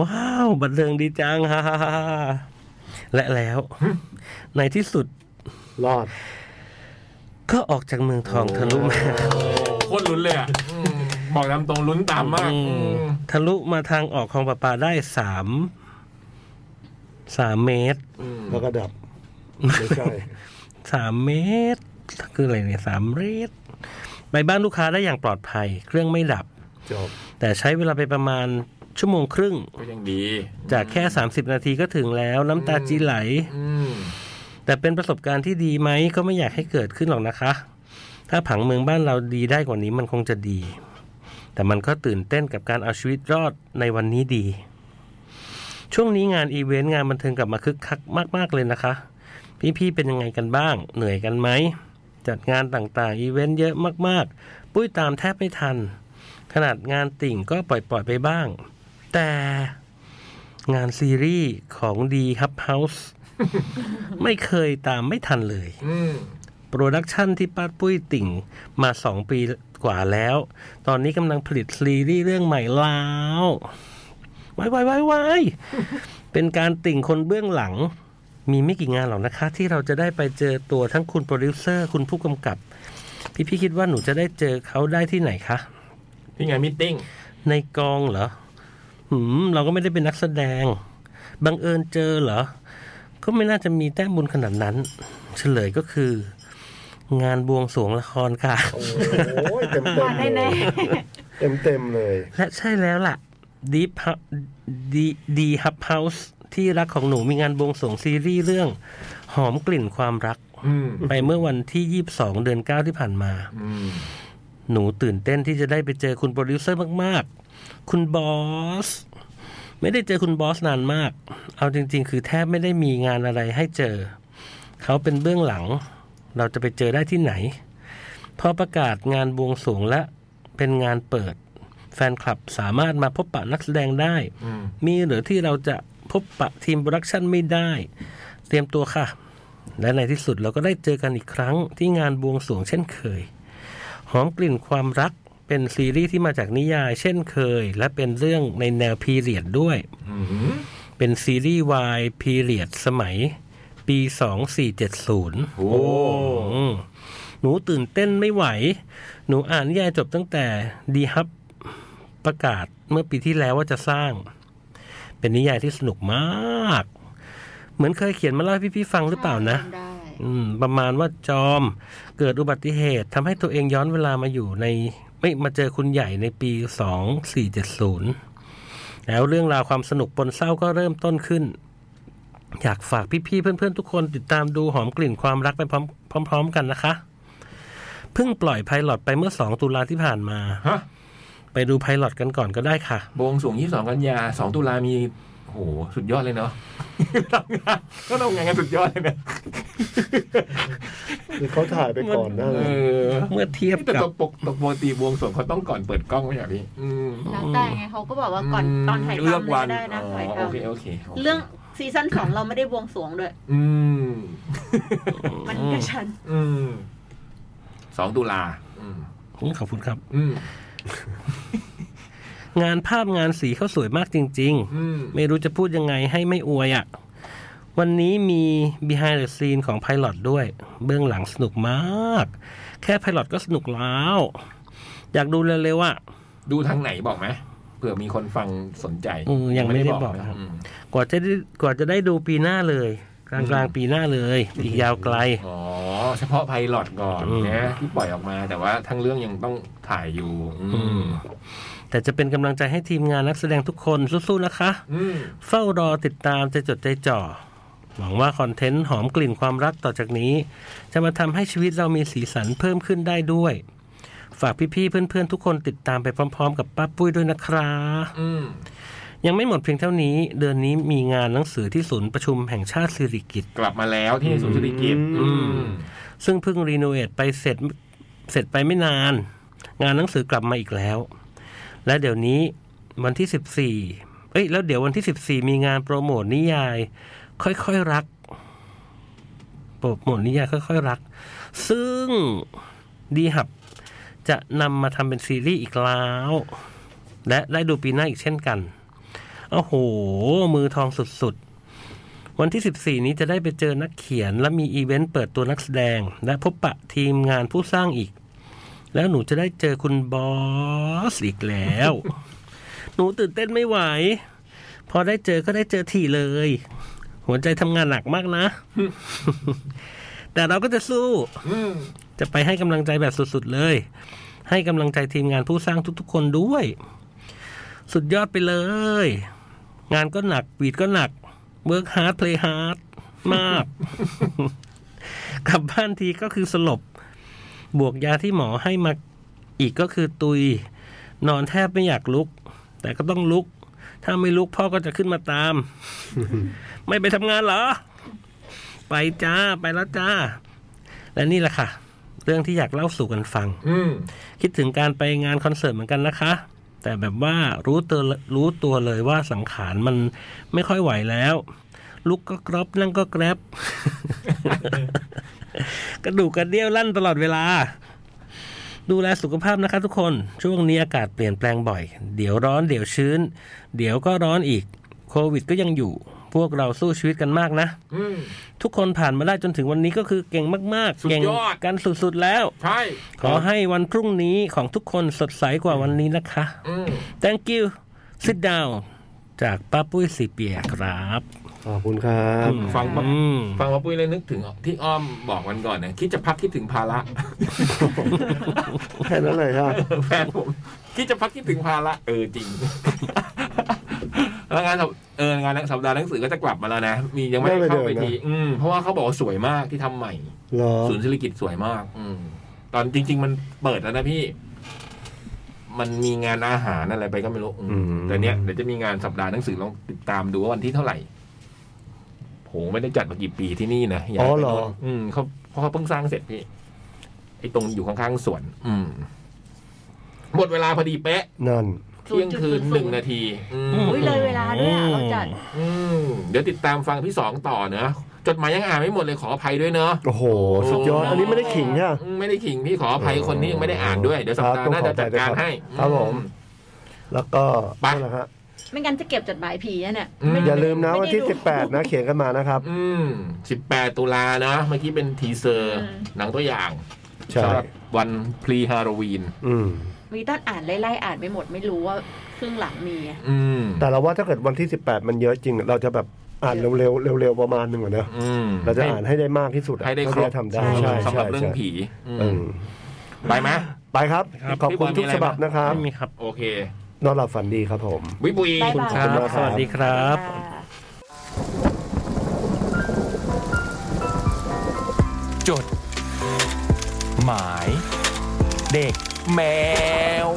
S4: ว้าว บันเทิงดีจัง ฮ่าฮ่าฮ่าฮ่าและแล้ว ในที่สุด
S2: รอด
S4: ก็ออกจากเมืองทองทะลุมา
S1: โคตรลุ้นเลยอ่ะอืมบอกตามตรงลุ้นตามมาก
S4: อื
S1: อื
S4: ม
S1: ม
S4: ทะลุมาทางออกของประปาได้สามสามเมตร
S1: อืม
S2: แล้วก็ดับ ไม่ใช่
S4: สามเมตร คืออะไรเนี่ยสามเมตร ไปบ้านลูกค้าได้อย่างปลอดภัย เครื่องไม่ดับ
S2: จบ
S4: แต่ใช้เวลาไปประมาณชั่วโมงครึ่ง
S1: ก็ยังดี
S4: จากแค่ 30 นาทีก็ถึงแล้วน้ำตาจีไหล
S1: อืม
S4: แต่เป็นประสบการณ์ที่ดีไหมก็ไม่อยากให้เกิดขึ้นหรอกนะคะ ถ้าผังเมืองบ้านเราดีได้กว่านี้มันคงจะดี แต่มันก็ตื่นเต้นกับการเอาชีวิตรอดในวันนี้ดี ช่วงนี้งานอีเวนต์งานบันเทิงกลับมาคึกคักมาก ๆ เลยนะคะ พี่ ๆ เป็นยังไงกันบ้าง เหนื่อยกันไหม จัดงานต่างๆ อีเวนต์เยอะมาก ๆ ปุ้ยตามแทบไม่ทัน ขนาดงานติ่งก็ปล่อย ๆ ไปบ้าง แต่งานซีรีส์ของดีครับเฮาส์ ไม่เคยตามไม่ทันเลย
S1: อืม
S4: โปรดักชันที่ป้าปุ้ยติ่งมาสองปีกว่าแล้ว ตอนนี้กำลังผลิตซีรีส์เรื่องใหม่แล้ววายวายวายวายเป็นการติ่งคนเบื้องหลัง มีไม่กี่งานหรอกนะคะ ที่เราจะได้ไปเจอตัวทั้งคุณโปรดิวเซอร์คุณผู้กำกับ พี่พี่คิดว่าหนูจะได้เจอเขาได้ที่ไหนคะ
S1: ที่ไงมิทติ้ง
S4: ในกองเหรอหืม เราก็ไม่ได้เป็นนักแสดง บังเอิญเจอเหรอ ก็ไม่น่าจะมีแต้มบุญขนาดนั้น เฉลยก็คือ งานบวงสรวงละครค่ะ
S2: โอ้ยเต็มเต็ม
S3: มาแน่
S2: เลยเต็มเต็มเลย
S4: และใช่แล้วล่ะดีดีดีฮับเฮาส์ที่รักของหนูมีงานบวงสรวงซีรีส์เรื่อง หอมกลิ่นความรัก
S1: อืม
S4: ไปเมื่อวันที่ 22 เดือน 9 ที่ผ่านมา
S1: อืม
S4: หนูตื่นเต้นที่จะได้ไปเจอคุณโปรดิวเซอร์มาก ๆ คุณบอส ไม่ได้เจอคุณบอสนานมาก เอาจริง ๆ คือแทบไม่ได้มีงานอะไรให้เจอ เขาเป็นเบื้องหลัง เราจะไปเจอได้ที่ไหน พอประกาศงานบวงสรวงและเป็นงานเปิด แฟนคลับสามารถมาพบปะนักแสดงได้
S1: อืม
S4: มีหรือที่เราจะพบปะทีมโปรดักชันไม่ได้ เตรียมตัวค่ะ และในที่สุดเราก็ได้เจอกันอีกครั้งที่งานบวงสรวงเช่นเคย หอมกลิ่นความรักเป็นซีรีส์ที่มาจากนิยายเช่นเคย และเป็นเรื่องในแนวพีเรียดด้วย
S1: อืม
S4: เป็นซีรีส์วายพีเรียดสมัย ปี 2470
S1: โอ้
S4: อืม หนูตื่นเต้นไม่ไหว หนูอ่านนิยายจบตั้งแต่ดีฮับประกาศเมื่อปีที่แล้วว่าจะสร้าง เป็นนิยายที่สนุกมาก เหมือนเคยเขียนมาเล่าให้พี่ๆฟังหรือเปล่านะ
S3: จำได้
S4: อืมประมาณว่าจอมเกิดอุบัติเหตุทำให้ตัวเองย้อนเวลามาอยู่ใน ไม่มาเจอคุณใหญ่ในปีสองสี่เจ็ดศูนย์แล้วเรื่องราวความสนุกปนเศร้าก็เริ่มต้นขึ้น อยากฝากพี่ๆเพื่อนๆ ทุกคนติดตามดูหอมกลิ่นความรักไปพร้อมพร้อม ๆ กันนะคะ เพิ่งปล่อยไพลอตไปเมื่อสองตุลาที่ผ่านมา
S1: ฮะ
S4: ไปดูไพลอตกันก่อนก็ได้ค่ะ
S1: บวงสรวงยี่สองกันยาสองตุลามีโอ้โหสุดยอดเลยเนาะ ทำงานก็ทำงานกันสุดยอดเลยเนี่ย
S2: คือเขาถ่ายไปก่อนหน้า
S1: เอ
S2: นั้น
S1: อ
S4: เมื่อเทียบ
S1: แต่
S4: กับ
S1: ตกปกตกปกติบวงสรวงเขาต้องก่อนเปิดกล้องไหมอ่ะพี่อืม
S3: แล้วแต่ไงเขาก็บอกว่าก่อนตอนถ่ายทำ
S1: เลือก
S3: เล
S1: วั
S3: ย
S1: น
S3: ได้นะ
S1: อ๋
S3: ถ่าย
S1: อ
S3: ท
S1: โอเคโอเคโค
S3: ำเรื่องซีซั่นสองเราไม่ได้บวงสรวงด้วย
S1: อืม
S3: มันกระชัน
S1: อืมสองตุลาอืม
S4: ขอบคุณครับ
S1: อืม
S4: งานภาพงานสีเขาสวยมากจริง ๆ
S1: อืม
S4: ไม่รู้จะพูดยังไงให้ไม่อวยอะ่ะ วันนี้มี behind the scene ของ Pilot ด้วย เบื้องหลังสนุกมาก แค่ Pilot ก็สนุกแล้ว อยากดูเร็วๆอ่ะ
S1: ดูทางไหนบอกไหมเผื่อมีคนฟังสนใจ
S4: อืมยังไม่ได้บอก
S1: นะ
S4: ครับ
S1: อืม
S4: กว่าจะได้กว่าจะได้ดูปีหน้าเลย กลางกลางๆปีหน้าเลย อีกยาวไกล
S1: อ๋อ เฉพาะไพลอตก่อน
S4: อืม
S1: นะที่ปล่อยออกมาแต่ว่าทั้งเรื่องยังต้องถ่ายอยู่ อืม
S4: แต่จะเป็นกำลังใจให้ทีมงานนักแสดงทุกคนสู้ๆนะคะ
S1: อืม
S4: เฝ้ารอติดตามใจจดใจจ่อ หวังว่าคอนเทนต์หอมกลิ่นความรักต่อจากนี้ จะมาทำให้ชีวิตเรามีสีสันเพิ่มขึ้นได้ด้วย ฝากพี่ๆเพื่อนๆ ทุกคนติดตามไปพร้อมๆ กับป้าปุ้ยด้วยนะครับ
S1: อืม
S4: ยังไม่หมดเพียงเท่านี้ เดือนนี้มีงานหนังสือที่ศูนย์ประชุมแห่งชาติสิริกิติ์
S1: กลับมาแล้วที่ศูนย์เศรษฐกิจ
S2: อืม
S1: อืม
S4: ซึ่งเพิ่งรีโนเวทไปเสร็จเสร็จไปไม่นาน งานหนังสือกลับมาอีกแล้ว และเดี๋ยวนี้วันที่สิบสี่เอ้ยแล้วเดี๋ยววันที่สิบสี่มีงานโปรโมทนิยาย ค่อยๆรักโปรโมทนิยายค่อยๆรัก ซึ่งดีหับจะนำมาทำเป็นซีรีส์อีกแล้ว และได้ดูปีหน้าอีกเช่นกันโอ้โห มือทองสุดๆ วันที่ 14 นี้จะได้ไปเจอนักเขียน และมีอีเวนต์เปิดตัวนักแสดง และพบปะทีมงานผู้สร้างอีก แล้วหนูจะได้เจอคุณบอสอีกแล้ว หนูตื่นเต้นไม่ไหว พอได้เจอก็ได้เจอถี่เลย หัวใจทำงานหนักมากนะ แต่เราก็จะสู้
S1: อืม
S4: จะไปให้กำลังใจแบบสุดๆเลย ให้กำลังใจทีมงานผู้สร้างทุกๆคนด้วย สุดยอดไปเลย งานก็หนักบีดก็หนัก เวิร์กฮาร์ดเพลย์ฮาร์ดมาก กลับบ้านทีก็คือสลบ บวกยาที่หมอให้มาอีกก็คือตุย นอนแทบไม่อยากลุก แต่ก็ต้องลุก ถ้าไม่ลุกพ่อก็จะขึ้นมาตาม ไม่ไปทำงานเหรอ ไปจ้าไปแล้วจ้า และนี่แหละค่ะ เรื่องที่อยากเล่าสู่กันฟัง
S1: อืม
S4: คิดถึงการไปงานคอนเสิร์ตเหมือนกันนะคะ แต่แบบว่ารู้ตัวรู้ตัวเลยว่าสังขารมันไม่ค่อยไหวแล้ว ลุกก็กรอบนั่งก็แกรบ กระดูกกระเดี่ยวลั่นตลอดเวลา ดูแลสุขภาพนะคะทุกคน ช่วงนี้อากาศเปลี่ยนแปลงบ่อย เดี๋ยวร้อนเดี๋ยวชื้น เดี๋ยวก็ร้อนอีก โควิดก็ยังอยู่ พวกเราสู้ชีวิตกันมากนะ
S1: อืม
S4: ทุกคนผ่านมาได้จนถึงวันนี้ก็คือเก่งมาก
S1: สุ
S4: ๆ
S1: ดยอด
S4: เก่งกันสุดๆแล้ว
S1: ใช่
S4: ขอให้วันพรุ่งนี้ของทุกคนสดใสกว่าวันนี้นะคะ
S1: อืม
S4: thank you sit down จากป้าปุ้ยสีเปียครับ
S2: ขอบคุณครับ
S1: ฟังมา
S4: อืม
S1: ฟังมาปุ้ยเลยนึกถึงที่อ้อมบอกวันก่อนเนี่ยคิดจะพักคิดถึงภาระ
S2: แค่นั้นเลยฮะ
S1: แฟนผมคิดจะพักคิดถึงภาระเออจริง แล้วงานสัปเอองานสัปดาห์หนังสือก็จะกลับมาแล้วนะ มียังไม่ได้
S2: ไม่ได้
S1: เข้า
S2: ไป
S1: ไป
S2: เดินนะ
S1: ทีอืมเพราะว่าเขาบอกว่าสวยมากที่ทำใหม่
S2: เหรอ
S1: ศูนย์เศรษฐกิจสวยมาก อืม ตอนจริง ๆ มันเปิดแล้วนะพี่ มันมีงานอาหารอะไรไปก็ไม่รู้อืมแต่เนี้ยเดี๋ยวจะมีงานสัปดาห์หนังสือลองติดตามดูว่าวันที่เท่าไหร่โหไม่ได้จัดมากี่ปีที่นี่นะย้ายไปโน่นอืมเขาเพราะเขาเพิ่งสร้างเสร็จพี่ไอ้ตรงอยู่ข้างๆสวน อืม หมดเวลาพอดีเป๊ะ
S2: นั่น
S1: เที่ยงคืนหนึ่งนาทีอืม
S3: อุ๊ยเลยเวลาด้วยอะเราจัด
S1: อืมเดี๋ยวติดตามฟังพี่สองต่อเนอะจดหมายยังอ่านไม่หมดเลยขออภัยด้วยเนอะ
S2: โอ้โห สุดยอด อันนี้ไม่ได้ขิงฮะ
S1: ไม่ได้ขิงพี่ขออภัยคนที่ยังไม่ได้อ่านด้วย เดี๋ยวสัปดาห์หน้าจะจัดการให้
S2: ครับผม แล้วก็
S1: ไป
S2: นั่นแหละฮะ
S3: ไม่งั้นจะเก็บจดหมายผีนะเนี่ย
S1: อืม
S3: ไ
S2: อย่าลืมนะวันที่
S3: ไได้ดู
S2: 18 นะ เขียนกันมานะครับ
S1: อืมสิบแปดตุลานะ เมื่อกี้เป็นทีเซอร์ หนังตัวอย่าง
S2: ใช่
S1: สำหรับวันพรีฮาโลวีน
S2: อืม
S3: มีตอนอ่านไล่ๆอ่านไม่หมดไม่รู้ว่าครึ่งหลังมีอะ
S1: อืม
S2: แต่เราว่าถ้าเกิดวันที่ 18 มันเยอะจริง เราจะแบบอ่านเร็วๆเร็วๆประมาณหนึ่งก่อนเนอะ
S1: อืม
S2: เราจะอ่านให้ได้มากที่สุดอะ
S1: ให้ได้ครบ
S2: เท่าที่จะทำได้
S1: สำห
S2: ใช่
S1: รับสำห
S2: ใช่
S1: รับเรื่อง
S2: ใช่
S1: ผีอืม
S2: อืม
S1: ไปไหม
S2: ไปครับ
S4: ครับ
S2: ขอบคุณ
S1: พี่บอย
S2: ทุก
S1: มีอะไร
S2: ฉบับนะครับ
S4: ไม่มีครับ
S1: โอเคน
S2: อนหลับฝันดีครับผม
S1: บุยบุย
S3: บ๊าย
S4: คุณ
S3: บาย
S4: ครับ
S2: ขอบคุณมากค
S4: ส
S2: รับ
S4: วัสดีครับ
S3: ะ
S6: จด หมาย เด็กแมว